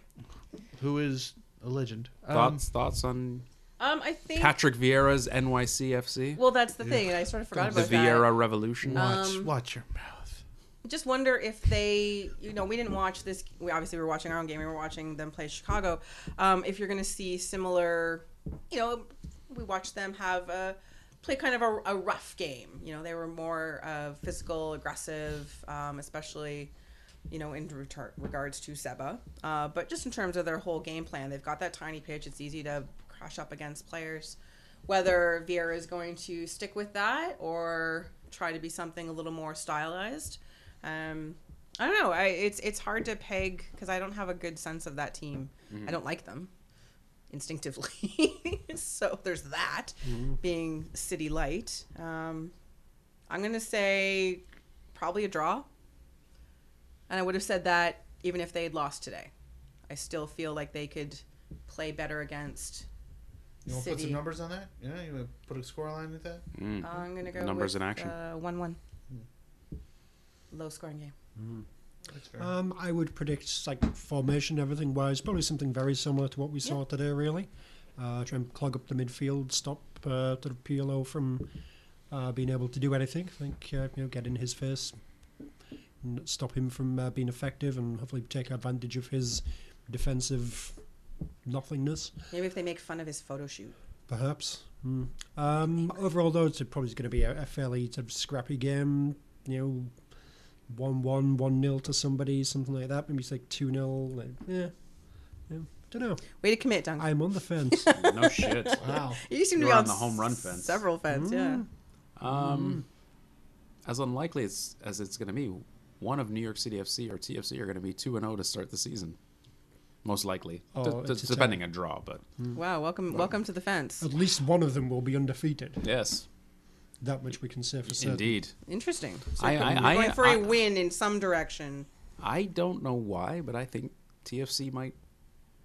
S6: who is a legend.
S1: Thoughts thoughts on
S4: Um, I think.
S1: Patrick Vieira's NYCFC?
S4: Well, that's the thing, and I sort of forgot
S1: the
S4: about that.
S1: Vieira Revolution.
S4: Watch- Um,
S6: watch your
S4: just wonder if they, you know, we didn't watch this. We obviously were watching our own game. We were watching them play Chicago. Um, if you're going to see similar, you know, we watched them have a play kind of a, a rough game. You know, they were more uh, physical, aggressive, um, especially, you know, in retar- regards to Seba. Uh, but just in terms of their whole game plan, they've got that tiny pitch. It's easy to crash up against players. Whether Vieira is going to stick with that or try to be something a little more stylized. Um, I don't know. I, it's it's hard to peg because I don't have a good sense of that team.
S1: Mm-hmm.
S9: Mhm.
S4: I don't like them instinctively. so there's that
S1: Mm-hmm.
S9: Mhm.
S4: being City Light. Um, I'm gonna say probably a draw. And I would have said that even if they had lost today. I still feel like they could play better against.
S6: You want to put some
S4: City.
S6: numbers on that? Yeah, you want to put a score line with that?
S1: Mm.
S4: I'm gonna go
S1: Numbers
S4: with,
S1: in action.
S4: Uh, one-one.
S6: Hmm.
S4: Low scoring game.
S5: Um, I would predict like formation, everything wise, probably something very similar to what we saw today. Really, uh, try and clog up the midfield, stop uh, sort of PLO from uh, being able to do anything. I think uh, you know, get in his face, and stop him from uh, being effective, and hopefully take advantage of his defensive nothingness.
S4: Maybe if they make fun of his photo shoot.
S5: Perhaps. Hmm. Um, overall, though, it's probably going to be a, a fairly sort of scrappy game. You know, one-one, one-nil to somebody, something like that. Maybe it's like two-nil. Like, yeah. yeah. Don't know.
S4: Way to commit, Duncan.
S5: I'm on the fence.
S1: no shit.
S4: You seem to
S1: You're
S4: be
S1: on
S4: on
S1: the home run
S4: s-
S1: fence.
S4: Several fence, yeah.
S1: Um, as unlikely as, as it's going to be, one of New York City FC or TFC are going to be two and zero to start the season, most likely.
S5: Oh,
S1: D- d-
S5: it's a tie.
S1: depending on draw, but
S4: Wow, welcome, welcome to the fence.
S5: At least one of them will be undefeated.
S1: yes,
S5: That much we can say for certain.
S1: indeed.
S4: Interesting. So
S1: I,
S4: you're
S1: I, I,
S4: going for
S1: I,
S4: a win in some direction.
S1: I don't know why, but I think TFC might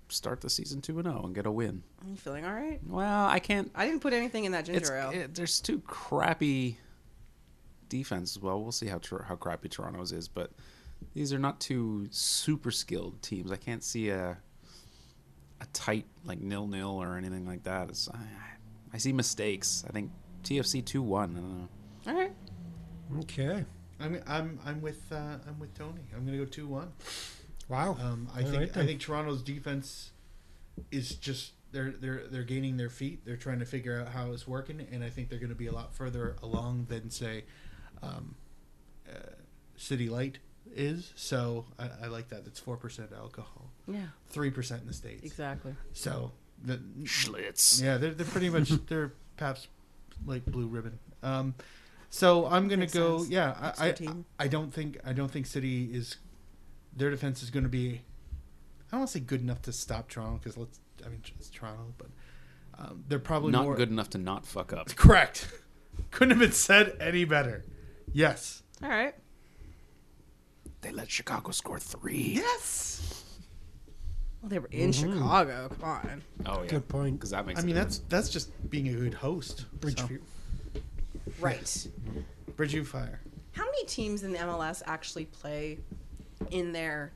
S1: start the season two and zero and get a win.
S4: Are you feeling all right?
S1: Well, I can't.
S4: I didn't put anything in that
S1: It's-
S4: ginger ale.
S1: it- there's two crappy defenses. Well, we'll see how Tor- how crappy Toronto's is, but these are not two super skilled teams. I can't see a a tight like nil nil or anything like that. It's, I, I see mistakes. I think TFC two one. I don't know.
S4: All right.
S5: Okay.
S6: I'm I'm I'm with uh, I'm with Tony. I'm gonna go two one.
S5: Wow.
S6: Um, I
S5: All
S6: think
S5: right
S6: I
S5: then.
S6: think Toronto's defense is just they're they're they're gaining their feet. They're trying to figure out how it's working, and I think they're going to be a lot further along than say um, uh, City Light is. So I, I like that. It's four percent alcohol.
S4: Yeah.
S6: three percent in the states.
S4: Exactly.
S6: So the
S1: Schlitz.
S6: Yeah, they're they're pretty much they're Paps like blue ribbon. Um, so I'm gonna
S1: Makes
S6: go.
S1: sense.
S6: Yeah,
S1: That's
S6: I,
S1: their
S6: I
S1: team.
S6: I don't think I don't think City is their defense is going to be. I don't want to say good enough to stop Toronto because let's. I mean, it's Toronto, but um, they're probably
S1: not
S6: more
S1: good enough to not fuck up.
S6: Correct. Couldn't have been said any better. Yes.
S4: All right.
S1: They let Chicago score three.
S6: Yes.
S4: Well, they were in
S6: Mhm.
S4: Chicago. Come on.
S1: Oh yeah.
S5: Good point.
S1: Because that makes.
S6: I mean, that's that's just being a good host.
S5: Bridgeview.
S4: Right.
S6: Bridgeview Fire.
S4: How many teams in the MLS actually play in their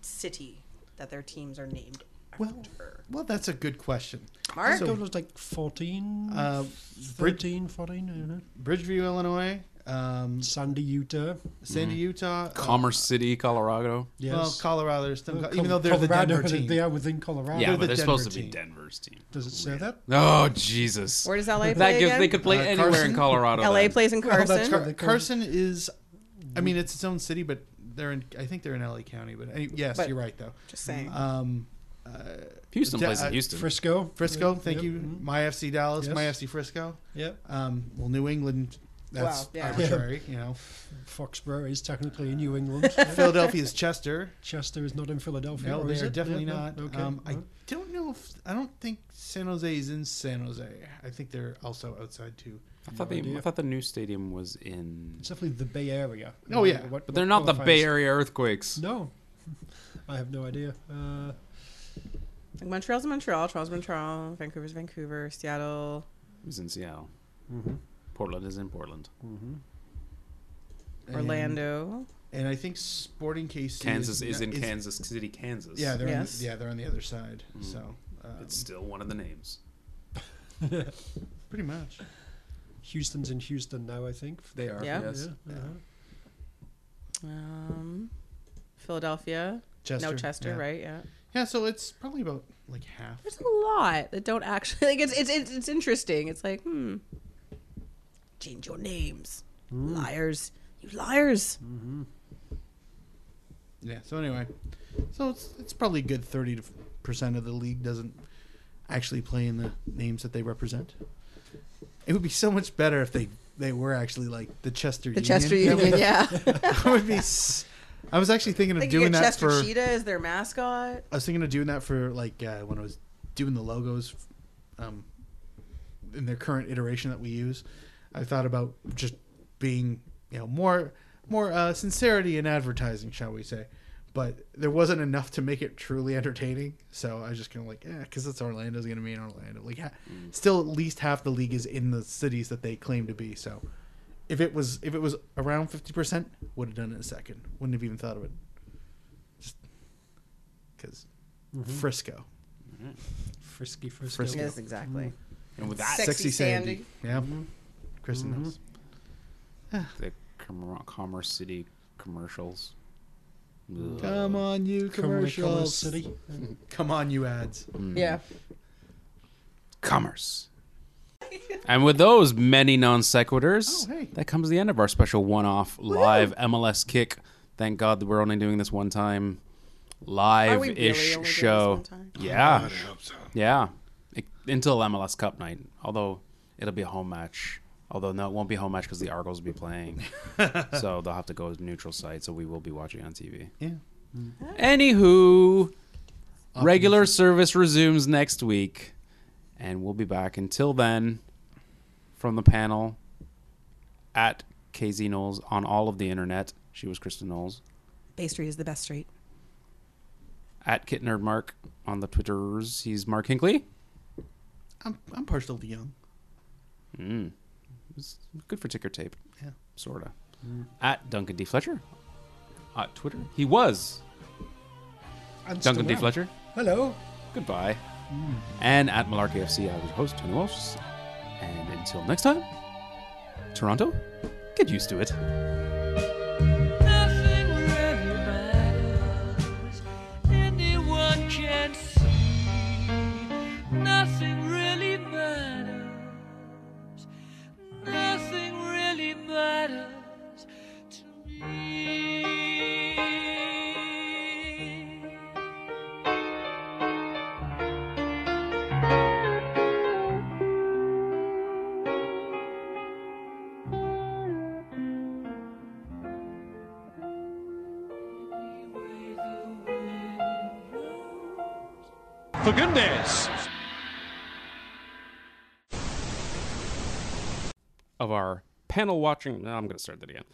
S4: city that their teams are named?
S6: Well, well, that's a good question.
S5: Mark? I thought it was like 14,
S6: uh,
S5: 13, 14. I don't know.
S6: Bridgeview, Illinois, Um,
S5: Sandy, Utah.
S6: Sandy,
S1: Mhm.
S6: Utah. uh,
S1: Commerce City, Colorado.
S6: Well, Colorado. There's some,
S5: Well,
S6: even though they're
S5: Colorado,
S6: the Denver team.
S5: They are within Colorado.
S1: Yeah,
S6: They're
S1: but
S6: the
S1: they're supposed
S6: Denver
S1: to be
S6: team.
S1: Denver's team.
S5: Does it say that?
S1: Oh Jesus!
S4: Where does LA
S1: That
S4: play
S1: gives
S4: again?
S1: they could play
S4: Uh,
S1: anywhere
S4: Carson?
S1: in Colorado.
S4: LA
S1: then.
S4: plays in
S6: No, that's
S4: Carson?
S6: Car- Carson is, I mean, it's its own city, but they're in. I think they're in LA County. But any, yes,
S4: But
S6: you're right though.
S4: just saying.
S6: Um, uh,
S1: Houston
S6: Da-
S1: plays in
S6: uh,
S1: Houston.
S5: Frisco.
S6: Frisco.
S5: Yep,
S6: Thank
S5: yep,
S6: you.
S5: mhm.
S6: My FC Dallas. My
S5: Yes.
S6: FC Frisco.
S5: Yep.
S6: Um, well, New England. That's
S4: Wow, yeah.
S6: arbitrary. You know,
S5: Foxborough is technically in New England.
S6: Philadelphia is Chester.
S5: Chester is not in Philadelphia.
S6: No,
S5: or
S6: they
S5: is
S6: are
S5: it?
S6: definitely
S5: Yeah, no,
S6: not.
S5: Okay.
S6: Um, I
S5: no.
S6: don't know if I don't think San Jose is in San Jose. I think they're also outside too.
S1: I thought,
S5: No
S1: they,
S5: idea.
S1: I thought the new stadium was in.
S5: It's definitely the Bay Area.
S6: Oh, yeah.
S1: But they're not the
S5: qualifies-
S1: Bay Area earthquakes.
S5: No, I have no idea. Uh,
S4: Like Montreal's Montreal, Toronto's Montreal, Vancouver's Vancouver, Seattle.
S1: It was in Seattle.
S5: Mhm.
S1: Portland is in Portland.
S6: And-
S4: Orlando.
S6: And I think Sporting KC
S1: Kansas is in
S6: is-
S1: Kansas City, Kansas.
S6: Yeah, they're
S4: Yes.
S6: on the, yeah they're on the other side.
S1: Mm.
S6: So um,
S1: it's still one of the names.
S6: pretty much.
S5: Houston's in Houston now, I think.
S1: They are.
S4: Yeah.
S1: Yes.
S5: Yeah, uh-huh.
S4: Um, Philadelphia.
S6: Chester,
S4: No Chester,
S6: yeah.
S4: right? Yeah.
S6: Yeah, so it's probably about like half.
S4: There's a lot that don't actually like. It's it's it's, it's interesting. It's like hmm. Change your names, liars. You liars.
S6: Yeah. So anyway, so it's it's probably a good thirty percent of the league doesn't actually play in the names that they represent. It would be so much better if they they were actually like the Chester
S4: The
S6: Union.
S4: Chester
S6: That
S4: Union.
S6: would-
S4: Yeah.
S6: that would be. s- I was actually thinking of
S4: like you
S6: doing
S4: get
S6: that
S4: Chester
S6: for.
S4: Cheetah as their mascot.
S6: I was thinking of doing that for like uh, when I was doing the logos, um, in their current iteration that we use. I thought about just being you know more more uh, sincerity in advertising, shall we say? But there wasn't enough to make it truly entertaining, so I was just kind of like, yeah, because it's Orlando's going to be in Orlando. Like, ha- still at least half the league is in the cities that they claim to be. So, if it was if it was around fifty percent, would have done it in a second. Wouldn't have even thought of it. Just because Frisco,
S5: Frisky Frisco.
S6: Frisco.
S4: Yes, exactly.
S1: And with that,
S4: Sexy Sandy.
S6: yeah, Kristen
S5: Mhm.
S6: knows.
S1: the Com- Commerce City commercials. Ugh.
S6: Come on, you
S5: Cumberland Colour
S6: commercials.
S5: City.
S6: Come on, you ads.
S4: Yeah.
S1: Commerce. and with those many non sequiturs,
S6: Oh, hey.
S1: that comes the end of our special one off live MLS kick. Thank God that we're only doing this one time live
S4: really
S1: ish
S4: only doing this
S1: show.
S4: one time?
S1: Yeah. Yeah. It, until MLS Cup night. Although it'll be a home match. Although no, it won't be a home match because the Argos will be playing. so they'll have to go to neutral site. So we will be watching on TV.
S6: Yeah.
S1: Anywho, regular service resumes next week, and we'll be back. Until then, from the panel at KZ Knowles on all of the internet. She was Kristen Knowles
S4: Bay Street is the best street.
S1: at Kit Nerd Mark on the Twitters. He's Mark Hinkley.
S6: I'm I'm partial to young.
S1: Mm. It's good for ticker tape.
S6: Yeah.
S1: sorta. At Duncan D Fletcher. At Twitter, he was
S5: And
S1: Duncan D
S5: Stillwell.
S1: Fletcher.
S5: Hello.
S1: Goodbye. And at Malarkey FC, I was your host Tony Walsh. And until next time, Toronto, get used to it.
S7: Nothing really matters. Anyone can see. Nothing really matters. Nothing really matters to me.
S1: of our panel watching. No, I'm going to start that again.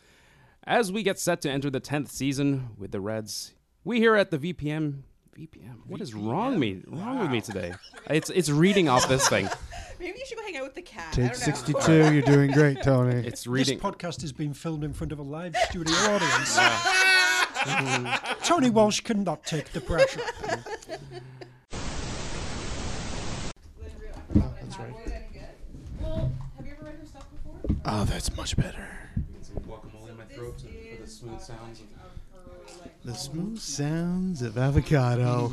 S1: As we get set to enter the 10th season with the Reds, we here at the VPM. VPM? What is wrong me wrong with me today? It's it's reading off this thing.
S4: Maybe you should go hang out with the cat.
S16: Take
S4: I don't know.
S16: 62. You're doing great, Tony.
S1: It's reading.
S5: This podcast is being filmed in front of a live studio audience. Tony Walsh cannot take the pressure.
S4: Well, have you ever read her stuff before?
S6: Oh, that's much better.
S8: throat to, for the smooth sounds. Of
S6: The smooth sounds of avocado.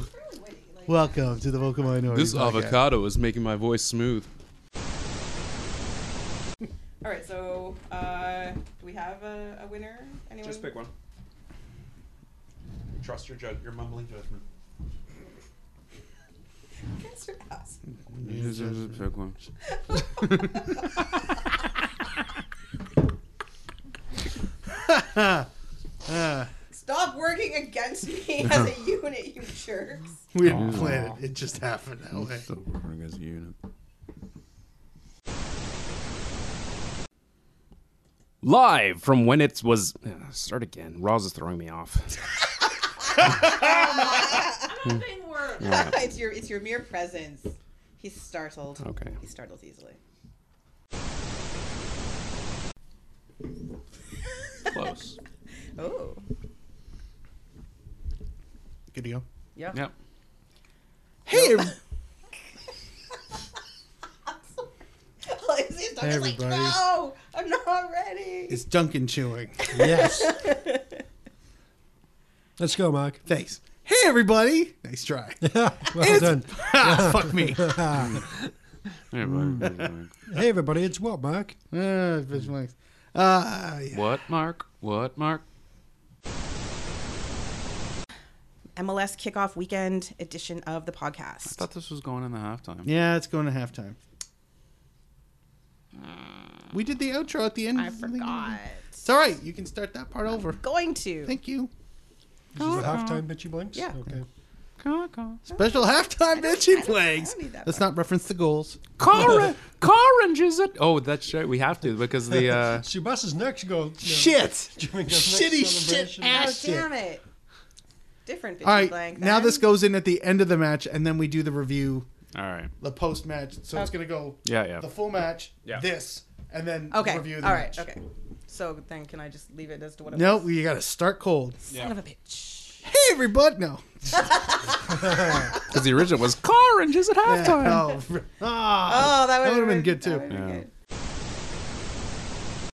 S6: Welcome to the vocal minority.
S1: This
S6: Podcast.
S1: avocado is making my voice smooth.
S4: All right, so uh, do we have a, a winner? Anyone?
S8: Just pick one. Trust your judge, your mumbling judgment.
S4: Cancer ass.
S6: Ah,
S4: Stop working against me as a unit, you jerks.
S6: we didn't plan it. It just happened that way.
S1: Live from when it was. Ugh, start again. Roz is throwing me off.
S4: I'm
S1: having work. Yeah.
S4: it's your it's your mere presence. He's startled.
S1: Okay.
S4: He startles easily.
S8: Close.
S4: Oh.
S6: Good to go.
S4: Yep.
S8: Yep.
S6: Hey,
S4: like, he's
S6: Hey,
S4: just like,
S6: everybody.
S4: no, I'm not ready.
S6: it's Duncan chewing.
S5: Let's go, Mark.
S6: Thanks. Hey, everybody. Nice try. well
S5: Well done.
S6: Fuck me.
S5: Mm. hey, everybody. It's what, Mark?
S6: Uh, uh,
S1: What, Mark? What, Mark?
S4: MLS kickoff weekend edition of the podcast.
S8: thought this was going in the halftime.
S6: yeah, it's going to halftime. We did the outro at the end. I
S4: forgot.
S6: It's all right. You can start that part over.
S4: Going to.
S6: Thank you.
S5: This is the halftime bitchy blinks?
S4: Yeah.
S5: Okay.
S6: Special halftime bitchy plays.
S4: need that
S6: Let's not reference the goals.
S1: Cora, Corange is it? Oh, that's right. We have to because the uh,
S5: Subasa's next goal. no.
S6: Shit.
S5: During his next
S6: Shitty shit.
S5: celebration.
S4: Oh,
S6: Ass shit.
S4: damn it. Different bitchy
S6: All right.
S4: blank.
S6: now this goes in at the end of the match, and then we do the review.
S1: All right.
S6: The post match. So it's gonna go.
S1: Yeah, yeah.
S6: The full match.
S1: Yeah.
S6: This, and then
S4: Okay.
S6: review of the
S4: All right.
S6: match.
S4: Okay. So then, can I just leave it as to what? it
S6: No,
S4: was?
S6: you gotta start cold.
S4: Son of a bitch.
S6: Hey, everybody. No.
S1: because the original was Corange is at halftime.
S6: Oh, oh,
S4: that
S6: that
S4: would've
S6: would have been
S4: Oh, been-
S6: good too.
S1: Yeah.